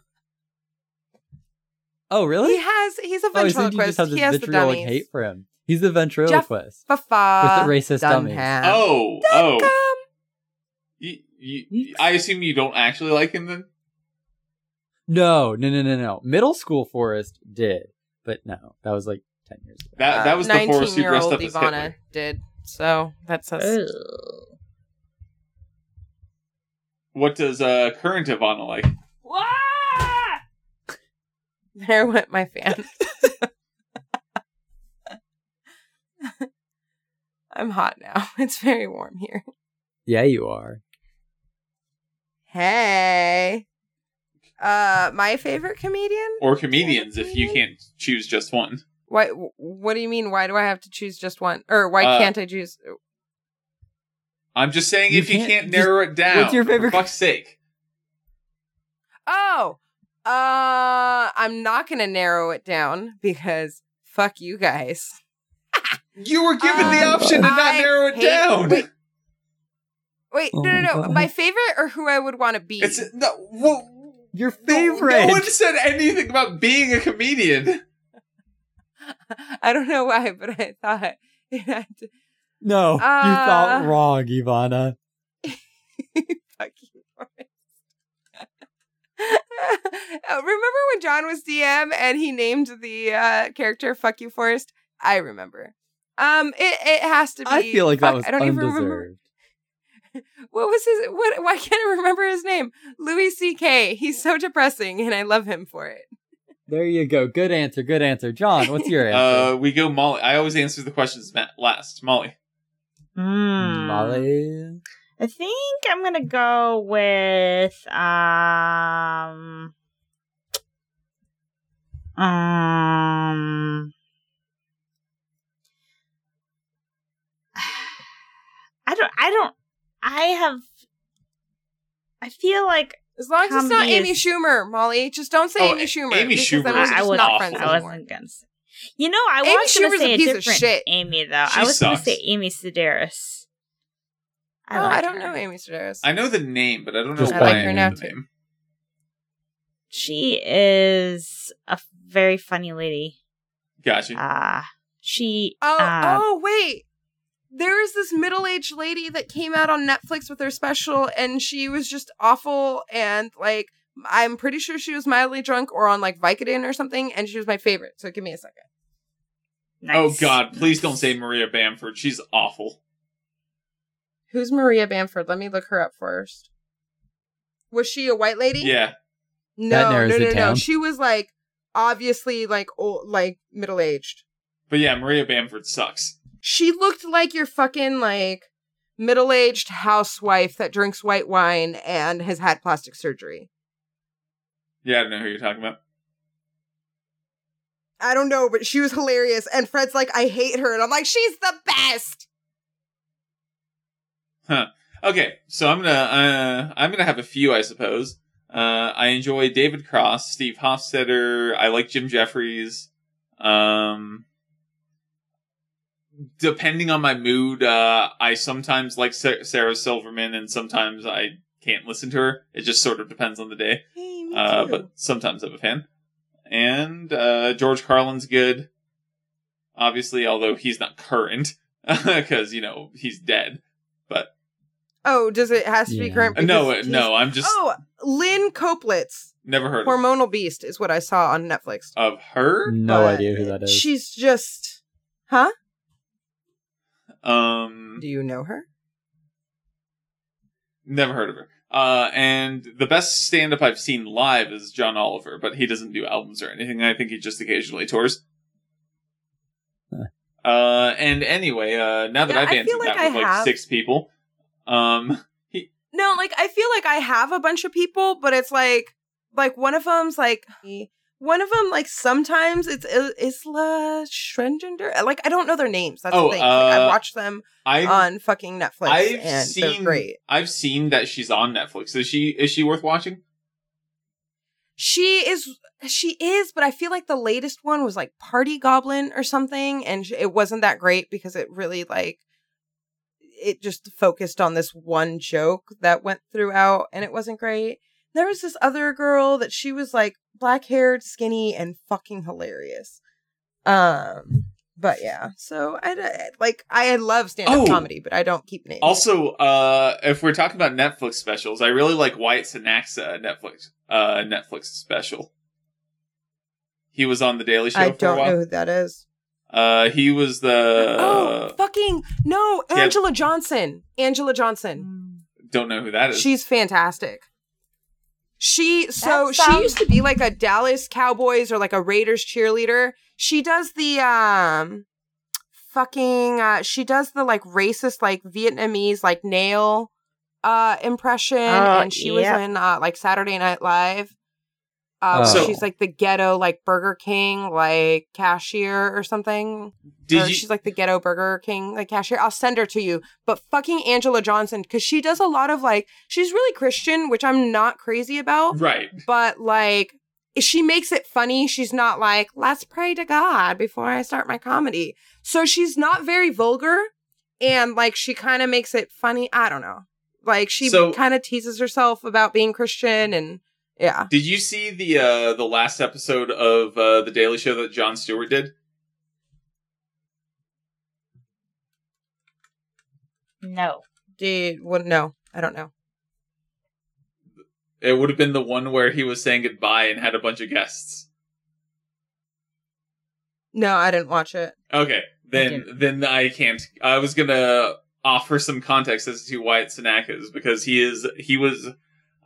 Speaker 6: Oh, really?
Speaker 2: He has. He's a
Speaker 6: oh, so you just
Speaker 2: ventriloquist.
Speaker 6: have this
Speaker 2: he has the
Speaker 6: vitriolic
Speaker 2: dummies.
Speaker 6: hate for him. He's the ventriloquist.
Speaker 2: Fafa.
Speaker 6: With the racist dummies.
Speaker 2: Dunham.
Speaker 4: oh,
Speaker 2: Dunham.
Speaker 4: oh, you, you, I assume you don't actually like him then.
Speaker 6: No, no, no, no, no. Middle school Forrest did, but no, that was like ten years ago.
Speaker 4: That that was the force who dressed
Speaker 2: Nineteen-year-old
Speaker 4: up as
Speaker 2: Ivana
Speaker 4: Hitler.
Speaker 2: did. So that's *laughs* us.
Speaker 5: Ugh.
Speaker 4: What does uh, current Ivana like?
Speaker 3: Wah!
Speaker 2: There went my fan. *laughs* I'm hot now. *laughs* It's very warm here.
Speaker 6: Yeah, you are.
Speaker 2: Hey. Uh, my favorite comedian?
Speaker 4: or comedians if you
Speaker 2: Comedian?
Speaker 4: can't choose just one.
Speaker 2: Why? What do you mean? Why do I have to choose just one? Or why
Speaker 4: Uh,
Speaker 2: can't I choose?
Speaker 4: I'm just saying
Speaker 6: You
Speaker 4: if you
Speaker 6: can't-
Speaker 4: can't
Speaker 6: just-
Speaker 4: narrow it down.
Speaker 6: what's your favorite-
Speaker 4: For fuck's sake.
Speaker 2: Oh, uh, I'm not gonna narrow it down because fuck you guys.
Speaker 4: You were given the
Speaker 2: Um,
Speaker 4: option to not
Speaker 2: I
Speaker 4: narrow it
Speaker 2: hate-
Speaker 4: down.
Speaker 2: wait. Wait,
Speaker 6: Oh
Speaker 2: no, no,
Speaker 6: my
Speaker 2: no.
Speaker 6: God.
Speaker 2: My favorite or who I would want to be.
Speaker 4: It's no, well,
Speaker 6: Your
Speaker 4: no-
Speaker 6: favorite.
Speaker 4: No one said anything about being a comedian.
Speaker 2: *laughs* I don't know why, but I thought *laughs* it had to.
Speaker 6: No, you
Speaker 2: Uh,
Speaker 6: thought wrong, Ivana.
Speaker 2: fuck you. Forrest. *laughs* Uh, remember when John was DM and he named the uh, character "Fuck You, Forrest"? I remember. Um, it it has to be.
Speaker 6: I feel like that
Speaker 2: fuck,
Speaker 6: was
Speaker 2: I don't even remember
Speaker 6: undeserved.
Speaker 2: what was his. What? Why can't I remember his name? Louis C.K. He's so depressing, and I love him for it.
Speaker 6: There you go. Good answer. Good answer. John,
Speaker 4: *laughs*
Speaker 6: what's your answer?
Speaker 4: Uh, we go Molly. I always answer the questions ma- last. Molly.
Speaker 5: Hmm.
Speaker 6: Molly.
Speaker 5: I think I'm gonna go with um um *sighs* I don't I don't I have I feel like
Speaker 2: As long as it's not
Speaker 5: Comedy
Speaker 2: Amy
Speaker 5: is-
Speaker 2: Schumer, Molly. Just don't say
Speaker 4: Oh,
Speaker 2: Amy Schumer.
Speaker 4: Amy
Speaker 2: because
Speaker 4: Schumer
Speaker 2: then we're
Speaker 4: is
Speaker 5: I, I
Speaker 2: just
Speaker 5: was
Speaker 2: not
Speaker 4: awful.
Speaker 2: friends
Speaker 5: I
Speaker 2: anymore.
Speaker 5: wasn't gonna say. You know, I
Speaker 2: Amy
Speaker 5: was gonna
Speaker 2: Schumer's
Speaker 5: say
Speaker 2: a
Speaker 5: a
Speaker 2: piece of
Speaker 5: different
Speaker 2: shit.
Speaker 5: Amy though.
Speaker 4: She
Speaker 5: I was
Speaker 4: sucks.
Speaker 5: gonna say Amy Sedaris.
Speaker 2: Oh, I
Speaker 5: like
Speaker 2: don't
Speaker 5: her.
Speaker 2: know Amy Sedaris.
Speaker 4: I know the name, but I don't know
Speaker 6: Just
Speaker 4: why
Speaker 2: I like
Speaker 4: I
Speaker 2: her
Speaker 4: know
Speaker 2: now,
Speaker 4: the
Speaker 2: too.
Speaker 4: name.
Speaker 5: She is a very funny lady.
Speaker 4: Gotcha.
Speaker 5: Uh she
Speaker 2: Oh,
Speaker 5: uh,
Speaker 2: oh, wait. There is this middle-aged lady that came out on Netflix with her special, and she was just awful. And like, I'm pretty sure she was mildly drunk or on like Vicodin or something, and she was my favorite. So give me a second.
Speaker 4: Oh
Speaker 5: nice.
Speaker 4: God! Please don't say Maria Bamford. She's awful.
Speaker 2: Who's Maria Bamford? Let me look her up first. Was she a white lady?
Speaker 4: Yeah.
Speaker 2: No, no,
Speaker 6: narrows
Speaker 2: no,
Speaker 6: it
Speaker 2: no.
Speaker 6: down.
Speaker 2: She was like obviously like old, like middle-aged.
Speaker 4: But yeah, Maria Bamford sucks.
Speaker 2: She looked like your fucking like middle-aged housewife that drinks white wine and has had plastic surgery.
Speaker 4: Yeah, I don't know who you're talking about.
Speaker 2: I don't know, but she was hilarious. And Fred's like, I hate her. And I'm like, she's the best.
Speaker 4: Okay, so I'm gonna uh, I'm gonna have a few, I suppose. Uh, I enjoy David Cross, Steve Hofstetter. I like Jim Jeffries. Um, depending on my mood, uh, I sometimes like Sa- Sarah Silverman and sometimes I can't listen to her. It just sort of depends on the day.
Speaker 2: Hey, me
Speaker 4: Uh,
Speaker 2: too.
Speaker 4: but sometimes I'm a fan. And uh, George Carlin's good, obviously, although he's not current *laughs* because you know he's dead.
Speaker 2: oh, does it has to be
Speaker 6: Yeah.
Speaker 2: current?
Speaker 4: Uh, no,
Speaker 2: because he's-
Speaker 4: no, I'm just
Speaker 2: Oh, Lynn Coplitz,
Speaker 4: never heard of,
Speaker 2: hormonal beast, is what I saw on Netflix.
Speaker 4: of her.
Speaker 6: No
Speaker 2: But
Speaker 6: idea who that is.
Speaker 2: She's just, huh?
Speaker 4: Um,
Speaker 2: Do you know her?
Speaker 4: Never heard of her. Uh, and the best stand up I've seen live is John Oliver, but he doesn't do albums or anything. I think he just occasionally tours.
Speaker 6: Huh.
Speaker 4: Uh, and anyway, uh, now that
Speaker 2: Yeah,
Speaker 4: I've
Speaker 2: I
Speaker 4: answered
Speaker 2: feel like
Speaker 4: that
Speaker 2: I
Speaker 4: with like
Speaker 2: have.
Speaker 4: six people, um,
Speaker 2: No, like I feel like I have a bunch of people, but it's like, like one of them's like, one of them like sometimes it's I- Isla Schrengender. Like I don't know their names. That's
Speaker 4: Oh,
Speaker 2: the thing. Like, I
Speaker 4: uh,
Speaker 2: watch them
Speaker 4: I've
Speaker 2: on fucking Netflix,
Speaker 4: I've
Speaker 2: and they're
Speaker 4: seen
Speaker 2: great.
Speaker 4: I've seen that she's on Netflix. Is she is she worth watching?
Speaker 2: She is, she is, but I feel like the latest one was like Party Goblin or something, and sh- it wasn't that great because it really like it just focused on this one joke that went throughout, and it wasn't great. There was this other girl that she was like black haired, skinny, and fucking hilarious. Um, but yeah, so I d- like I love stand up
Speaker 4: Oh!
Speaker 2: comedy, but I don't keep names.
Speaker 4: Also, uh, if we're talking about Netflix specials, I really like Wyatt Sanaxa Netflix uh, Netflix special. He was on the Daily Show
Speaker 2: I
Speaker 4: for a
Speaker 2: don't
Speaker 4: while.
Speaker 2: know who that is.
Speaker 4: Uh, he was the.
Speaker 2: oh, fucking no,
Speaker 4: Uh, yeah.
Speaker 2: Angela Johnson. Angela Johnson.
Speaker 5: Mm,
Speaker 4: don't know who that is.
Speaker 2: She's fantastic. She so
Speaker 5: That
Speaker 2: she
Speaker 5: sounds-
Speaker 2: used to be like a Dallas Cowboys or like a Raiders cheerleader. She does the um fucking uh she does the like racist like Vietnamese like nail uh impression
Speaker 5: Oh,
Speaker 2: and she
Speaker 5: yeah.
Speaker 2: was in uh like Saturday Night Live. Uh,
Speaker 6: Oh.
Speaker 2: where she's like the ghetto, like Burger King, like cashier or something or
Speaker 4: Did you?
Speaker 2: she's like the ghetto Burger King like cashier. I'll send her to you. But fucking Angela Johnson, because she does a lot of like she's really Christian, which I'm not crazy about.
Speaker 4: right.
Speaker 2: But like she makes it funny. She's not like let's pray to God before I start my comedy. So she's not very vulgar, and like she kind of makes it funny. I don't know. Like she
Speaker 4: So-
Speaker 2: kind of teases herself about being Christian, and yeah.
Speaker 4: Did you see the uh the last episode of uh the Daily Show that Jon Stewart did?
Speaker 5: No.
Speaker 2: Did what? No, I don't know.
Speaker 4: It would have been the one where he was saying goodbye and had a bunch of guests.
Speaker 2: No, I didn't watch it.
Speaker 4: Okay, then then I can't. I was gonna offer some context as to why it's Sanakas because he is he was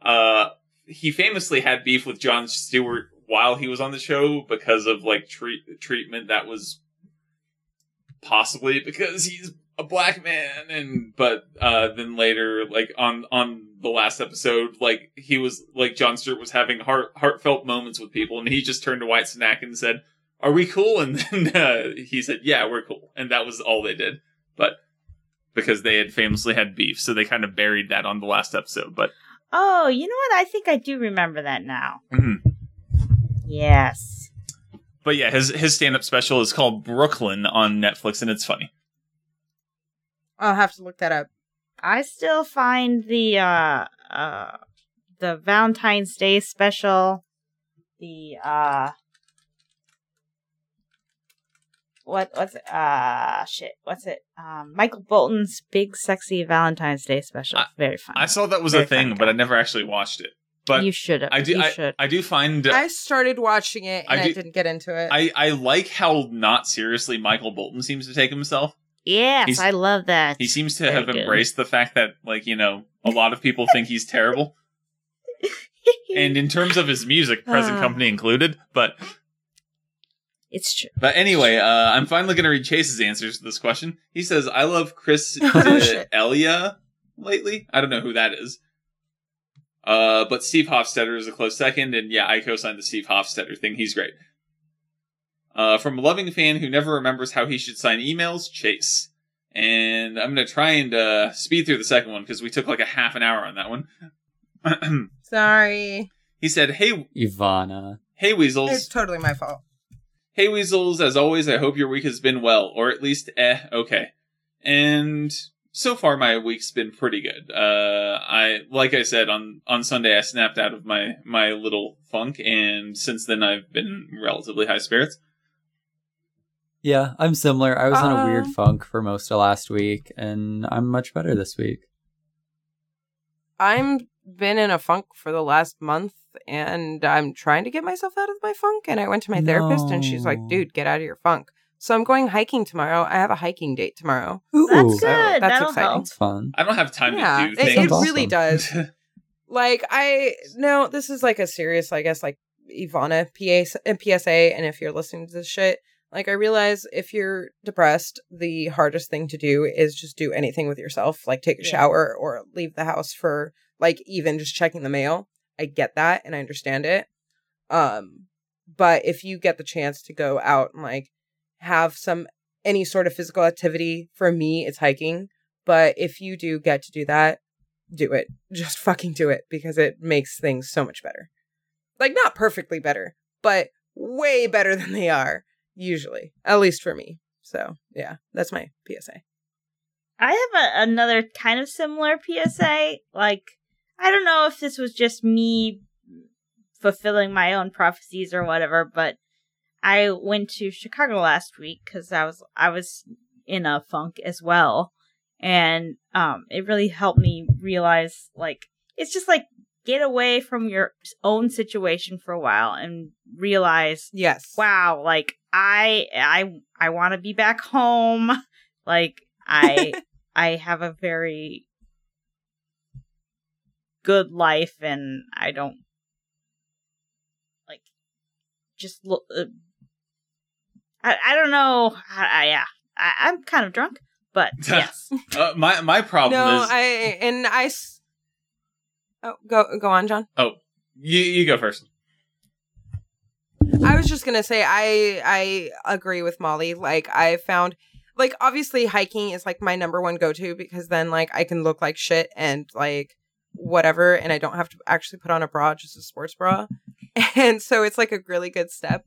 Speaker 4: uh he famously had beef with John Stewart while he was on the show because of like treat treatment that was possibly because he's a black man and but uh then later like on on the last episode like he was like John Stewart was having heart heartfelt moments with people and he just turned to White Snack and said are we cool? And then *laughs* uh, he said, yeah, we're cool. And that was all they did. But because they had famously had beef, so they kind of buried that on the last episode. But
Speaker 5: Oh, you know what? I think I do remember that now.
Speaker 4: Mhm.
Speaker 5: Yes.
Speaker 4: but yeah, his his stand up special is called Brooklyn on Netflix, and it's funny.
Speaker 2: I'll have to look that up.
Speaker 5: I still find the uh uh the Valentine's Day special the uh what what's it? uh shit what's it um Michael Bolton's big sexy Valentine's Day special
Speaker 4: I-
Speaker 5: very fun
Speaker 4: I saw that was
Speaker 5: Very
Speaker 4: a thing,
Speaker 5: funny.
Speaker 4: but I never actually watched it. But
Speaker 5: you should have
Speaker 4: I do
Speaker 5: you
Speaker 4: I,
Speaker 5: should
Speaker 4: I do find
Speaker 2: I started watching it and
Speaker 4: I
Speaker 2: I,
Speaker 4: do-
Speaker 2: didn't get into it.
Speaker 4: I I like how not seriously Michael Bolton seems to take himself.
Speaker 5: yes
Speaker 4: he's-
Speaker 5: I love that
Speaker 4: He seems to
Speaker 5: Very
Speaker 4: have
Speaker 5: good. *laughs*
Speaker 4: embraced the fact that like you know a lot of people think he's terrible, and in terms of his music, present
Speaker 5: Ah.
Speaker 4: company included. But
Speaker 5: it's true
Speaker 4: But anyway, uh, I'm finally going to read Chase's answers to this question. He says, I love Chris
Speaker 2: *laughs* Oh, shit.
Speaker 4: D'Elia lately. I don't know who that is. Uh, but Steve Hofstetter is a close second, and yeah, I co-signed the Steve Hofstetter thing. He's great. Uh, from a loving fan who never remembers how he should sign emails, Chase. And I'm going to try and uh, speed through the second one because we took like a half an hour on that one. *clears throat*
Speaker 2: Sorry.
Speaker 4: he said, "Hey,
Speaker 6: Ivana.
Speaker 4: hey, weasels."
Speaker 2: It's totally my fault.
Speaker 4: Hey Weasels, as always, I hope your week has been well, or at least eh, okay. And so far my week's been pretty good. Uh I like I said on on Sunday I snapped out of my my little funk and since then I've been relatively high spirits.
Speaker 6: Yeah, I'm similar. I was on a weird
Speaker 2: Um,
Speaker 6: funk for most of last week, and I'm much better this week.
Speaker 2: I'm been in a funk for the last month and I'm trying to get myself out of my funk and I went to my therapist and she's like,
Speaker 6: No.
Speaker 2: "Dude, get out of your funk." So I'm going hiking tomorrow. I have a hiking date tomorrow.
Speaker 6: Ooh,
Speaker 5: That's
Speaker 2: So that's
Speaker 5: good. That'll
Speaker 2: exciting.
Speaker 5: help.
Speaker 6: that's fun.
Speaker 4: I don't have time
Speaker 2: yeah,
Speaker 4: to do
Speaker 2: it, it
Speaker 4: things.
Speaker 6: Sounds
Speaker 2: really
Speaker 4: *laughs*
Speaker 6: awesome.
Speaker 2: does. like I no, this is like a serious, I guess, like Ivana PA, uh, PSA. And if you're listening to this shit, like I realize if you're depressed, the hardest thing to do is just do anything with yourself, like take a
Speaker 5: Yeah.
Speaker 2: shower or leave the house for like even just checking the mail. I get that and I understand it. Um, but if you get the chance to go out and like have some any sort of physical activity, for me, it's hiking. But if you do get to do that, do it. Just fucking do it because it makes things so much better. Like, not perfectly better, but way better *laughs* than they are, usually, at least for me. So, yeah, that's my PSA.
Speaker 5: I have a, another kind of similar PSA. Like, I don't know if this was just me fulfilling my own prophecies or whatever, but I went to Chicago last week because I was I was in a funk as well, and um, it really helped me realize like it's just like get away from your own situation for a while and realize
Speaker 2: Yes.
Speaker 5: wow like i i i want to be back home *laughs* like
Speaker 2: *laughs*
Speaker 5: i i have a very good life and i don't like just look uh, I, I don't know I, I, yeah I, i'm kind of drunk
Speaker 2: *laughs*
Speaker 5: but yes
Speaker 4: Uh, my my problem
Speaker 2: No,
Speaker 4: is
Speaker 2: I, and I, s- oh, go, go on, John.
Speaker 4: you you
Speaker 2: *laughs*
Speaker 4: go first.
Speaker 2: I was just gonna say I I agree with Molly. Like I found like obviously hiking is like my number one go to because then like I can look like shit and like whatever and I don't have to actually put on a bra, just a sports bra. *laughs* And so it's like a really good step.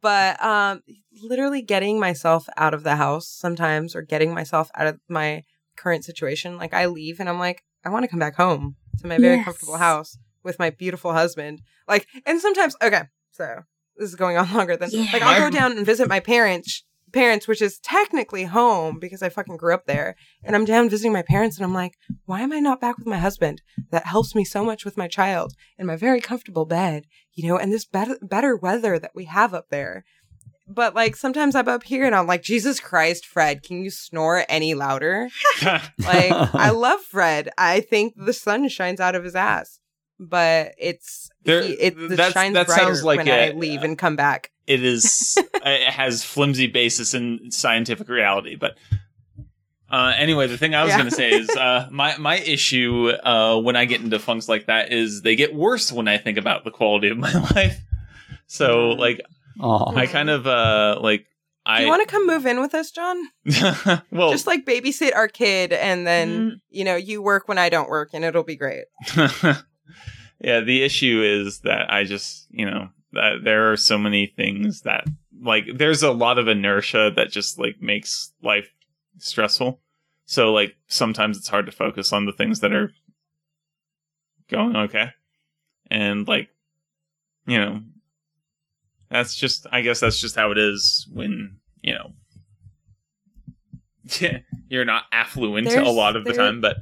Speaker 2: But um literally getting myself out of the house sometimes or getting myself out of my current situation. Like I leave and I'm like, I want to come back home to my very
Speaker 5: Yes.
Speaker 2: comfortable house with my beautiful husband. Like and sometimes okay, so this is going on *laughs* longer than
Speaker 5: Yeah.
Speaker 2: like I'll go
Speaker 4: My-
Speaker 2: down and visit my parents parents, which is technically home because I fucking grew up there. And I'm down visiting my parents and I'm like, why am I not back with my husband? That helps me so much with my child in my very comfortable bed, you know, and this better better weather that we have up there. But like sometimes I'm up here and I'm like, Jesus Christ, Fred, can you snore any louder?
Speaker 4: *laughs*
Speaker 2: Like, I love Fred. I think the sun shines out of his ass. But it's
Speaker 4: There-
Speaker 2: he, it the
Speaker 4: that's-
Speaker 2: shines
Speaker 4: that
Speaker 2: brighter
Speaker 4: sounds like
Speaker 2: when I
Speaker 4: a- uh,
Speaker 2: leave and come back.
Speaker 4: it is *laughs* it has flimsy basis in scientific reality but uh, anyway the thing i was
Speaker 2: Yeah.
Speaker 4: going to say is uh, my, my issue uh, when i get into funks like that is they get worse when i think about the quality of *laughs* my life so like
Speaker 6: Aw.
Speaker 4: i kind of uh, like
Speaker 2: Do
Speaker 4: i Oh.
Speaker 2: you want to come move in with us, John?
Speaker 4: *laughs* well
Speaker 2: just like babysit our kid and then you know you work when i don't work and it'll be great
Speaker 4: *laughs* yeah, the issue is that I just, you know, that there are so many things that like there's a lot of inertia that just like makes life stressful. So like sometimes it's hard to focus on the things that are going okay. And like you know, that's just I guess that's just how it is when, you know, *laughs* you're not affluent a
Speaker 2: There's-
Speaker 4: lot of the
Speaker 2: there-
Speaker 4: time, but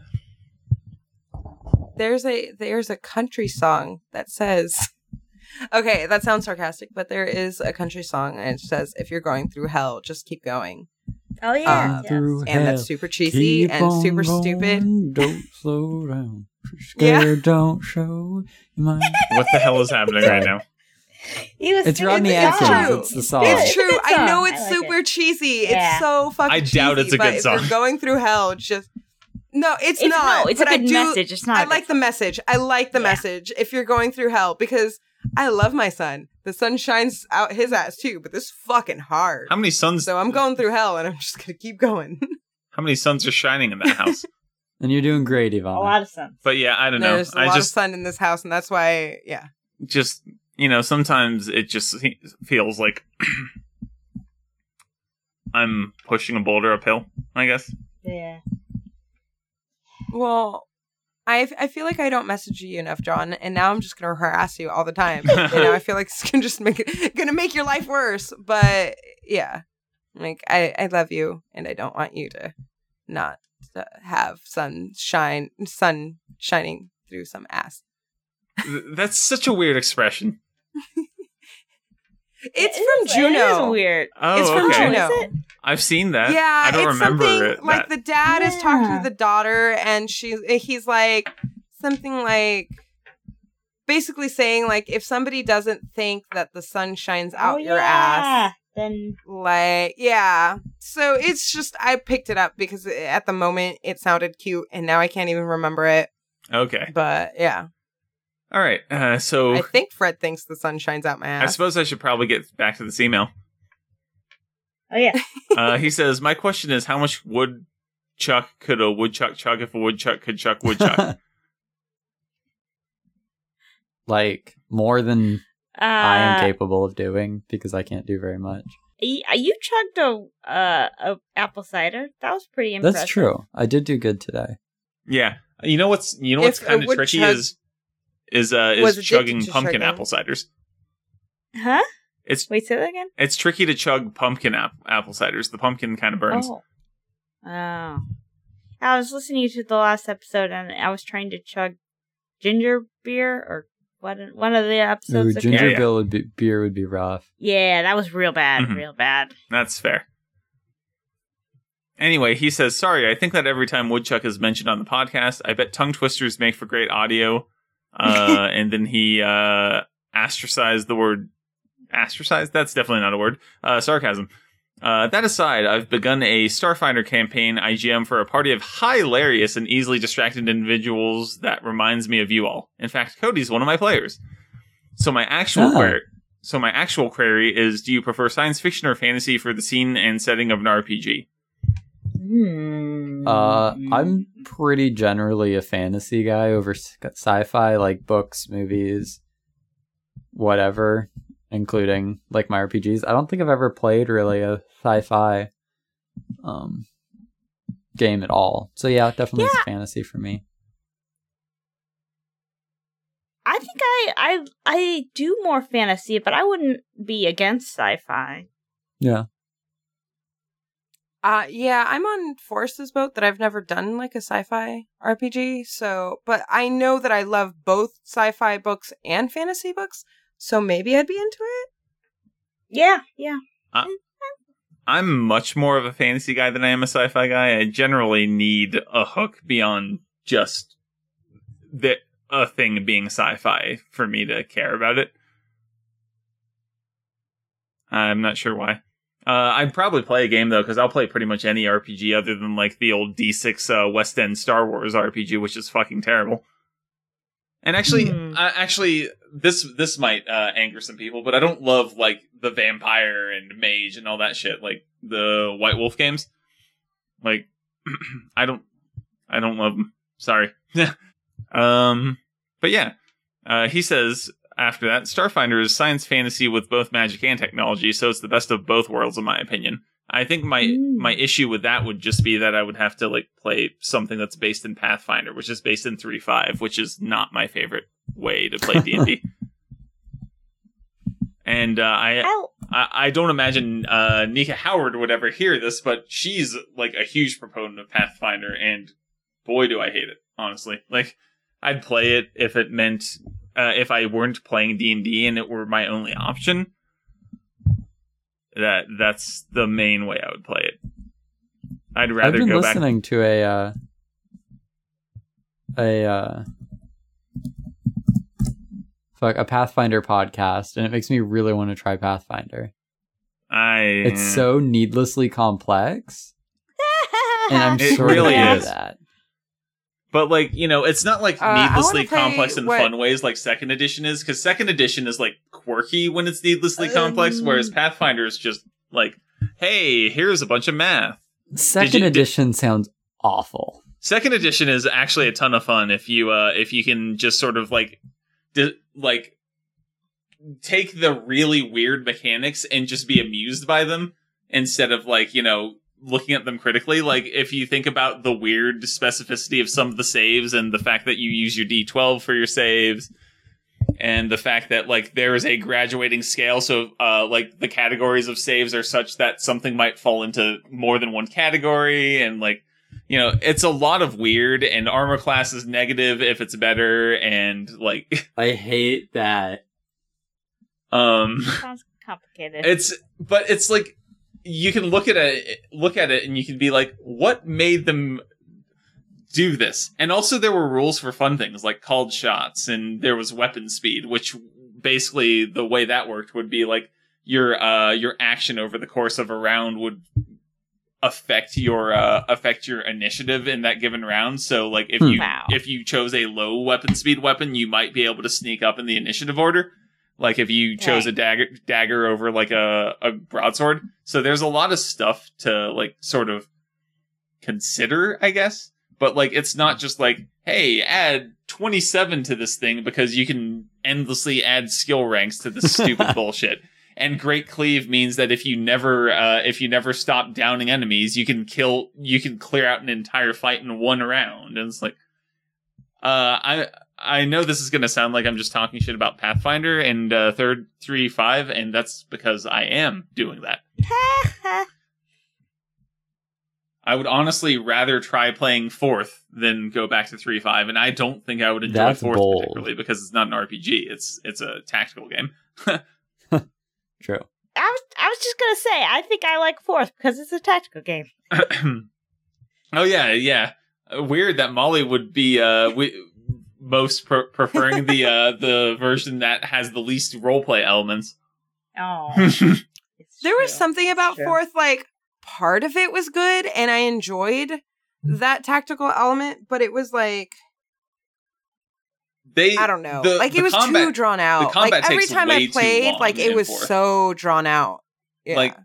Speaker 2: there's a there's a country song that says *laughs* okay that sounds sarcastic but there is a country song and it says if you're going through hell just keep going
Speaker 5: oh yeah
Speaker 2: Um,
Speaker 5: yes.
Speaker 6: Through
Speaker 2: and
Speaker 6: hell.
Speaker 2: that's super cheesy
Speaker 6: Keep
Speaker 2: and
Speaker 6: on
Speaker 2: super
Speaker 6: going,
Speaker 2: stupid
Speaker 6: Don't slow down. If you're
Speaker 2: Yeah.
Speaker 6: Scared, don't show your mind.
Speaker 2: *laughs*
Speaker 4: what the hell is happening right now?
Speaker 5: He was
Speaker 6: It's
Speaker 5: singing
Speaker 6: Rodney
Speaker 5: the
Speaker 2: Atkins,
Speaker 5: song.
Speaker 6: It's the song.
Speaker 2: it's
Speaker 5: It's a
Speaker 2: true
Speaker 5: good
Speaker 2: i know
Speaker 5: song.
Speaker 2: it's
Speaker 5: I like
Speaker 2: super cheesy
Speaker 5: Yeah.
Speaker 2: it's so fucking
Speaker 4: I doubt
Speaker 2: cheesy,
Speaker 4: it's a
Speaker 2: but
Speaker 4: good
Speaker 2: if
Speaker 4: song.
Speaker 2: you're going through hell just no it's,
Speaker 5: It's-
Speaker 2: not
Speaker 5: no, it's a
Speaker 2: but I
Speaker 5: good
Speaker 2: do-
Speaker 5: message. It's not.
Speaker 2: I
Speaker 5: a
Speaker 2: like
Speaker 5: good
Speaker 2: the message. I like the
Speaker 5: Yeah.
Speaker 2: message. If you're going through hell, because I love my son. The sun shines out his ass too, but this is fucking hard.
Speaker 4: How many suns?
Speaker 2: so I'm going through hell, and I'm just gonna keep going. *laughs*
Speaker 4: How many suns are shining in that house?
Speaker 6: And you're doing great,
Speaker 2: Oh,
Speaker 5: song.
Speaker 6: Ivana.
Speaker 5: a lot of sense.
Speaker 4: but yeah, I don't know.
Speaker 2: There's a
Speaker 4: I
Speaker 2: lot of
Speaker 4: just
Speaker 2: sun in this house, and that's why, yeah.
Speaker 4: just you know, sometimes it just he- feels like *clears throat* I'm pushing a boulder uphill, I guess.
Speaker 5: Yeah.
Speaker 2: Well, I, I feel like I don't message you enough, John, and now I'm just gonna harass you all the time. you know, I feel like it's gonna just make it, gonna make your life worse. But yeah, like I I love you, and I don't want you to not uh, have sunshine sun shining through some ass.
Speaker 4: Th- That's such a weird expression.
Speaker 2: It's from
Speaker 5: It is-
Speaker 2: Juno.
Speaker 5: It is weird.
Speaker 4: Oh,
Speaker 2: It's from
Speaker 4: okay.
Speaker 2: Juno.
Speaker 5: Is it?
Speaker 4: I've seen that.
Speaker 2: Yeah,
Speaker 4: I don't
Speaker 2: it's
Speaker 4: remember
Speaker 2: something
Speaker 4: it.
Speaker 2: like
Speaker 4: that-
Speaker 2: the dad is talking
Speaker 5: Yeah.
Speaker 2: to the daughter, and she's he's like something like basically saying like if somebody doesn't think that the sun shines out
Speaker 5: Oh,
Speaker 2: your
Speaker 5: yeah.
Speaker 2: ass,
Speaker 5: Then
Speaker 2: like yeah. So it's just I picked it up because at the moment it sounded cute, and now I can't even remember it.
Speaker 4: okay.
Speaker 2: But yeah,
Speaker 4: All right. Uh, so
Speaker 2: I think Fred thinks the sun shines out my
Speaker 4: I
Speaker 2: ass.
Speaker 4: suppose I should probably get back to this email.
Speaker 5: oh yeah.
Speaker 4: Uh, he says, "My question is, how much woodchuck could a woodchuck chuck if a woodchuck could
Speaker 2: *laughs*
Speaker 4: chuck woodchuck?"
Speaker 6: *laughs* like more than
Speaker 5: Uh,
Speaker 6: *laughs* I am capable of doing because I can't do very much.
Speaker 5: y- uh, You chugged a uh a apple cider. That was pretty impressive.
Speaker 6: That's true. I did do good today.
Speaker 4: yeah, you know what's you know what's
Speaker 2: If a
Speaker 4: kind of tricky
Speaker 2: woodchuck
Speaker 4: is is uh
Speaker 2: was
Speaker 4: is
Speaker 2: addicted
Speaker 4: chugging
Speaker 2: to
Speaker 4: pumpkin
Speaker 2: sugar.
Speaker 4: apple ciders.
Speaker 5: Huh?
Speaker 4: It's
Speaker 5: Wait, say that again.
Speaker 4: it's tricky to chug pumpkin ap- apple ciders. The pumpkin kind of burns.
Speaker 5: Oh. Oh. I was listening to the last episode and I was trying to chug ginger beer or what one of the
Speaker 6: Ooh,
Speaker 5: episodes. that-
Speaker 6: ginger
Speaker 4: Yeah, yeah.
Speaker 6: beer Mm-hmm. would be, beer would be rough.
Speaker 5: Yeah, that was real bad,
Speaker 4: Mhm.
Speaker 5: real bad.
Speaker 4: That's fair. Anyway, he says, "Sorry, I think that every time woodchuck is mentioned on the podcast, I bet tongue twisters make for great audio." Uh, and then he uh, ostracized the word ostracized. That's definitely not a word. Uh, sarcasm. Uh, that aside, I've begun a Starfinder campaign IGM for a party of hilarious and easily distracted individuals that reminds me of you all. In fact, Cody's one of my players. So my actual
Speaker 6: Oh.
Speaker 4: query, so my actual query is: Do you prefer science fiction or fantasy for the scene and setting of an RPG?
Speaker 5: Hmm.
Speaker 6: Uh, I'm pretty generally a fantasy guy over sci- sci-fi, like books, movies, whatever, including like my RPGs. I don't think I've ever played really a sci-fi um game at all. So yeah, it definitely it's fantasy for me.
Speaker 5: I think I I I do more fantasy, but I wouldn't be against sci-fi.
Speaker 6: Yeah.
Speaker 2: Uh, yeah, I'm on Forrest's boat that I've never done like a sci-fi RPG. So, but I know that I love both sci-fi books and fantasy books. So maybe I'd be into it.
Speaker 5: Yeah, yeah.
Speaker 4: I'm much more of a fantasy guy than I am a sci-fi guy. I generally need a hook beyond just the a thing being sci-fi for me to care about it. I'm not sure why. Uh, I'd probably play a game though, because I'll play pretty much any RPG other than like the old D6 uh, West End Star Wars RPG, which is fucking terrible. And actually,
Speaker 5: Hmm.
Speaker 4: uh, actually, this this might uh, anger some people, but I don't love like the vampire and mage and all that shit, like the White Wolf games. Like, *clears throat* I don't, I don't love them. Sorry. *laughs* um, but yeah, uh, he says after that, Starfinder is science fantasy with both magic and technology, so it's the best of both worlds, in my opinion. I think my
Speaker 5: Mm.
Speaker 4: my issue with that would just be that I would have to like play something that's based in Pathfinder, which is based in three five, which is not my favorite way to play D and D. And uh, I,
Speaker 5: I *laughs*
Speaker 4: I I don't imagine uh, Nika Howard would ever hear this, but she's like a huge proponent of Pathfinder, and boy, do I hate it. Honestly, like I'd play it if it meant uh, if I weren't playing D and D and it were my only option. That that's the main way I would play it. I'd
Speaker 6: I've
Speaker 4: rather
Speaker 6: been
Speaker 4: go back.
Speaker 6: listening to a uh, a uh, fuck a Pathfinder podcast, and it makes me really want to try Pathfinder.
Speaker 4: I
Speaker 6: It's so needlessly complex, and
Speaker 5: *laughs*
Speaker 6: I'm
Speaker 4: It
Speaker 6: sure
Speaker 4: really
Speaker 6: of
Speaker 4: is.
Speaker 6: that.
Speaker 4: But like you know, it's not like
Speaker 2: Uh, I wanna
Speaker 4: needlessly
Speaker 2: play
Speaker 4: complex in
Speaker 2: what-
Speaker 4: fun ways like Second Edition is, because Second Edition is like quirky when it's needlessly complex,
Speaker 5: Um.
Speaker 4: whereas Pathfinder is just like, hey, here's a bunch of math.
Speaker 6: Second
Speaker 4: you- did-
Speaker 6: edition sounds awful.
Speaker 4: Second Edition is actually a ton of fun if you uh if you can just sort of like, di- like take the really weird mechanics and just be amused by them instead of like, you know, looking at them critically. Like if you think about the weird specificity of some of the saves and the fact that you use your D12 for your saves and the fact that like there is a graduating scale so uh like the categories of saves are such that something might fall into more than one category and like you know, it's a lot of weird and armor class is negative if it's better and like *laughs*
Speaker 6: I hate that.
Speaker 4: um
Speaker 5: Sounds complicated. *laughs*
Speaker 4: It's but it's like you can look at it look at it and you can be like, what made them do this? And also there were rules for fun things like called shots and there was weapon speed, which basically the way that worked would be like your uh your action over the course of a round would affect your uh affect your initiative in that given round. So like if
Speaker 6: Hmm.
Speaker 4: you
Speaker 5: wow.
Speaker 4: if you chose a low weapon speed weapon, you might be able to sneak up in the initiative order. Like if you chose a dagger dagger over like a, a broadsword. So there's a lot of stuff to like sort of consider, I guess. But like it's not just like, hey, add twenty seven to this thing because you can endlessly add skill ranks to this stupid bullshit. And great cleave means that if you never uh, if you never stop downing enemies, you can kill you can clear out an entire fight in one round. And it's like uh, I I know this is gonna sound like I'm just talking shit about Pathfinder and uh, third three five, and that's because I am doing that. I would honestly rather try playing fourth than go back to three five, and I don't think I would enjoy
Speaker 6: That's
Speaker 4: fourth
Speaker 6: bold.
Speaker 4: particularly because it's not an RPG. It's it's a tactical game.
Speaker 6: True.
Speaker 5: I was I was just gonna say I think I like fourth because it's a tactical game.
Speaker 4: *clears throat* oh yeah, yeah. Uh, Weird that Molly would be uh wi- most pre- preferring the
Speaker 6: *laughs*
Speaker 4: uh the version that has the least roleplay elements. *laughs*
Speaker 6: *laughs*
Speaker 5: Oh, it's
Speaker 2: There was
Speaker 5: true.
Speaker 2: something about
Speaker 5: True.
Speaker 2: fourth, like part of it was good, and I enjoyed
Speaker 4: Mm.
Speaker 2: that tactical element, but it was like
Speaker 4: they
Speaker 2: I don't know,
Speaker 4: the-
Speaker 2: like it
Speaker 4: the
Speaker 2: was
Speaker 4: combat-
Speaker 2: too drawn out. Like
Speaker 4: combat
Speaker 2: every
Speaker 4: takes
Speaker 2: time
Speaker 4: way
Speaker 2: I
Speaker 4: too
Speaker 2: played,
Speaker 4: long
Speaker 2: like it
Speaker 4: in
Speaker 2: was
Speaker 4: fourth.
Speaker 2: so drawn out. Yeah.
Speaker 4: Like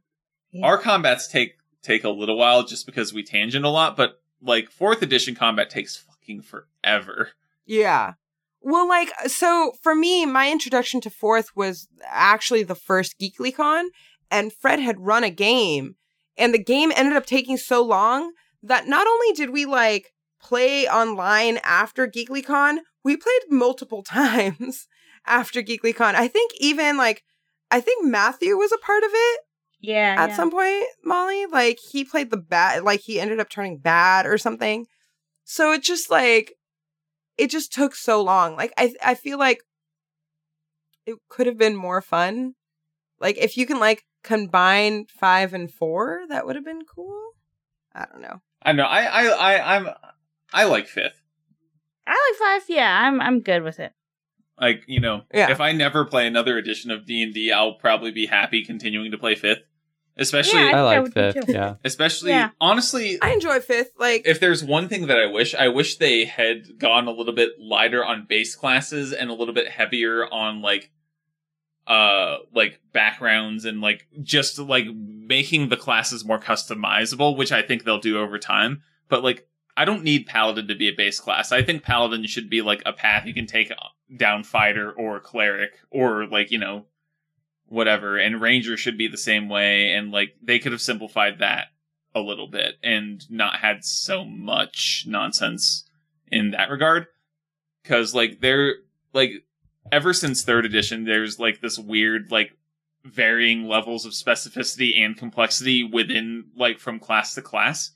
Speaker 5: Yeah.
Speaker 4: our combats take take a little while just because we tangent a lot, but like fourth edition combat takes fucking forever.
Speaker 2: Yeah. Well, like, uh, so for me, my introduction to fourth was actually the first GeeklyCon, and Fred had run a game, and the game ended up taking so long that not only did we like play online after GeeklyCon, we played multiple *laughs* times after GeeklyCon. I think even like, I think Matthew was a part of it
Speaker 5: yeah,
Speaker 2: at
Speaker 5: yeah.
Speaker 2: some point, Molly. Like he played the bad, like he ended up turning bad or something. So it just like it just took so long. Like I I feel like it could have been more fun. Like if you can like combine five and four, that would have been cool. I don't know.
Speaker 4: I know. I I I I'm I like fifth.
Speaker 5: I like five. Yeah, I'm I'm good with it.
Speaker 4: Like you know,
Speaker 2: Yeah.
Speaker 4: if I never play another edition of D and D, I'll probably be happy continuing to play fifth. Especially,
Speaker 5: Yeah, I think
Speaker 6: I,
Speaker 5: I
Speaker 6: like
Speaker 5: would do
Speaker 6: fifth.
Speaker 5: too.
Speaker 4: *laughs*
Speaker 6: Yeah.
Speaker 4: especially
Speaker 5: Yeah.
Speaker 4: honestly,
Speaker 2: I enjoy fifth. Like
Speaker 4: if there's one thing that I wish, I wish they had gone a little bit lighter on base classes and a little bit heavier on like uh like backgrounds and like just like making the classes more customizable, which I think they'll do over time. But like I don't need paladin to be a base class. I think paladin should be like a path you can take down fighter or cleric or like, you know, whatever. And ranger should be the same way and like they could have simplified that a little bit and not had so much nonsense in that regard because like they're like ever since third edition there's like this weird like varying levels of specificity and complexity within like from class to class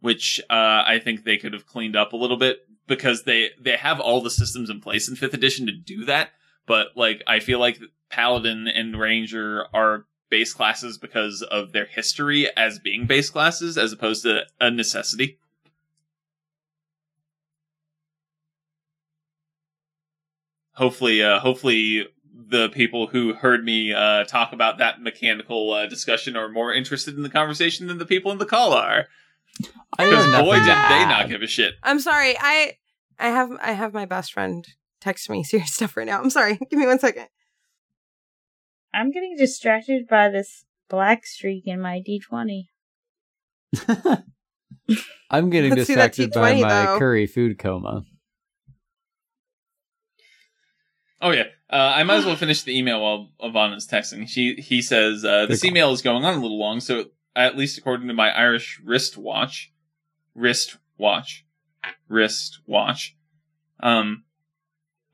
Speaker 4: which uh i think they could have cleaned up a little bit because they they have all the systems in place in fifth edition to do that but like i feel like paladin and ranger are base classes because of their history as being base classes as opposed to a necessity. Hopefully, uh, hopefully the people who heard me uh, talk about that mechanical uh, discussion are more interested in the conversation than the people in the call are.
Speaker 6: I
Speaker 4: Because
Speaker 6: have nothing
Speaker 4: boy,
Speaker 6: to
Speaker 4: did they
Speaker 6: add.
Speaker 4: not give a shit.
Speaker 2: I'm sorry. I I have I have my best friend text me *laughs* serious stuff right now. I'm sorry. *laughs* Give me one second.
Speaker 5: I'm getting distracted by this black streak in my D20.
Speaker 6: *laughs* I'm getting
Speaker 2: Let's see that
Speaker 6: distracted by
Speaker 2: T20
Speaker 6: my
Speaker 2: though.
Speaker 6: curry food coma.
Speaker 4: Oh yeah, Uh, I might as well finish the email while Ivana's texting. She he says uh, this
Speaker 6: Good
Speaker 4: email is going on a little long, so at least according to my Irish wristwatch, wristwatch, wristwatch. Um,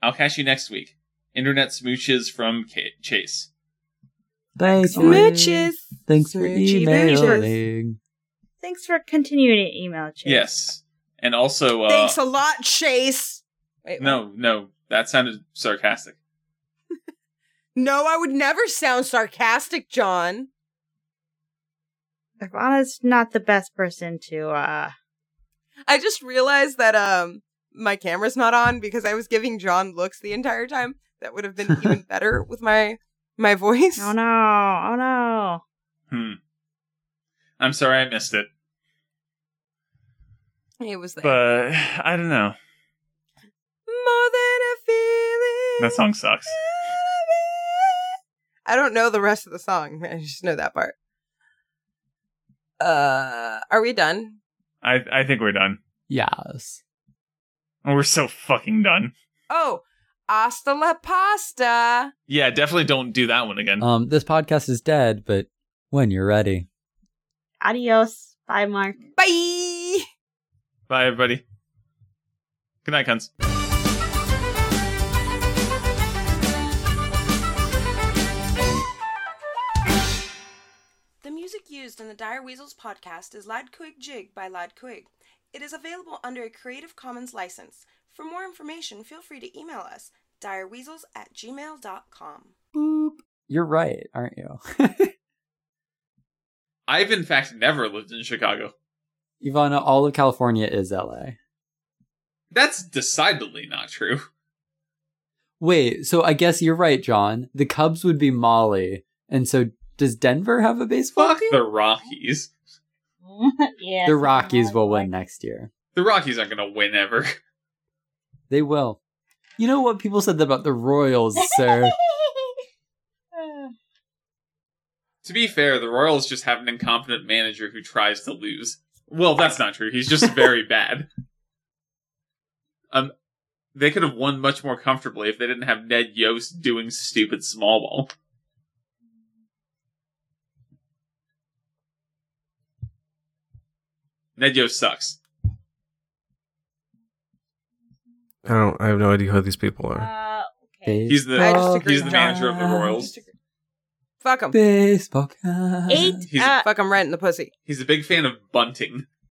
Speaker 4: I'll catch you next week. Internet smooches from Ca Chase.
Speaker 6: Thanks, for-
Speaker 2: Smooches.
Speaker 6: Thanks for
Speaker 2: Smoochy
Speaker 6: emailing.
Speaker 5: Thanks for continuing to email, Chase.
Speaker 4: Yes, and also uh,
Speaker 2: Thanks a lot, Chase. Wait, what?
Speaker 4: no, no, that sounded sarcastic.
Speaker 2: No, I would never sound sarcastic, John.
Speaker 5: Ivana's not the best person to, uh,
Speaker 2: I just realized that um my camera's not on because I was giving John looks the entire time. That would have
Speaker 4: *laughs*
Speaker 2: been even better with my my voice.
Speaker 5: oh no, oh no.
Speaker 4: Hmm. I'm sorry I missed it,
Speaker 2: It was there.
Speaker 4: but I don't know.
Speaker 2: More than a feeling.
Speaker 4: That song sucks.
Speaker 2: I don't know the rest of the song. I just know that part. Uh, are we done?
Speaker 4: I I think we're done.
Speaker 6: Yes.
Speaker 4: We're so fucking done.
Speaker 2: Oh, hasta la pasta.
Speaker 4: Yeah, definitely don't do that one again.
Speaker 6: Um, this podcast is dead, but when you're ready.
Speaker 5: Adios. Bye, *laughs* Mark.
Speaker 2: Bye.
Speaker 4: Bye, everybody. Good night, cunts.
Speaker 8: The music used in the Dire Weasels podcast is Lad Quig Jig by Lad Quig. It is available under a Creative Commons license. For more information, feel free to email us direweasels at gmail.com.
Speaker 6: Boop. You're right, aren't you? *laughs*
Speaker 4: I've in fact never lived in Chicago.
Speaker 6: Ivana, all of California is LA.
Speaker 4: That's decidedly not true.
Speaker 6: Wait, so I guess you're right, John. The Cubs would be Molly. And so does Denver have a baseball
Speaker 4: Fuck
Speaker 6: team?
Speaker 4: the Rockies.
Speaker 5: yeah.
Speaker 6: the Rockies will win next year.
Speaker 4: The Rockies aren't gonna win ever.
Speaker 6: They will. You know what people said about
Speaker 4: *laughs*
Speaker 6: the Royals, sir?
Speaker 4: to be fair, the Royals just have an incompetent manager who tries to lose. Well, that's not true. He's just very bad. Um, they could have won much more comfortably if they didn't have Ned Yost doing stupid small ball. Ned Yost sucks.
Speaker 1: I don't. I have no idea who these people are.
Speaker 5: *laughs* Uh, okay.
Speaker 4: He's the
Speaker 2: I just agree
Speaker 4: Oh, he's the
Speaker 2: with
Speaker 4: manager of the
Speaker 6: John.
Speaker 4: Royals.
Speaker 2: Fuck them.
Speaker 6: Baseball. Cubs.
Speaker 5: Eight.
Speaker 4: He's-
Speaker 5: uh,
Speaker 2: Fuck them right in the pussy.
Speaker 4: He's a big fan of bunting.